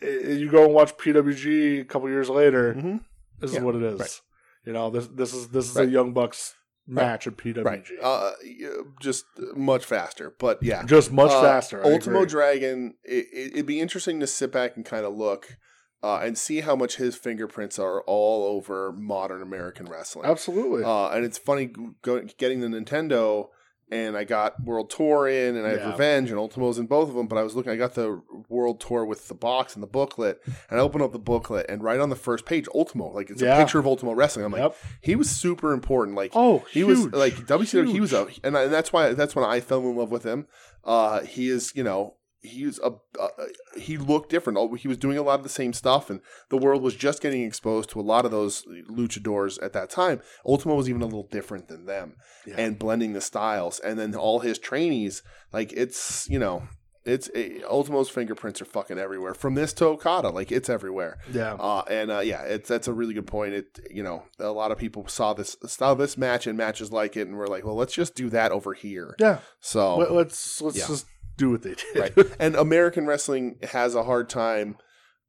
S1: i- you go and watch PWG a couple years later.
S2: Mm-hmm.
S1: This
S2: Yeah,
S1: is what it is.
S2: right.
S1: You know this. This is this is
S2: Right.
S1: a Young Bucks match at PWG.
S2: Right. Uh, yeah, just much faster, but yeah.
S1: Just much
S2: Uh,
S1: faster. I
S2: Ultimo
S1: agree.
S2: Dragon. It, it, it'd be interesting to sit back and kind of look uh, and see how much his fingerprints are all over modern American wrestling.
S1: Absolutely.
S2: Uh, and it's funny go, getting the Nintendo and I got World Tour in, and I had
S1: Yeah.
S2: Revenge and Ultimo's in both of them. But I was looking, I got the World Tour with the box and the booklet, and I opened up the booklet, and right on the first page, Ultimo, like it's
S1: Yeah.
S2: a picture of Ultimo wrestling. I'm like,
S1: Yep.
S2: he was super important. Like,
S1: Oh,
S2: he was
S1: huge,
S2: like WCW. He was
S1: huge.
S2: a, and, I, and that's why that's when I fell in love with him. Uh, he is, you know, he was a, a he looked different. Oh, He was doing a lot of the same stuff, and the world was just getting exposed to a lot of those luchadors at that time. Ultimo was even a little different than them,
S1: Yeah.
S2: and blending the styles, and then all his trainees. Like it's, you know. It's it, Ultimo's fingerprints are fucking everywhere. From this to Okada, like it's everywhere.
S1: Yeah.
S2: Uh, and uh, yeah, it's that's a really good point. It you know a lot of people saw this saw this match and matches like it, and were like, well, let's just do that over here.
S1: yeah.
S2: So
S1: Let, us let's
S2: Um, Yeah.
S1: just do what they did.
S2: right, and American wrestling has a hard time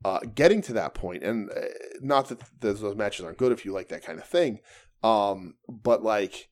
S2: uh, getting to that point, and uh, not that those, those matches aren't good if you like that kind of thing, um, but like.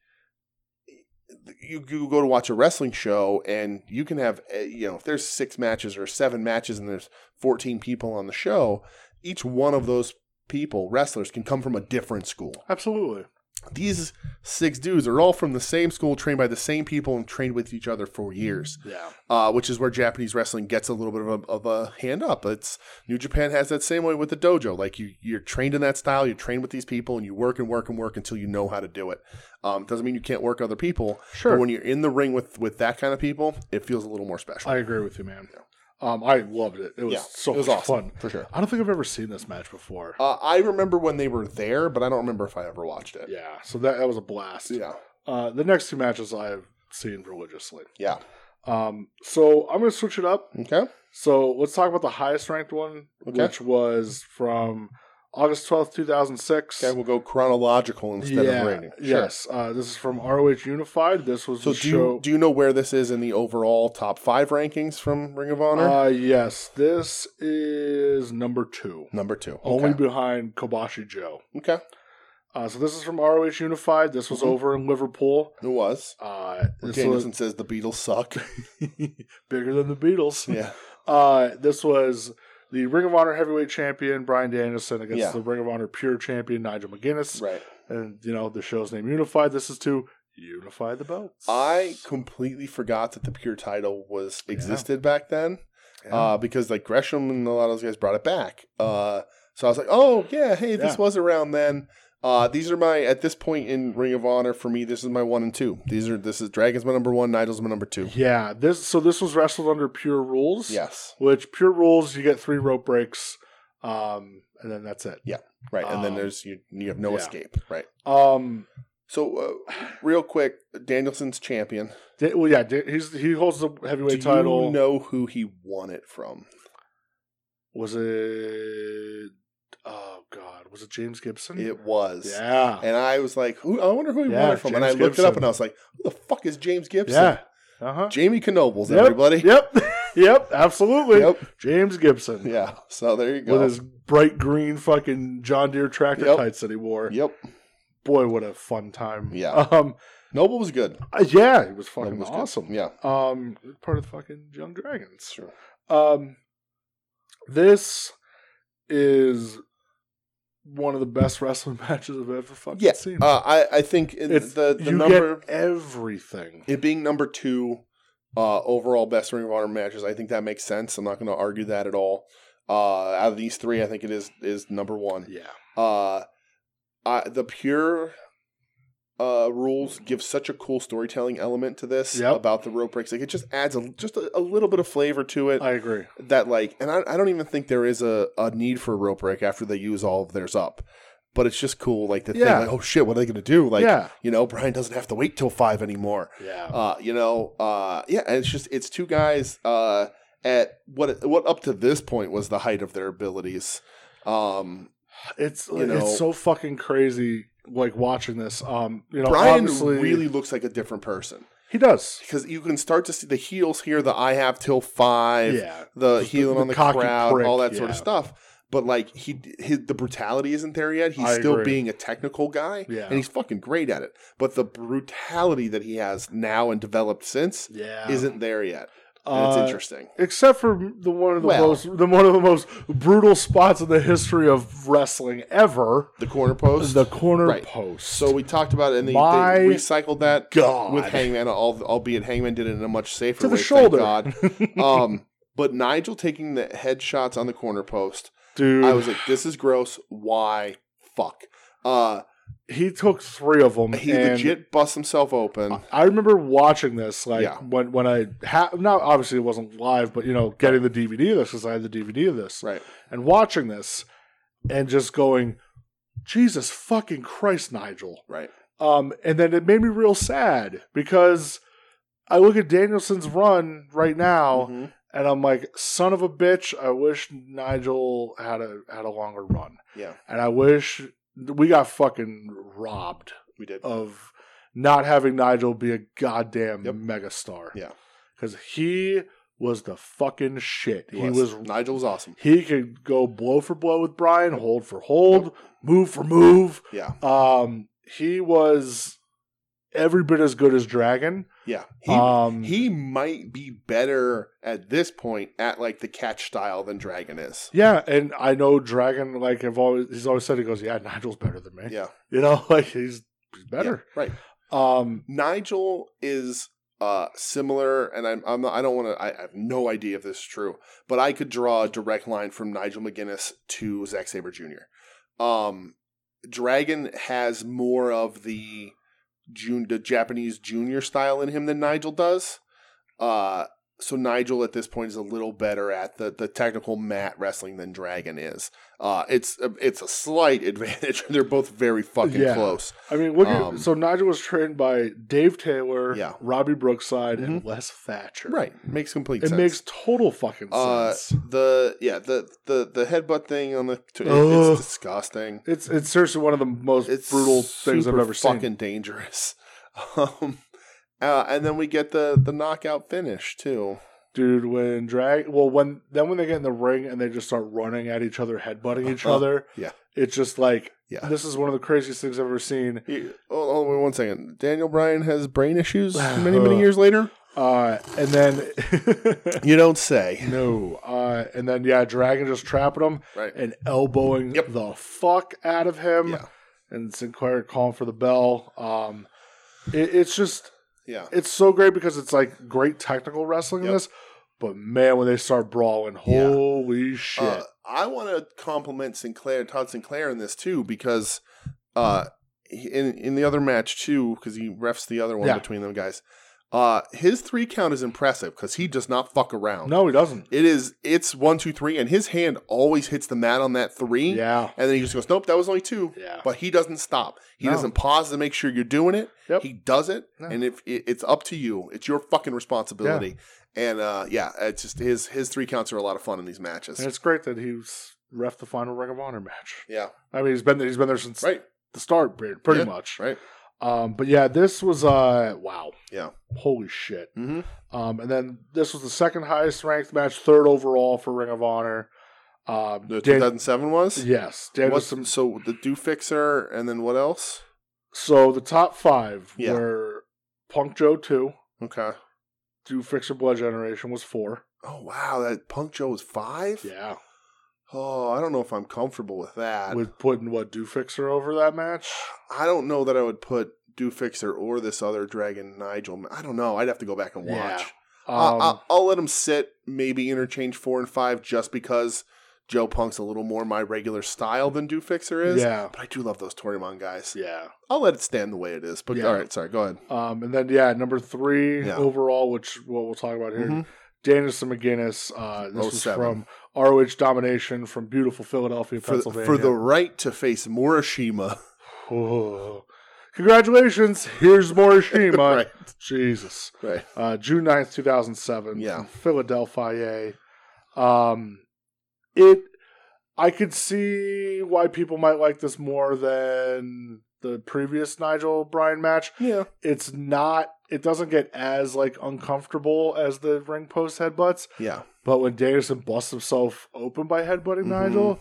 S2: You, you go to watch a wrestling show and you can have uh, you know if there's six matches or seven matches and there's 14 people on the show each one of those people wrestlers can come from a different school
S1: Absolutely.
S2: these six dudes are all from the same school trained by the same people and trained with each other for years
S1: Yeah.
S2: uh, which is where Japanese wrestling gets a little bit of a, of a hand up. It's New Japan has that same way with the dojo. Like you, you're trained in that style. You're trained with these people, and you work and work and work until you know how to do it. Um, doesn't mean you can't work other people.
S1: Sure.
S2: But when you're in the ring with with that kind of people, it feels a little more special.
S1: I agree with you, man. Um, I loved it. It was
S2: Yeah,
S1: so
S2: it was
S1: much
S2: awesome,
S1: fun
S2: for sure.
S1: I don't think I've ever seen this match before.
S2: Uh, I remember when they were there, but I don't remember if I ever watched it.
S1: yeah. So that that was a blast.
S2: Yeah.
S1: Uh, the next two matches I've seen religiously.
S2: Yeah.
S1: Um, so I'm gonna switch it up.
S2: Okay.
S1: So let's talk about the highest ranked one,
S2: Okay.
S1: which was from August 12th, 2006.
S2: Okay. We'll go chronological instead
S1: yeah,
S2: of rating.
S1: Yes. Uh, this is from ROH Unified. This was
S2: So
S1: the
S2: do
S1: show.
S2: you do you know where this is in the overall top five rankings from Ring of Honor?
S1: Uh, yes, this is number two,
S2: Number two.
S1: only
S2: Okay.
S1: behind Kobashi Joe.
S2: okay.
S1: Uh, so this is from ROH Unified. This was
S2: Mhm.
S1: over in Liverpool.
S2: It was.
S1: Uh,
S2: Where
S1: this
S2: Danielson says the Beatles suck.
S1: was bigger than the Beatles.
S2: yeah.
S1: Uh, this was the Ring of Honor heavyweight champion Brian Danielson against
S2: Yeah.
S1: the Ring of Honor pure champion Nigel McGuinness,
S2: Right.
S1: and you know the show's name Unified. This is to unify the belts.
S2: I completely forgot that the pure title was
S1: Yeah.
S2: existed back then.
S1: Yeah.
S2: Uh, because like Gresham and a lot of those guys brought it back. Uh, so I was like, oh yeah, hey, this
S1: Yeah.
S2: was around then. Uh, these are my at this point in Ring of Honor for me. This is my one and two. These are this is Dragon's my number one. Nigel's my number two.
S1: yeah, this so this was wrestled under pure rules.
S2: Yes,
S1: which pure rules you get three rope breaks um and then that's it
S2: right. And then
S1: Um,
S2: there's you. You have no
S1: yeah.
S2: escape. Right.
S1: um
S2: So uh, real quick, Danielson's champion.
S1: da- well yeah da- he's he holds the
S2: Do
S1: heavyweight
S2: you
S1: title
S2: know who he won it from?
S1: was it oh god was it james gibson
S2: It was.
S1: yeah
S2: And I was like, who, I wonder who he
S1: Yeah,
S2: won it from. and I
S1: James
S2: looked it up
S1: Gibson.
S2: and I was like, who the fuck is James Gibson?
S1: yeah uh-huh
S2: Jamie Knobles,
S1: Yep,
S2: everybody.
S1: yep yep absolutely
S2: Yep.
S1: james gibson
S2: Yeah. So there you
S1: with
S2: go.
S1: his bright green fucking john deere tractor
S2: Yep.
S1: tights that he wore
S2: Yep.
S1: boy what a fun time
S2: Yeah.
S1: um uh,
S2: Noble was good.
S1: yeah it was
S2: Noble
S1: fucking
S2: was good.
S1: awesome
S2: Yeah.
S1: um part of the fucking young dragons
S2: Sure.
S1: Um, this is one of the best wrestling matches I've ever fucking
S2: Yeah.
S1: seen.
S2: Uh, I, I think in
S1: it's
S2: the, the
S1: you
S2: number,
S1: get everything.
S2: it being number two uh, overall best Ring of Honor matches, I think that makes sense. I'm not going to argue that at all. Uh, out of these three, I think it is is number one.
S1: Yeah,
S2: uh I, the pure uh rules give such a cool storytelling element to this
S1: Yep.
S2: about the rope breaks like it just adds a just a, a little bit of flavor to it
S1: I agree.
S2: that like and I, I don't even think there is a, a need for a rope break after they use all of theirs up but it's just cool like the
S1: Yeah.
S2: thing like oh shit what are they gonna do like
S1: yeah,
S2: you know brian doesn't have to wait till five anymore
S1: yeah,
S2: uh, you know, uh, yeah, and it's just it's two guys uh, at what what up to this point was the height of their abilities. Um,
S1: it's
S2: you know-
S1: it's so fucking crazy. Like watching this, um, you know,
S2: Brian
S1: obviously
S2: really looks like a different person
S1: he does.
S2: because you can start to see the heels here, the I have till five,
S1: Yeah,
S2: the
S1: Just the-
S2: healing
S1: the
S2: on the
S1: cocky
S2: crowd,
S1: prick,
S2: all that sort of
S1: yeah.
S2: stuff. But like he, his, the brutality isn't there yet. He's
S1: I
S2: still
S1: agree.
S2: being a technical guy,
S1: Yeah.
S2: and he's fucking great at it. But the brutality that he has now and developed since
S1: yeah,
S2: isn't there yet. And it's
S1: Uh,
S2: interesting.
S1: except for the one of the
S2: Well.
S1: most the one of the most brutal spots in the history of wrestling ever,
S2: The corner post.
S1: the corner
S2: Right.
S1: post.
S2: so we talked about it, and they, they
S1: My
S2: recycled that
S1: God.
S2: with Hangman, al- albeit Hangman did it in a much safer
S1: To the
S2: way.
S1: shoulder.
S2: Thank God. um, but Nigel taking the headshots on the corner post,
S1: dude,
S2: I was like, "This is gross. Why? Fuck." Uh,
S1: he took three of them.
S2: he
S1: and Uh,
S2: legit busts himself open.
S1: I remember watching this like
S2: Yeah.
S1: when when I ha- now obviously it wasn't live, but you know getting the DVD of this because I had the DVD of this
S2: Right.
S1: and watching this and just going, Jesus fucking Christ, Nigel.
S2: Right.
S1: Um, and then it made me real sad because I look at Danielson's run right now
S2: Mhm.
S1: and I'm like, son of a bitch, I wish Nigel had a had a longer run.
S2: Yeah.
S1: And I wish we got fucking robbed
S2: We did.
S1: of not having Nigel be a goddamn
S2: Yep.
S1: megastar.
S2: Yeah.
S1: Because he was the fucking shit. He, was
S2: Nigel was awesome.
S1: he could go blow for blow with Brian, hold for hold, move for move.
S2: Yeah.
S1: Um, he was every bit as good as Dragon.
S2: Yeah. He
S1: um,
S2: he might be better at this point at like the catch style than Dragon is.
S1: yeah, and I know Dragon. Like I've always, he's always said he goes, yeah, Nigel's better than me.
S2: Yeah.
S1: You know, like he's he's better.
S2: Yeah, right.
S1: Um,
S2: Nigel is uh similar and I'm I'm not, I don't want to I, I have no idea if this is true, but I could draw a direct line from Nigel McGuinness to Zack Sabre Jr. Um Dragon has more of the June the Japanese junior style in him than Nigel does. Uh so Nigel at this point is a little better at the, the technical mat wrestling than Dragon is. Uh, it's a, it's a slight advantage. They're both very fucking
S1: Yeah.
S2: close.
S1: I mean, look
S2: Um,
S1: at so Nigel was trained by Dave Taylor,
S2: Yeah. Mm-hmm.
S1: Robbie Brookside, and Les Thatcher.
S2: Right, makes complete
S1: It
S2: sense.
S1: makes total fucking
S2: Uh,
S1: sense.
S2: the yeah the the the headbutt thing on the t- it-
S1: Ugh.
S2: it's disgusting.
S1: It's it's seriously one of the most
S2: It's
S1: brutal things I've
S2: super
S1: ever
S2: fucking
S1: seen.
S2: dangerous. Um, uh, and then we get the the knockout finish too.
S1: Dude, when drag well when then when they get in the ring and they just start running at each other, headbutting each
S2: Uh-huh.
S1: other.
S2: Yeah.
S1: It's just like
S2: Yeah.
S1: this is one of the craziest things I've ever seen.
S2: You- oh, oh, wait one second. Daniel Bryan has brain issues many many years later.
S1: Uh and then
S2: You don't say.
S1: No. Uh and then yeah, Dragon just trapping him
S2: Right.
S1: and elbowing
S2: Yep.
S1: the fuck out of him.
S2: Yeah.
S1: And Sinclair calling for the bell. Um it, it's just
S2: Yeah.
S1: it's so great because it's like great technical wrestling in
S2: Yep.
S1: this, but man, when they start brawling,
S2: Yeah.
S1: holy shit!
S2: Uh, I want to compliment Sinclair, Todd Sinclair, in this too, because uh, he- in in the other match too, because he refs the other one
S1: Yeah.
S2: between them guys. Uh, his three count is impressive because he does not fuck around.
S1: no, he doesn't.
S2: it is it's one two three, and his hand always hits the mat on that three.
S1: Yeah,
S2: And then he just goes, nope, that was only two.
S1: Yeah.
S2: But he doesn't stop. He
S1: No.
S2: doesn't pause to make sure you're doing it.
S1: Yep.
S2: He does it,
S1: No.
S2: and if it, it's up to you, it's your fucking responsibility. And uh, yeah, it's just his his three counts are a lot of fun in these matches.
S1: and it's great that he was ref the final Ring of Honor match.
S2: Yeah,
S1: I mean, he's been there, he's been there since
S2: right,
S1: the start, pre- pretty
S2: Yeah,
S1: much.
S2: right.
S1: Um, but yeah, this was uh, wow,
S2: Yeah.
S1: holy shit.
S2: Mm-hmm.
S1: Um, and then this was the second highest ranked match, third overall for Ring of Honor. Um,
S2: The
S1: Dan-
S2: 2007 was.
S1: yes, Dan
S2: What's so the Do Fixer, and then what else?
S1: So the top five
S2: Yeah.
S1: were Punk Joe two.
S2: Okay.
S1: Do Fixer Blood Generation was four.
S2: Oh wow, that Punk Joe was five.
S1: Yeah.
S2: Oh, I don't know if I'm comfortable with that.
S1: With putting what Do Fixer over that match.
S2: I don't know that I would put Do Fixer or this other Dragon Nigel. I don't know. I'd have to go back and watch.
S1: Yeah.
S2: I-
S1: Um,
S2: I, I'll let him sit. Maybe interchange four and five just because Joe Punk's a little more my regular style than Do Fixer is.
S1: yeah.
S2: But I do love those Torimon guys.
S1: Yeah.
S2: I'll let it stand the way it is. But
S1: Yeah.
S2: all right, sorry. Go ahead.
S1: Um, and then yeah, number three
S2: Yeah.
S1: overall, which what we'll talk about here.
S2: Mhm.
S1: Danielson McGuinness. Uh, this was
S2: 07.
S1: from ROH Domination from beautiful Philadelphia,
S2: For,
S1: Pennsylvania.
S2: for the right to face Morishima.
S1: Oh. Congratulations! Here's Morishima.
S2: right.
S1: Jesus.
S2: Right.
S1: uh, June 9th, 2007.
S2: Yeah.
S1: in Philadelphia. Um, it, I could see why people might like this more than the previous Nigel Bryan match.
S2: Yeah.
S1: It's not, it doesn't get as like uncomfortable as the ring post headbutts,
S2: Yeah.
S1: but when Danielson busts himself open by headbutting
S2: Mhm.
S1: Nigel,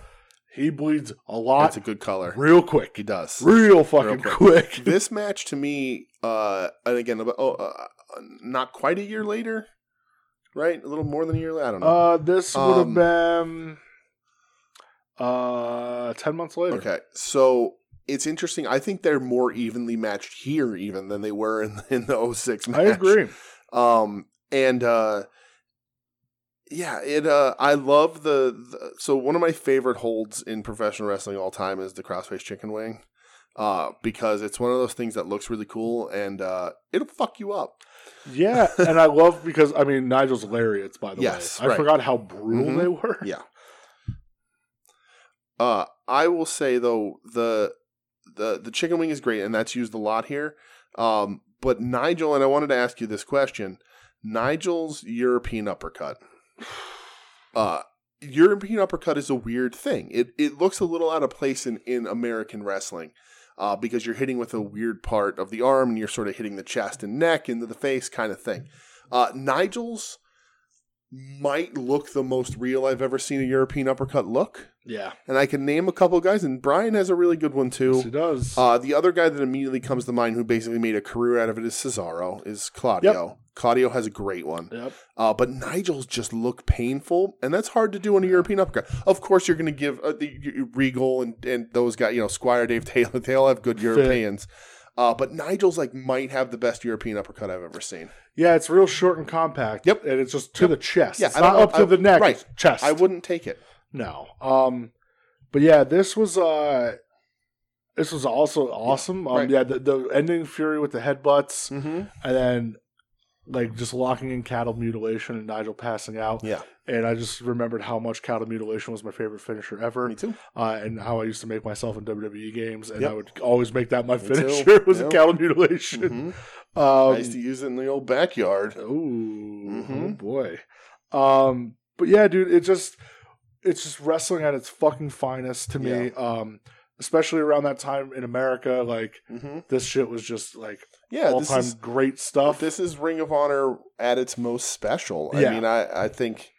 S1: he bleeds a
S2: That's
S1: lot
S2: a good color.
S1: real quick.
S2: He does.
S1: Real fucking
S2: Real
S1: quick.
S2: this match uh, to me, uh, and again, about, oh, uh, not quite a year later, right? A little more than a year. la- I don't know.
S1: Uh, this would have
S2: Um,
S1: been uh ten months later.
S2: Okay, so it's interesting. I think they're more evenly matched here, even than they were in, in the 06 match.
S1: I agree.
S2: Um, and uh, yeah, it. Uh, I love the, the. So one of my favorite holds in professional wrestling all time is the crossface chicken wing, uh, because it's one of those things that looks really cool and uh, it'll fuck you up.
S1: Yeah, and I love because I mean Nigel's lariats. By the
S2: Yes,
S1: way, I
S2: right.
S1: forgot how brutal
S2: Mhm.
S1: they were.
S2: Yeah. Uh, I will say though the the the chicken wing is great, and that's used a lot here. Um, but Nigel, and I wanted to ask you this question: Nigel's European uppercut. Uh, European uppercut is a weird thing. It it looks a little out of place in in American wrestling. Uh, because you're hitting with a weird part of the arm and you're sort of hitting the chest and neck into the face kind of thing. Uh, Nigel's might look the most real I've ever seen a European uppercut look.
S1: yeah,
S2: And I can name a couple guys, and Brian has a really good one
S1: yes, he
S2: too.
S1: does.
S2: Uh, the other guy that immediately comes to mind, who basically made a career out of it, is Cesaro. Is Claudio? Claudio has a great one,
S1: yep.
S2: uh, but Nigel's just look painful, and that's hard to do on a European uppercut. Of course, you're going to give uh, the, y- y- Regal and and those guys, you know, Squire, Dave Taylor, they all have good Europeans, uh, but Nigel's like might have the best European uppercut I've ever seen.
S1: Yeah, it's real short and compact.
S2: Yep.
S1: and it's just to the chest.
S2: Yeah,
S1: it's
S2: I don't
S1: not
S2: know-
S1: up to
S2: I-
S1: the neck.
S2: right.
S1: It's chest.
S2: I wouldn't take it.
S1: No. Um but yeah, this was uh this was also awesome. Um
S2: right.
S1: yeah, the, the ending fury with the headbutts
S2: Mm-hmm.
S1: and then like just locking in cattle mutilation and Nigel passing out.
S2: Yeah,
S1: And I just remembered how much cattle mutilation was my favorite finisher ever.
S2: me too.
S1: Uh, and how I used to make myself in WWE games and
S2: Yep.
S1: I would always make that my
S2: Me too.
S1: finisher was a
S2: Yep.
S1: cattle mutilation.
S2: Mhm.
S1: Um,
S2: I used to use it in the old backyard.
S1: Ooh, oh
S2: Mhm.
S1: boy. Um, but yeah, dude, it just it's just wrestling at its fucking finest to me. Um, especially around that time in America, like
S2: Mm-hmm.
S1: this shit was just like
S2: Yeah,
S1: all
S2: this
S1: time
S2: is
S1: great stuff.
S2: Uh, this is Ring of Honor at its most special.
S1: Yeah.
S2: I mean, I I think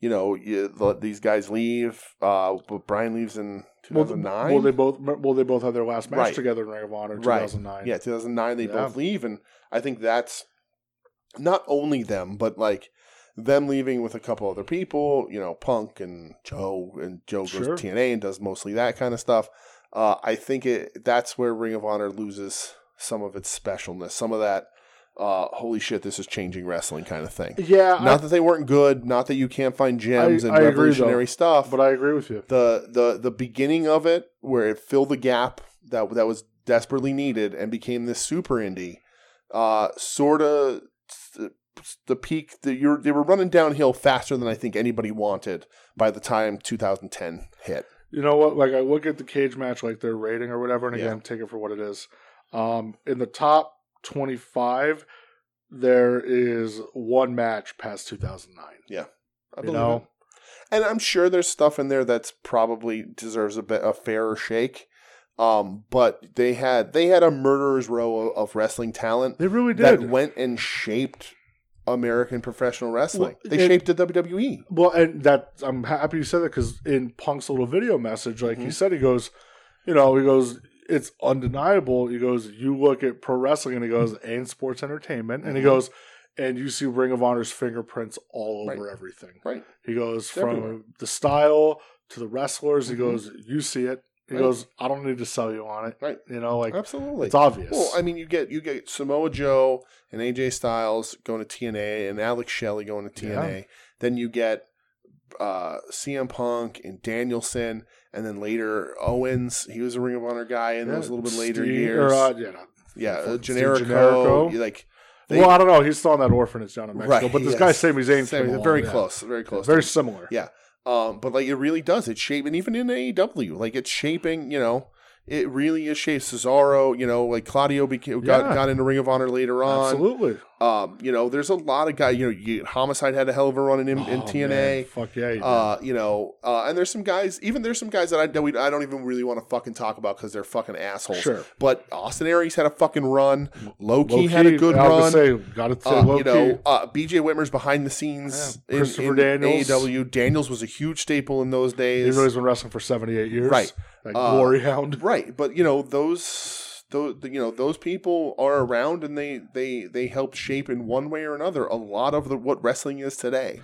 S2: you know you, the, these guys leave, uh, but Brian leaves in
S1: well,
S2: 2009.
S1: well, they both well they both had their last match
S2: Right.
S1: together in Ring of Honor in
S2: Right.
S1: 2009.
S2: yeah, 2009 they
S1: Yeah.
S2: both leave, and I think that's not only them, but like them leaving with a couple other people. You know, Punk and Joe, and Joe goes to
S1: Sure.
S2: TNA and does mostly that kind of stuff. Uh, I think it that's where Ring of Honor loses some of its specialness, some of that. Uh, holy shit, this is changing wrestling kind of thing.
S1: yeah, I-
S2: Not that they weren't good. Not that you can't find gems
S1: I-
S2: and
S1: I agree, though.
S2: revolutionary stuff.
S1: but I agree with you.
S2: the the the beginning of it, where it filled the gap that that was desperately needed and became this super indie, uh, sort of the peak. The, you're, they were running downhill faster than I think anybody wanted by the time 2010 hit.
S1: You know what? Like I look at the cage match, like their rating or whatever, and
S2: Yeah.
S1: again, take it for what it is. Um, in the top twenty-five, there is one match past two thousand nine.
S2: I
S1: You
S2: believe
S1: know,
S2: it. and I'm sure there's stuff in there that's probably deserves a bit a fairer shake. Um, but they had they had a murderer's row of, of wrestling talent
S1: they really
S2: that
S1: did.
S2: went and shaped American professional wrestling.
S1: Well,
S2: they
S1: it-
S2: shaped the E. WWE.
S1: well, and that I'm happy you said that because in Punk's little video message, like he
S2: Mhm.
S1: said, he goes, you know, he goes, it's undeniable. He goes, you look at pro wrestling, and he goes,
S2: Mm-hmm.
S1: and sports entertainment, and he
S2: Mhm.
S1: goes, and you see Ring of Honor's fingerprints all over
S2: Right.
S1: everything.
S2: Right.
S1: He goes
S2: It's
S1: from
S2: everywhere.
S1: the style to the wrestlers. He
S2: Mhm.
S1: goes, you see it. He
S2: Right.
S1: goes, I don't need to sell you on it.
S2: Right.
S1: You know, like
S2: Absolutely.
S1: it's obvious.
S2: Well, I mean, you get you get Samoa Joe and AJ Styles going to TNA, and Alex Shelley going to TNA. Then you get uh, CM Punk and Danielson, and then later Owens. He was a Ring of Honor guy, and
S1: Yeah,
S2: it was a little bit later
S1: Sting-
S2: years.
S1: or, uh, yeah, no.
S2: yeah, uh,
S1: fucking Steve
S2: Generico.
S1: Generico.
S2: you like They-
S1: well, I don't know. He's still in that orphanage down in Mexico,
S2: Right,
S1: but this
S2: yes.
S1: guy Sami Zayn,
S2: Same-
S1: came along,
S2: very
S1: yeah.
S2: close, very close,
S1: very similar.
S2: Yeah. Um, but like it really does. It's shaping even in AEW. Like it's shaping. You know, it really is shaping Cesaro. You know, like Claudio became, got
S1: Yeah.
S2: got into Ring of Honor later on.
S1: Absolutely.
S2: Um, you know, there's a lot of guys. You know, you, Homicide had a hell of a run in, in,
S1: Oh, man.
S2: TNA.
S1: Fuck yeah. he did.
S2: Uh, you know, uh, and there's some guys. Even there's some guys that I that we, I don't even really want to fucking talk about because they're fucking assholes.
S1: Sure.
S2: But Austin Aries had a fucking run. Loki,
S1: Low-key,
S2: had a good
S1: I was
S2: run.
S1: gonna say, gotta say
S2: Uh,
S1: low
S2: you know, uh, BJ Whitmer's behind the scenes
S1: Yeah,
S2: in,
S1: Christopher
S2: in
S1: Daniels.
S2: AEW. Daniels was a huge staple in those days.
S1: He's always been wrestling for 78 years.
S2: Right.
S1: Like
S2: Uh,
S1: Glory Hound.
S2: Right, but you know those those you know those people are around and they they they help shape in one way or another a lot of the what wrestling is today.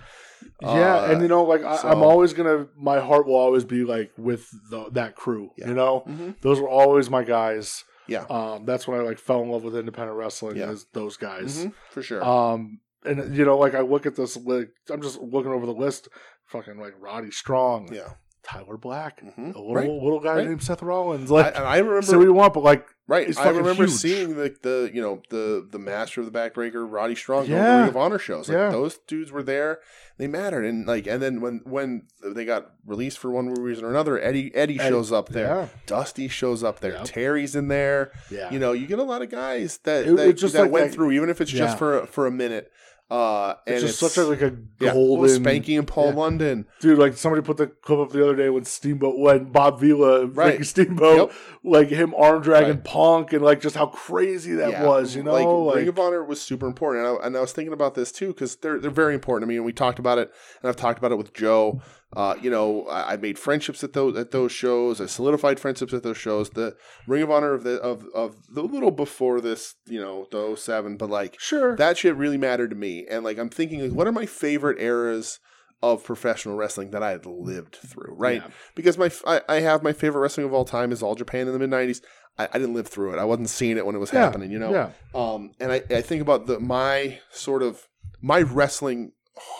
S1: Yeah,
S2: Uh,
S1: and you know, like I,
S2: so-
S1: I'm always gonna, my heart will always be like with the, that crew.
S2: Yeah.
S1: You know,
S2: Mhm.
S1: those were always my guys.
S2: yeah,
S1: Um, that's when I like fell in love with independent wrestling.
S2: Yeah.
S1: Is those guys.
S2: Mhm. for sure.
S1: Um, and you know, like I look at this, like I'm just looking over the list. Fucking like Roddy Strong,
S2: yeah,
S1: Tyler Black,
S2: Mhm.
S1: a little
S2: Right.
S1: little guy
S2: right.
S1: named Seth Rollins.
S2: I,
S1: Like,
S2: and I remember
S1: so we want, but like,
S2: Right,
S1: It's
S2: I
S1: fucking
S2: remember
S1: huge.
S2: seeing the, the you know the the master of the backbreaker, Roddy Strong, yeah.
S1: Yeah.
S2: Ring of Honor shows. Like
S1: Yeah.
S2: those dudes were there, they mattered, and like and then when when they got released for one reason or another, Eddie Eddie,
S1: Eddie-
S2: shows up there,
S1: yeah,
S2: Dusty shows up there,
S1: Yep.
S2: Terry's in there.
S1: yeah,
S2: You know, you get a lot of guys that
S1: It-
S2: that,
S1: it's just
S2: that
S1: like
S2: went
S1: that-
S2: through, even if it's just
S1: yeah.
S2: for for a minute. Uh, and
S1: it's just such a, like a
S2: yeah,
S1: golden
S2: little Spanky and Paul
S1: yeah.
S2: London.
S1: dude. Like somebody put the clip up the other day when Steamboat, when Bob Vila,
S2: Right.
S1: right. Steamboat,
S2: Yep.
S1: like him arm dragging
S2: Right.
S1: Punk, and like just how crazy that
S2: Yeah,
S1: was. You know, like,
S2: Ring of Honor was super important, and I, and I was thinking about this too because they're they're very important. I mean, we talked about it, and I've talked about it with Joe. Uh, you know, I, I made friendships at those at those shows. I solidified friendships at those shows. The Ring of Honor of the of of the little before this, you know, the 07, but like
S1: sure,
S2: that shit really mattered to me. And like I'm thinking, like, what are my favorite eras? Of professional wrestling that I had lived through, right?
S1: Yeah.
S2: Because my f- I, I have my favorite wrestling of all time is All Japan in the mid '90s. I, I didn't live through it. I wasn't seeing it when it was
S1: Yeah.
S2: happening, you know.
S1: yeah,
S2: Um, and I, I think about the my sort of my wrestling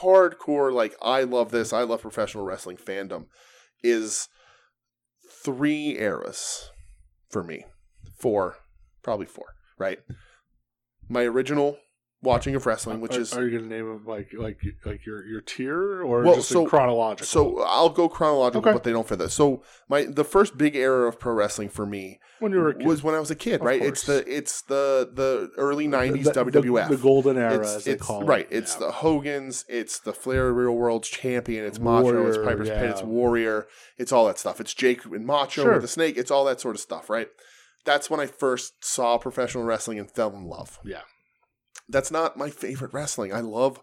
S2: hardcore like I love this, I love professional wrestling fandom is three eras for me. Four, probably four, right? My original watching of wrestling, which
S1: are,
S2: is
S1: are you gonna name it like like like your your tier or
S2: Well,
S1: just
S2: so-
S1: in chronological?
S2: so I'll go chronological,
S1: Okay.
S2: but they don't fit that. So my the first big era of pro wrestling for me
S1: when you were a kid,
S2: was when I was a kid,
S1: Of
S2: right? It's
S1: course.
S2: the it's the the early '90s
S1: the, the-
S2: WWF,
S1: the golden era,
S2: it's,
S1: as they
S2: it's-
S1: call it.
S2: right. It's the Hogan's, it's the Flair Real World's champion, it's Macho, it's
S1: Warrior,
S2: Piper's Pit,
S1: yeah.
S2: it's Warrior, it's all that stuff. It's Jake and Macho
S1: Sure.
S2: with the Snake, it's all that sort of stuff, right? That's when I first saw professional wrestling and fell in love.
S1: Yeah.
S2: That's not my favorite wrestling. I love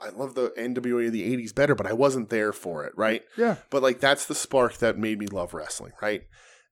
S2: I love the NWA of the 80s better, but I wasn't there for it, right?
S1: yeah,
S2: But like that's the spark that made me love wrestling, right?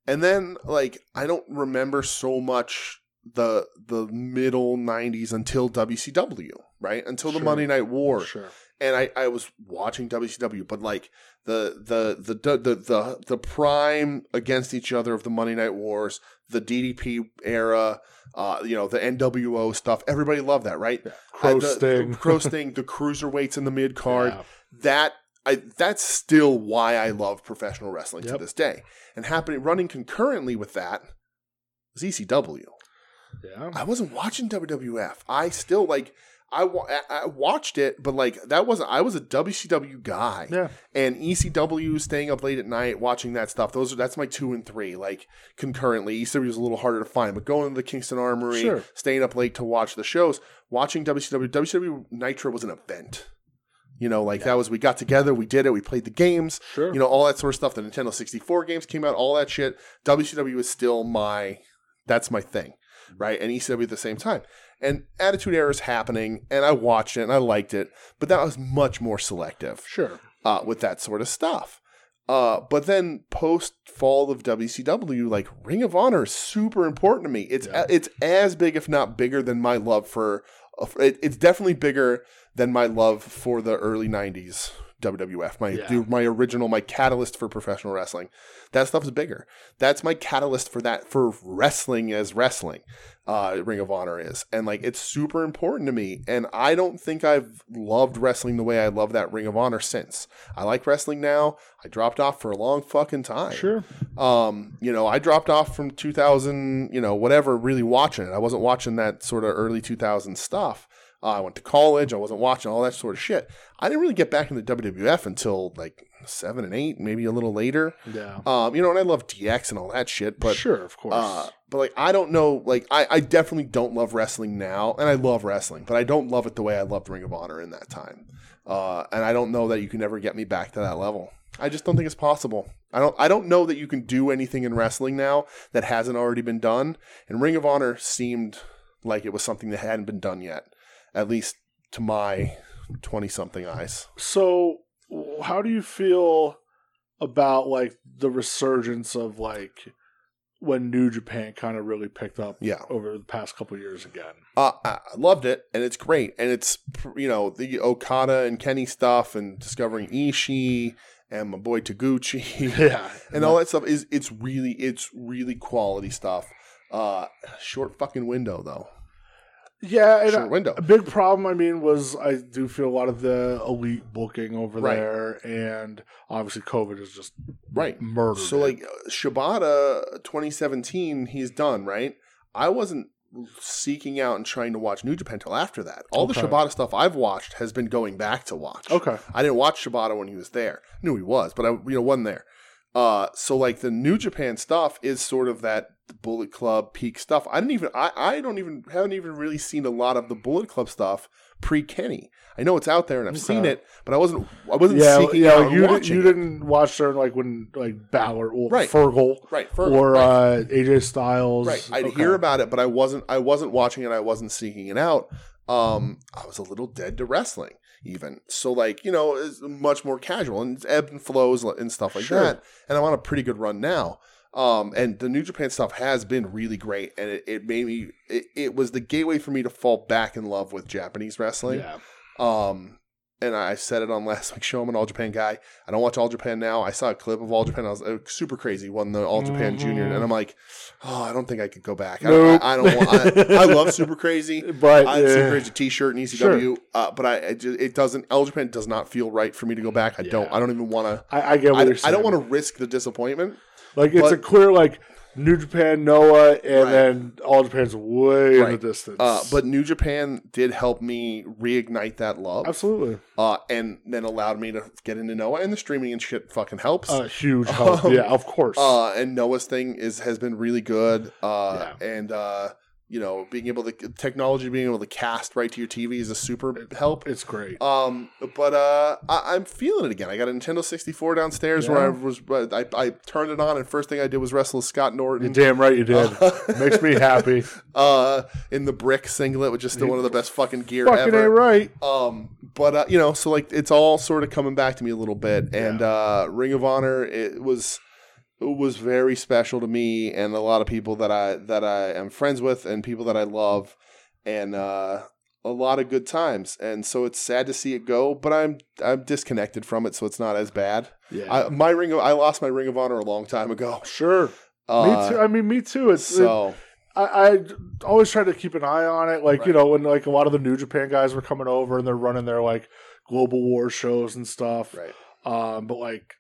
S2: And then like I don't remember so much the the middle 90s until WCW, right? Until the
S1: Sure.
S2: Monday Night War.
S1: sure.
S2: And I I was watching WCW, but like the the the the the the, the prime against each other of the Monday Night Wars, the DDP era, uh, you know, the NWO stuff. Everybody loved that, right?
S1: Crow
S2: Uh, the-
S1: Sting.
S2: the Crow Sting, the cruiserweights in the mid card
S1: Yeah.
S2: that I that's still why I love professional wrestling to
S1: Yep.
S2: this day. And happening running concurrently with that was E ECW.
S1: Yeah.
S2: I wasn't watching WWF. I still like I, wa- I- I watched it, but like that wasn't. I was a WCW guy,
S1: Yeah.
S2: and E ECW staying up late at night watching that stuff. Those are that's my two and three like concurrently. E ECW was a little harder to find, but going to the Kingston Armory,
S1: Sure.
S2: staying up late to watch the shows, watching WCW. WCW Nitro was an event. You know, like that was we got together, we did it, we played the games,
S1: Sure.
S2: you know, all that sort of stuff. The Nintendo 64 games came out, all that shit. WCW is still my that's my thing, right? And ECW at the same time. And Attitude Era is happening, and I watched it and I liked it, but that was much more selective
S1: sure.
S2: uh, with that sort of stuff. Uh, but then post fall of WCW, like Ring of Honor is super important to me. It's
S1: Yeah.
S2: it's as big, if not bigger, than my love for. of- It, it's definitely bigger than my love for the early '90s WWF. My
S1: Yeah.
S2: the- my original my catalyst for professional wrestling. That stuff's bigger. That's my catalyst for that for wrestling as wrestling. Uh, Ring of Honor is, and like it's super important to me. And I don't think I've loved wrestling the way I love that Ring of Honor since. I like wrestling now. I dropped off for a long fucking time.
S1: Sure.
S2: Um, you know, I dropped off from 2000, you know, whatever, really watching it. I wasn't watching that sort of early 2000 stuff. Uh, I went to college. I wasn't watching all that sort of shit. I didn't really get back into WWF until like seven and eight, maybe a little later.
S1: Yeah.
S2: Um, you know, and I love DX and all that shit, but
S1: sure, of course.
S2: uh, but like I don't know, like I, I definitely don't love wrestling now, and I love wrestling, but I don't love it the way I loved Ring of Honor in that time. Uh, and I don't know that you can ever get me back to that level. I just don't think it's possible. I don't I don't know that you can do anything in wrestling now that hasn't already been done. And Ring of Honor seemed like it was something that hadn't been done yet, at least to my twenty something eyes.
S1: so, w- how do you feel about like the resurgence of like when New Japan kind of really picked up
S2: Yeah.
S1: over the past couple years again.
S2: Uh, I I loved it, and it's great, and it's you know the Okada and Kenny stuff, and discovering Ishii and my boy Taguchi,
S1: Yeah.
S2: and all that stuff is it's really it's really quality stuff. Uh, short fucking window though,
S1: Yeah. And uh,
S2: short
S1: I-
S2: window.
S1: a big problem, I mean, was I do feel a lot of the elite booking over
S2: Right.
S1: there, and obviously COVID is just
S2: Right.
S1: murdered.
S2: So
S1: it.
S2: like uh, Shibata 2017, he's done, right? I wasn't seeking out and trying to watch New Japan till after that. All
S1: Okay.
S2: the Shibata stuff I've watched has been going back to watch.
S1: okay,
S2: I didn't watch Shibata when he was there. I knew he was, but I you know wasn't there. Uh, so like the New Japan stuff is sort of that Bullet Club peak stuff. I didn't even I, I don't even haven't even really seen a lot of the Bullet Club stuff pre Kenny. I know it's out there and I've seen
S1: Okay.
S2: it, but I wasn't I wasn't
S1: yeah,
S2: seeking
S1: yeah.
S2: out and
S1: you did,
S2: watching
S1: you
S2: it.
S1: didn't watch during like when like Balor or
S2: Right.
S1: Fergal,
S2: right Ferg,
S1: or
S2: right.
S1: Uh, AJ Styles.
S2: Right. I'd
S1: Okay.
S2: hear about it, but I wasn't I wasn't watching it, I wasn't seeking it out. Um, I was a little dead to wrestling even. So like, you know, it's much more casual and it's ebb and flows and stuff like
S1: Sure.
S2: that. And I'm on a pretty good run now. Um, and the New Japan stuff has been really great and it, it made me it, it was the gateway for me to fall back in love with Japanese wrestling.
S1: yeah.
S2: Um, and I said it on last week's show. I'm an All Japan guy. I don't watch All Japan now. I saw a clip of All Japan. I was uh, super crazy. Won the All Japan
S1: Mhm.
S2: Junior, and I'm like, oh, I don't think I could go back. I
S1: Nope.
S2: don't. I, I don't want. I, I love Super Crazy.
S1: But
S2: I had Super
S1: uh,
S2: Crazy T-shirt and ECW,
S1: Sure.
S2: uh, but I, I just, it doesn't. All Japan does not feel right for me to go back. I don't.
S1: Yeah.
S2: I don't even want to.
S1: I, I get
S2: I,
S1: what you're saying.
S2: I don't want to risk the disappointment.
S1: to. Like it's
S2: but-
S1: a clear like New Japan, Noah, and
S2: Right.
S1: then All Japan's way in
S2: Right.
S1: the distance.
S2: Uh, but New Japan did help me reignite that love,
S1: absolutely,
S2: uh, and then allowed me to get into Noah and the streaming and shit. Fucking helps.
S1: uh, huge help. yeah, of course.
S2: Uh, and Noah's thing is has been really good. Uh, and uh, you know, being able to technology being able to cast right to your TV is a super help.
S1: it's great.
S2: Um, but uh, I, I'm feeling it again. I got a Nintendo 64 downstairs where I was. I, I turned it on, and first thing I did was wrestle with Scott
S1: You're
S2: Norton.
S1: damn right you did. Makes me happy.
S2: uh, in the brick singlet, which is still one of the best fucking gear
S1: Fucking
S2: ever.
S1: ain't right.
S2: Um, but uh, you know, so like it's all sort of coming back to me a little bit, and uh, Ring of Honor it was it was very special to me and a lot of people that I that I am friends with and people that I love, and uh, a lot of good times. And so it's sad to see it go, but I'm I'm disconnected from it, so it's not as bad.
S1: Yeah.
S2: I, my ring of, I lost my Ring of Honor a long time ago.
S1: Sure.
S2: Uh,
S1: me too. I mean, me too. It's it-
S2: So
S1: I, I always try to keep an eye on it. Like you
S2: Right.
S1: know, when like a lot of the New Japan guys were coming over and they're running their like global war shows and stuff.
S2: right,
S1: Um, but like,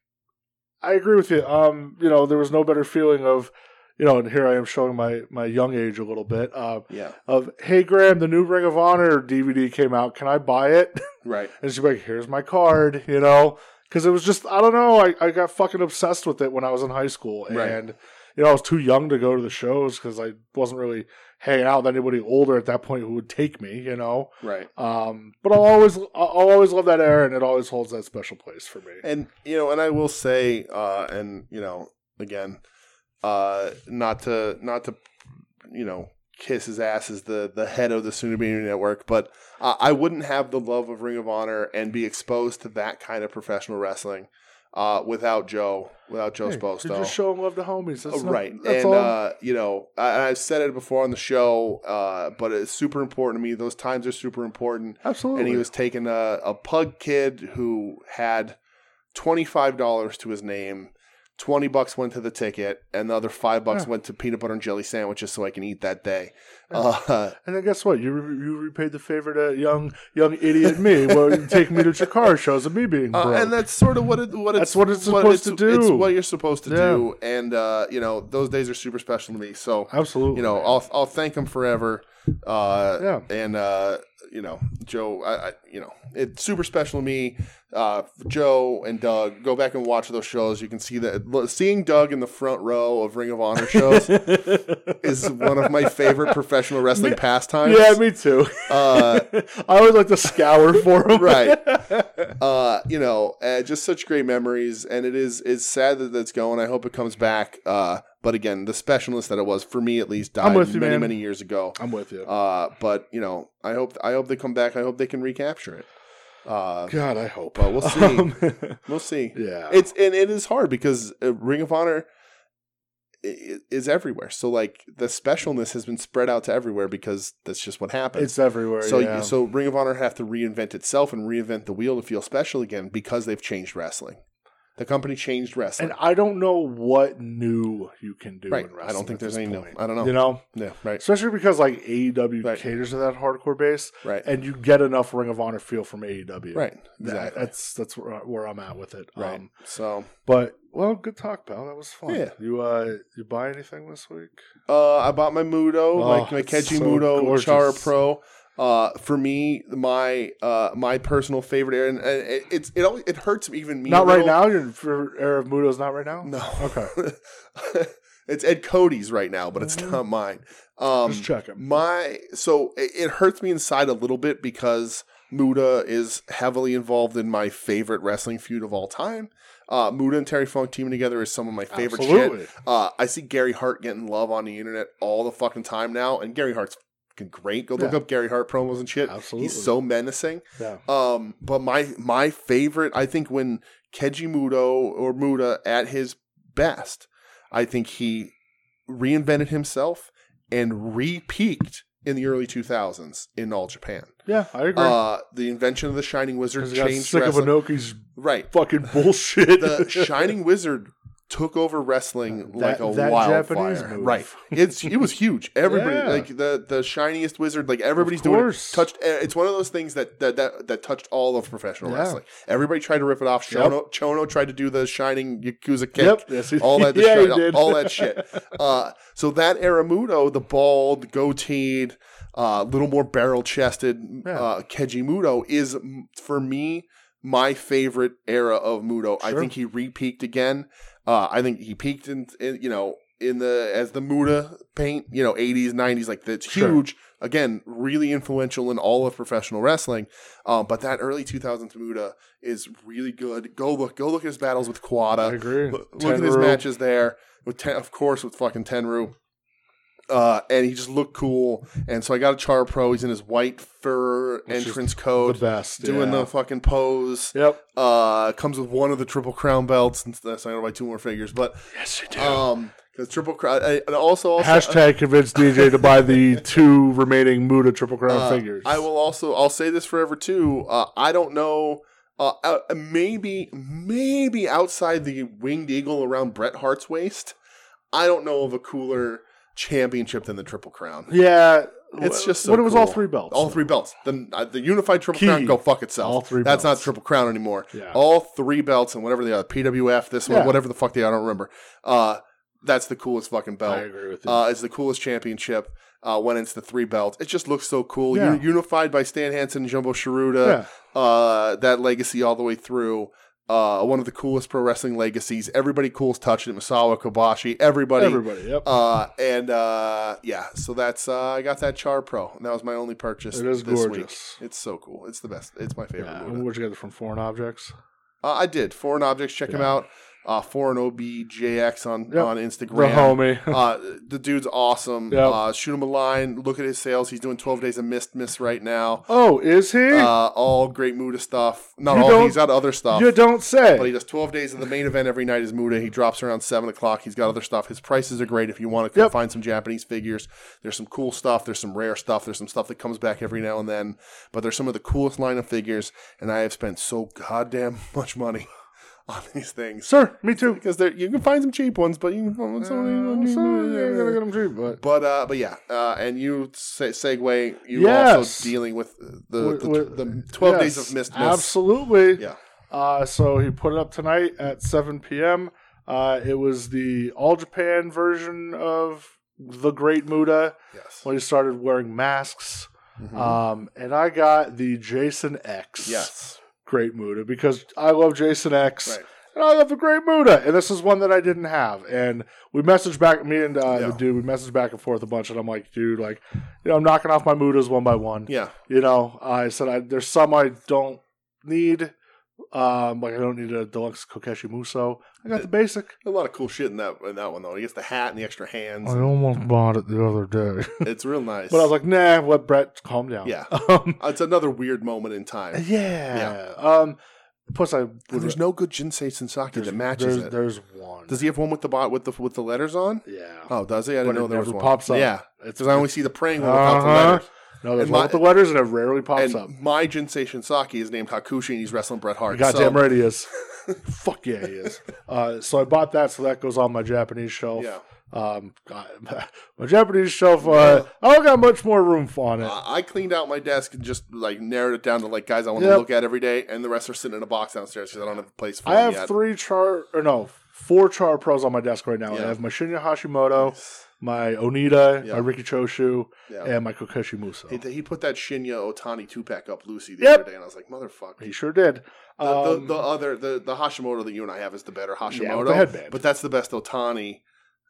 S1: I agree with you. Um, you know, there was no better feeling of, you know, and here I am showing my my young age a little bit. Uh,
S2: yeah,
S1: of hey Graham, the new Ring of Honor DVD came out. Can I buy it?
S2: right,
S1: And she's like, here's my card. You know, because it was just I don't know. I I got fucking obsessed with it when I was in high school and.
S2: Right.
S1: You know, I was too young to go to the shows because I wasn't really hanging out with anybody older at that point who would take me. You know,
S2: right.
S1: um, but I'll always, I'll always love that era, and it always holds that special place for me.
S2: And you know, and I will say, uh, and you know, again, uh, not to not to you know kiss his ass as the the head of the Sooner Media Network, but uh, I wouldn't have the love of Ring of Honor and be exposed to that kind of professional wrestling uh, without Joe, without Joe
S1: Hey,
S2: Sposto.
S1: You're just showing love to homies. That's
S2: Uh,
S1: not-
S2: right.
S1: That's
S2: and,
S1: all.
S2: uh, you know, I, and I've said it before on the show, uh, but it's super important to me. Those times are super important.
S1: Absolutely.
S2: And he was taking a, a pug kid who had $25 to his name. 20 bucks went to the ticket, and the other five bucks
S1: Yeah.
S2: went to peanut butter and jelly sandwiches so I can eat that day. Uh,
S1: and then guess what? You re- you repaid the favor to young young idiot me. well, you take me to Chikara shows of me being broke.
S2: Uh, and that's sort of what it, what
S1: That's
S2: it's
S1: what it's supposed to
S2: It's
S1: do.
S2: what you're supposed to
S1: Yeah.
S2: do, and uh, you know those days are super special to me. So
S1: Absolutely.
S2: you know I'll I'll thank him forever. Uh,
S1: Yeah.
S2: And uh, you know Joe, I, I you know it's super special to me. Uh, Joe and Doug, go back and watch those shows. You can see that lo- seeing Doug in the front row of Ring of Honor shows is one of my favorite professional wrestling pastimes.
S1: yeah, me too.
S2: Uh,
S1: I always like to scour for him.
S2: right uh you know uh, just such great memories and it is it's sad that that's going i hope it comes back uh but again the specialness that it was for me at least died
S1: I'm with you,
S2: many
S1: man.
S2: many years ago
S1: I'm with you.
S2: uh but you know i hope i hope they come back i hope they can recapture it uh
S1: God, I hope.
S2: but we'll see
S1: Um,
S2: we'll see
S1: yeah.
S2: it's and it is hard because uh, ring of honor i- is everywhere. So like the specialness has been spread out to everywhere because that's just what happens.
S1: It's everywhere.
S2: So,
S1: yeah.
S2: you so Ring of Honor have to reinvent itself and reinvent the wheel to feel special again because they've changed wrestling. The company changed wrestling.
S1: and I don't know what new you can do.
S2: right.
S1: in
S2: I
S1: wrestling
S2: don't think
S1: at
S2: there's
S1: this
S2: any.
S1: point.
S2: I don't know.
S1: You know,
S2: yeah. Right.
S1: especially because like AEW
S2: Right.
S1: caters to that hardcore base,
S2: Right.
S1: uh, and you get enough Ring of Honor feel from E AEW.
S2: right.
S1: That-
S2: Exactly.
S1: That's that's where, where I'm at with it.
S2: right.
S1: Um,
S2: so
S1: but well, good talk, pal. That was fun.
S2: Yeah.
S1: You uh, you buy anything this week?
S2: uh, I bought my Mudo,
S1: Oh,
S2: my, my
S1: it's
S2: Keji
S1: so
S2: Mudo
S1: gorgeous.
S2: Chara Pro. Uh, for me, my uh, my personal favorite, area, and uh, it, it's it always, it hurts even me. a
S1: not right
S2: little.
S1: now. Your favorite era of Mudo's not right now.
S2: No.
S1: Okay.
S2: it's Ed Cody's right now, but it's
S1: Mhm.
S2: not mine. Um,
S1: Just check him.
S2: My so it, it hurts me inside a little bit because Muda is heavily involved in my favorite wrestling feud of all time. Uh, Muda and Terry Funk teaming together is some of my favorite shit.
S1: Absolutely.
S2: Uh, I see Gary Hart getting love on the internet all the fucking time now, and Gary Hart's fucking great. Go look
S1: Yeah.
S2: up Gary Hart promos and shit.
S1: Absolutely.
S2: He's so menacing.
S1: Yeah.
S2: Um, but my my favorite, I think, when Keiji Muto or Muda at his best, I think he reinvented himself and re-peaked in the early 2000s in all Japan.
S1: Yeah, I agree.
S2: Uh, the invention of the Shining Wizard
S1: 'Cause I got
S2: changed
S1: sick
S2: wrestling.
S1: of Inoki's
S2: right,
S1: fucking bullshit.
S2: the Shining Wizard took over wrestling like
S1: That-
S2: a
S1: that
S2: wildfire.
S1: Japanese move.
S2: Right, it's it was huge. Everybody
S1: Yeah.
S2: like the the shiniest wizard. Like everybody's
S1: Of
S2: doing it.
S1: course.
S2: Touched. eh, It's one of those things that that that, that touched all of professional
S1: Yeah.
S2: wrestling. Everybody tried to rip it off.
S1: Yep.
S2: Chono Chono tried to do the Shining Yakuza kick.
S1: Yep. Yes, he-
S2: All that,
S1: yeah, he
S2: shit-
S1: did.
S2: all that shit. Uh, so that Aramuto, the bald, goateed, a uh, little more barrel chested
S1: Yeah.
S2: uh, Keiji Muto is m- for me my favorite era of Muto. I
S1: Sure.
S2: think he re-peaked again. Uh, I think he peaked in, in you know in the as the Muda paint you know 80s 90s like that's
S1: Sure.
S2: huge again really influential in all of professional wrestling. Uh, but that early 2000s Muda is really good. Go look go look at his battles with
S1: I
S2: Kawada.
S1: agree.
S2: Look look at his
S1: Tenru.
S2: matches there with ten, of course with fucking Tenru uh, and he just looked cool. And so I got a Char Pro. He's in his white fur
S1: is
S2: entrance
S1: The
S2: coat,
S1: best.
S2: doing
S1: yeah.
S2: the fucking pose.
S1: Yep.
S2: Uh, comes with one of the Triple Crown belts, and so I'm gonna buy two more figures. But
S1: Yes, you do.
S2: um, because Triple Crown, I- and also also. uh,
S1: Hashtag convince DJ to buy the two remaining Muda Triple Crown
S2: uh,
S1: figures.
S2: I will also. I'll say this forever too. Uh, I don't know. Uh, uh, maybe, maybe outside the winged eagle around Bret Hart's waist, I don't know of a cooler championship than the Triple Crown.
S1: Yeah.
S2: It's
S1: wh-
S2: just so
S1: When it was all
S2: cool.
S1: three belts.
S2: All three belts. The uh, the unified triple
S1: Key.
S2: crown go fuck itself.
S1: All three
S2: That's
S1: belts.
S2: not triple crown anymore.
S1: Yeah.
S2: All three belts and whatever they are, PWF, this
S1: Yeah.
S2: one, whatever the fuck they are, I don't remember. Uh, that's the coolest fucking
S1: I
S2: belt.
S1: agree with you.
S2: Uh, it's the coolest championship. Uh, when it's the three belts, it just looks so cool.
S1: Yeah.
S2: U- unified by Stan Hansen and Jumbo Sharuda.
S1: yeah.
S2: Uh, that legacy all the way through. Uh, one of the coolest pro wrestling legacies. Everybody cool's touching it. Masawa Kobashi. Everybody.
S1: Everybody. Yep.
S2: Uh, and uh, yeah, so that's uh, I got that Char Pro, and that was my only purchase.
S1: it is
S2: this
S1: gorgeous.
S2: Week. It's so cool. It's the best. It's my favorite.
S1: Yeah.
S2: Muda.
S1: Where'd you get it from? Foreign Objects?
S2: Uh, I did foreign objects. Check him
S1: Yeah.
S2: out. Uh, foreign objx on
S1: Yep.
S2: on
S1: The
S2: Instagram.
S1: homie.
S2: uh, the dude's awesome.
S1: Yep.
S2: Uh, shoot him a line. Look at his sales. He's doing twelve days of mist miss right now.
S1: oh, is he?
S2: Uh, all great Muda stuff. Not
S1: You
S2: all.
S1: don't-
S2: He's got other stuff.
S1: you don't say.
S2: But he does 12 days of the main event every night is Muda. He drops around 7 o'clock. He's got other stuff. His prices are great if you want to
S1: Yep.
S2: find some Japanese figures. There's some cool stuff. There's some rare stuff. There's some stuff that comes back every now and then. But there's some of the coolest line of figures, and I have spent so goddamn much money on these things.
S1: Sir, me too.
S2: Because there you can find some cheap ones, but you can find
S1: Uh, sorry, I gotta get him too, but
S2: but uh, but yeah, uh, and you se- segue. You
S1: Yes.
S2: also dealing with uh, the
S1: Wi-
S2: the,
S1: wi-
S2: the twelve days
S1: yes,
S2: of missed miss.
S1: Absolutely.
S2: Yeah.
S1: Uh, so he put it up tonight at 7 p.m. Uh, it was the All Japan version of the Great Muda
S2: Yes.
S1: when he started wearing masks.
S2: Mhm.
S1: Um, and I got the Jason X
S2: yes.
S1: Great Muda because I love Jason X.
S2: Right.
S1: And I love the Great Muda, and this is one that I didn't have. And we messaged back, me and uh,
S2: Yeah.
S1: the dude, we messaged back and forth a bunch, and I'm like, dude, like, you know, I'm knocking off my Mudas one by one
S2: Yeah.
S1: you know i said I, there's some i don't need um like i don't need a deluxe kokeshi muso i got the basic
S2: A lot of cool shit in that in that one though. He gets the hat and the extra hands.
S1: almost bought it the other day
S2: It's real nice.
S1: Oh, but i was like nah let brett calm down
S2: Yeah.
S1: um,
S2: it's another weird moment in time.
S1: yeah. um Plus, I
S2: And there's no good Jinsei Sensaki that matches
S1: there's,
S2: it.
S1: There's one.
S2: Does he have one with the bot with the with the letters on?
S1: yeah.
S2: Oh, does he? I
S1: But
S2: didn't know
S1: it
S2: there was
S1: never
S2: one.
S1: pops up.
S2: Yeah,
S1: it's
S2: because I only see the praying one without
S1: Uh-huh.
S2: the letters.
S1: no. There's
S2: and
S1: one
S2: my-
S1: with the letters, and it rarely pops
S2: and
S1: up.
S2: my Jinsei Shinsaki is named Hakushi, and he's wrestling Bret Hart.
S1: Goddamn
S2: so,
S1: right he is. Fuck yeah, he is. Uh, so I bought that, so that goes on my Japanese shelf.
S2: Yeah,
S1: Um, I- my Japanese shelf. Uh, I don't got much more room on it.
S2: I I cleaned out my desk and just like narrowed it down to like guys I want
S1: Yep.
S2: to look at every day, and the rest are sitting in a box downstairs because I don't have a place for
S1: I
S2: them
S1: have
S2: yet.
S1: three char or no four char pros on my desk right now. I
S2: Yeah.
S1: have my Shinya Hashimoto, my Onita,
S2: Yeah.
S1: my Ricky Choshu,
S2: Yeah.
S1: and my Kokeshi Muso.
S2: He, he put that Shinya Otani two pack up Lucy the
S1: Oh. Yep.
S2: other day, and I was like, motherfucker.
S1: He sure did.
S2: The,
S1: Um,
S2: the, the other the, the Hashimoto that you and I have is the better Hashimoto,
S1: yeah, with the headband.
S2: but that's the best Otani,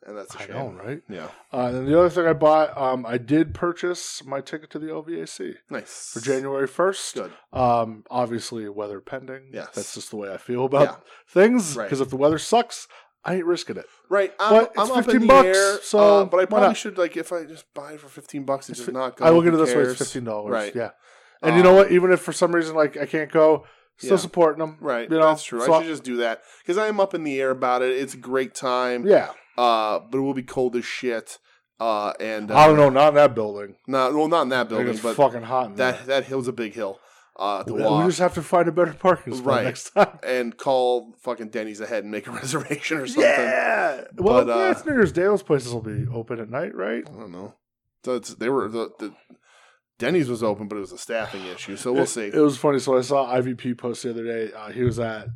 S2: and that's a
S1: I
S2: shame.
S1: know, right?
S2: Yeah,
S1: Uh, and then the other thing I bought, um, I did purchase my ticket to the OVAC
S2: nice
S1: for January first.
S2: Good.
S1: Um, obviously, weather pending.
S2: Yes.
S1: that's just the way I feel about
S2: Yeah.
S1: things.
S2: Right.
S1: Because if the weather sucks, I ain't risking it.
S2: Right, I'm,
S1: But it's
S2: I'm up
S1: 15
S2: in the
S1: bucks,
S2: air,
S1: so
S2: uh, but I
S1: why
S2: probably
S1: not?
S2: should like if I just buy it for fifteen bucks and
S1: It's
S2: just
S1: fi-
S2: not go.
S1: I will get it
S2: who
S1: this way. It's
S2: cares?
S1: fifteen dollars.
S2: Right. Um,
S1: Yeah. And you know what? Even if for some reason like I can't go, still
S2: Yeah.
S1: supporting them.
S2: Right,
S1: You know,
S2: that's true.
S1: so
S2: I should just do that because I am up in the air about it. It's a great time,
S1: Yeah.
S2: uh, but it will be cold as shit. Uh, and uh,
S1: I don't know. Not in that building.
S2: Not well, not in that
S1: building
S2: building,
S1: it's
S2: but
S1: fucking hot. In
S2: that
S1: there.
S2: that hill's a big hill uh, to
S1: We-
S2: walk.
S1: We just have to find a better parking spot
S2: Right.
S1: next time.
S2: and call fucking Denny's ahead and make a reservation or something.
S1: Yeah. Well,
S2: But, uh,
S1: yeah, it's New Year's Day. Those places will be open at night, right?
S2: I don't know. So it's, they were the, the Denny's was open, but it was a staffing issue. So we'll
S1: It-
S2: see.
S1: It, was funny. So I saw IVP post the other day. Uh, he was at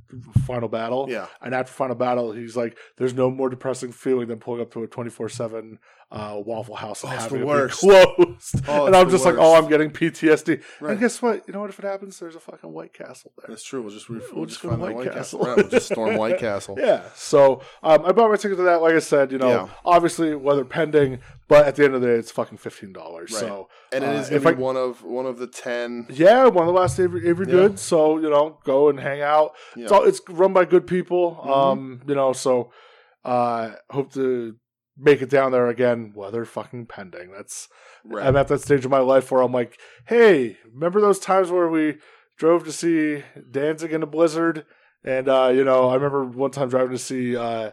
S1: Final Battle.
S2: Yeah,
S1: And after Final Battle, he's like, "There's no more depressing feeling than pulling up to a 24 seven uh, Waffle House and
S2: Oh, it's
S1: having
S2: the
S1: it
S2: worst.
S1: be closed."
S2: Oh,
S1: and
S2: it's
S1: I'm
S2: the
S1: just like, "Oh,
S2: worst.
S1: I'm getting PTSD."
S2: right.
S1: And guess what? You know what? If it happens, there's a fucking White Castle there.
S2: That's true. We'll just we'll,
S1: We'll
S2: just
S1: just go to
S2: find that
S1: White
S2: White
S1: Castle.
S2: Castle. Right, we'll just storm White Castle.
S1: Yeah. So um, I bought my ticket to that. Like I said, you know,
S2: Yeah.
S1: obviously weather pending, but at the end of the day, it's fucking fifteen dollars.
S2: Right.
S1: So
S2: And it
S1: Uh,
S2: is gonna
S1: if
S2: be
S1: I-
S2: one of one of the ten.
S1: yeah, one of the last Avery, Avery
S2: Yeah.
S1: Good. So you know, go and hang out.
S2: Yeah. Mm-hmm.
S1: It's all it's run by good people. Um, you know, so uh, hope to make it down there again. Weather fucking pending. That's
S2: right.
S1: I'm at that stage of my life where I'm like, hey, remember those times where we drove to see Danzig in a blizzard? And, uh, you know, I remember one time driving to see uh,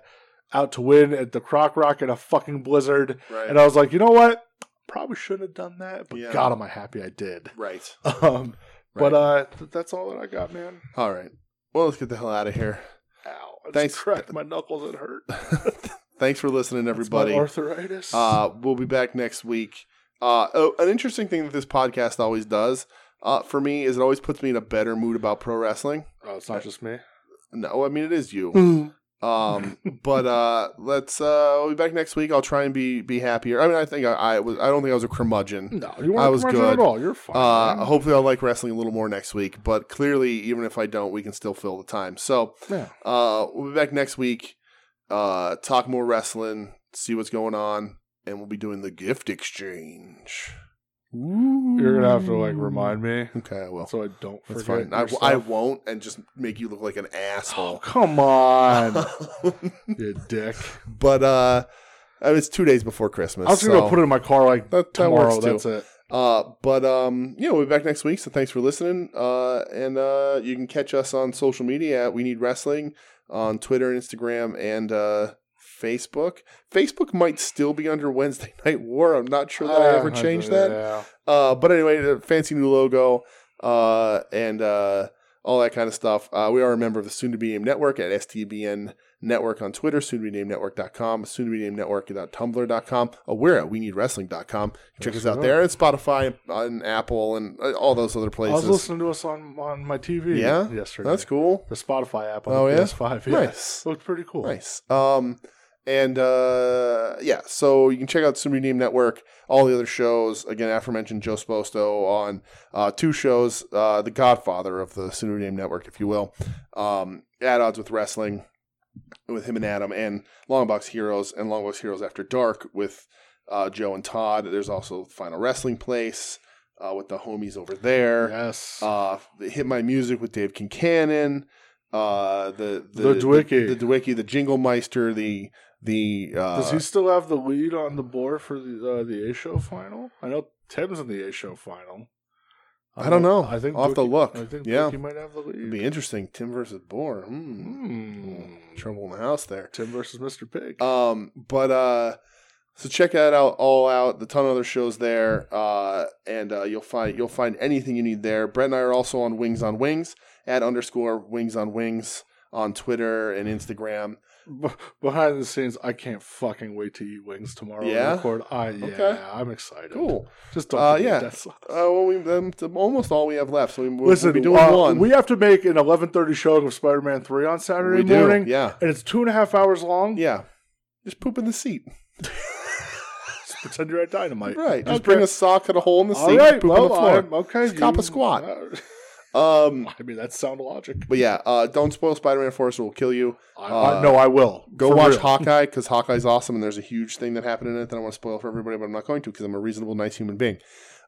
S1: Out to Win at the Croc Rock in a fucking blizzard.
S2: right.
S1: And I was like, you know what? Probably shouldn't have done that, but
S2: Yeah.
S1: God, am I happy I did.
S2: right.
S1: Um, But uh, th- that's all that I got, man.
S2: all right. Well, let's get the hell out of here.
S1: Ow. I just
S2: Thanks.
S1: cracked my knuckles. It hurt.
S2: Thanks for listening,
S1: It's
S2: everybody.
S1: my arthritis.
S2: Uh, we'll be back next week. Uh, oh, an interesting thing that this podcast always does uh, for me is it always puts me in a better mood about pro wrestling.
S1: oh, it's not just me.
S2: No, I mean it is you. Um, but uh, let's. Uh, we'll be back next week. I'll try and be be happier. I mean, I think I, I was. I don't think I was a curmudgeon.
S1: No, you weren't
S2: I was
S1: commercial
S2: good.
S1: at all. You're fine.
S2: Uh,
S1: man.
S2: hopefully, I'll like wrestling a little more next week. But clearly, even if I don't, we can still fill the time. So
S1: Yeah.
S2: uh, we'll be back next week. Uh, talk more wrestling. See what's going on, and we'll be doing the gift exchange.
S1: You're gonna have to like remind me
S2: Okay, I will.
S1: so I don't
S2: That's
S1: forget.
S2: fine. I,
S1: your
S2: I
S1: stuff.
S2: won't, and just make you look like an
S1: oh
S2: asshole.
S1: come on, you dick!
S2: but uh, I mean, it's two days before Christmas.
S1: I was gonna
S2: so
S1: go put it in my car like
S2: that, that
S1: tomorrow.
S2: works too.
S1: That's it.
S2: Uh, but um, yeah, we'll be back next week. So thanks for listening. Uh, and uh, you can catch us on social media at We Need Wrestling on Twitter and Instagram and uh, Facebook. Facebook might still be under Wednesday Night War. I'm not sure that I ever
S1: Uh,
S2: changed that.
S1: yeah.
S2: Uh, but anyway, the fancy new logo uh, and uh, all that kind of stuff. Uh, we are a member of the Soon to Be Named Network at STBN Network on Twitter, soon to be named network.com, soon to be named network.tumblr.com. Oh, we're at we need wrestling.com. Check us
S1: Yes,
S2: out
S1: we are.
S2: there and Spotify and Apple and uh, all those other
S1: I was
S2: places.
S1: listening to us on on my TV.
S2: Yeah?
S1: yesterday.
S2: That's cool.
S1: The Spotify app on
S2: Oh,
S1: the
S2: yeah?
S1: PS5. Yeah.
S2: Nice.
S1: looked pretty cool.
S2: Nice. Um, and uh, yeah, so you can check out Sumi Name Network, all the other shows. Again, aforementioned Joe Sposto on uh, two shows, uh, the godfather of the Sumi Name Network, if you will, um, At Odds with Wrestling with him and Adam, and Longbox Heroes and Longbox Heroes After Dark with uh, Joe and Todd. There's also Final Wrestling Place uh, with the homies over there.
S1: Yes.
S2: Uh, hit my music with Dave Kincannon. Uh, the
S1: The Dwicky.
S2: the, the Dwicky, the Jingle Meister, the the uh,
S1: Does he still have the lead on the board for the uh, the A show final? I know Tim's in the A show final.
S2: I don't know.
S1: I think
S2: I'll have to
S1: Bookie-
S2: look.
S1: I think
S2: Yeah.
S1: Bookie might have the lead.
S2: It'd be interesting. Tim versus Boar. Hmm.
S1: Hmm.
S2: Trouble in the house there.
S1: Tim versus Mr. Pig.
S2: Um, but uh, so check that out all out. The ton of other shows there, uh, and uh, you'll find you'll find anything you need there. Brett and I are also on Wings on Wings at underscore Wings on Wings on Twitter and Instagram.
S1: B- behind the scenes, I can't fucking wait to eat wings tomorrow. and
S2: Yeah?
S1: record. I yeah,
S2: Okay.
S1: I'm excited.
S2: Cool.
S1: Just don't
S2: Uh,
S1: forget
S2: yeah.
S1: that sauce.
S2: Uh, well, we that's almost all we have left, so we, we'll,
S1: Listen,
S2: we'll be doing
S1: uh,
S2: one.
S1: we have to make an 11:30 showing of Spider-Man 3 on Saturday
S2: We do,
S1: morning,
S2: yeah,
S1: and it's two and a half hours long.
S2: yeah. Just poop in the seat.
S1: Just pretend you're at dynamite.
S2: Right. Just
S1: Okay.
S2: bring a sock, cut a hole in the
S1: All
S2: seat,
S1: right.
S2: poop
S1: Well,
S2: on the floor.
S1: I'm- okay.
S2: Just cop a
S1: you-
S2: squat.
S1: uh,
S2: Um,
S1: I mean, that's sound logic.
S2: but yeah, uh, don't spoil Spider-Man for us; or we'll kill you.
S1: I,
S2: Uh,
S1: I, no, I will
S2: Go
S1: For
S2: watch
S1: real.
S2: Hawkeye because Hawkeye's awesome, and there's a huge thing that happened in it that I want to spoil for everybody, but I'm not going to because I'm a reasonable, nice human being.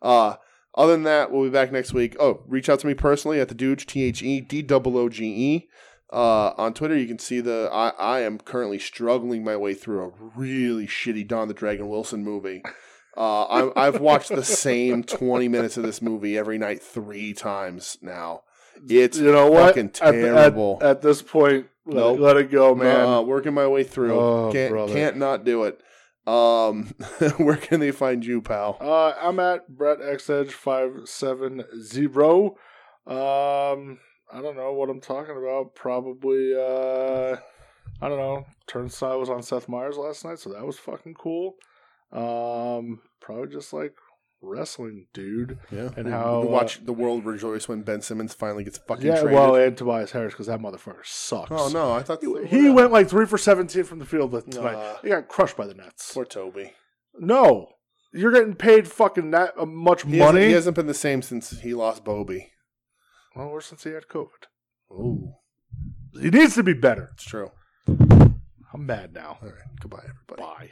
S2: Uh, other than that, we'll be back next week. Oh, reach out to me personally at the Dooge T H E D O O G E uh, on Twitter. You can see the I, I am currently struggling my way through a really shitty Don the Dragon Wilson movie. Uh, I'm, I've watched the same 20 minutes of this movie every night three times now. It's
S1: You know what?
S2: fucking
S1: At the- at-
S2: terrible.
S1: At, this point, let,
S2: Nope.
S1: let it go, Oh, man.
S2: Uh, working my way through.
S1: Oh,
S2: can't
S1: brother.
S2: can't not do it. Um, where can they find you, pal?
S1: Uh, I'm at Brett X Edge five seven zero. Um, I don't know what I'm talking about. Probably, uh, I don't know. Turnstile was on Seth Meyers last night, so that was fucking cool. Um, probably just like wrestling, dude.
S2: Yeah,
S1: and
S2: we,
S1: how,
S2: we
S1: uh,
S2: watch the world rejoice when Ben Simmons finally gets fucking
S1: yeah,
S2: traded.
S1: well, and Tobias Harris because that motherfucker sucks.
S2: oh no, I thought
S1: He, he went like three for seventeen from the field tonight.
S2: Nah.
S1: he got crushed by the Nets.
S2: for Toby.
S1: No, you're getting paid fucking that uh, much
S2: He
S1: money.
S2: Hasn't, he hasn't been the same since he lost Bobby.
S1: well, worse since he had COVID.
S2: Oh,
S1: He needs to be better.
S2: it's true.
S1: I'm mad now.
S2: All right, goodbye, everybody.
S1: Bye.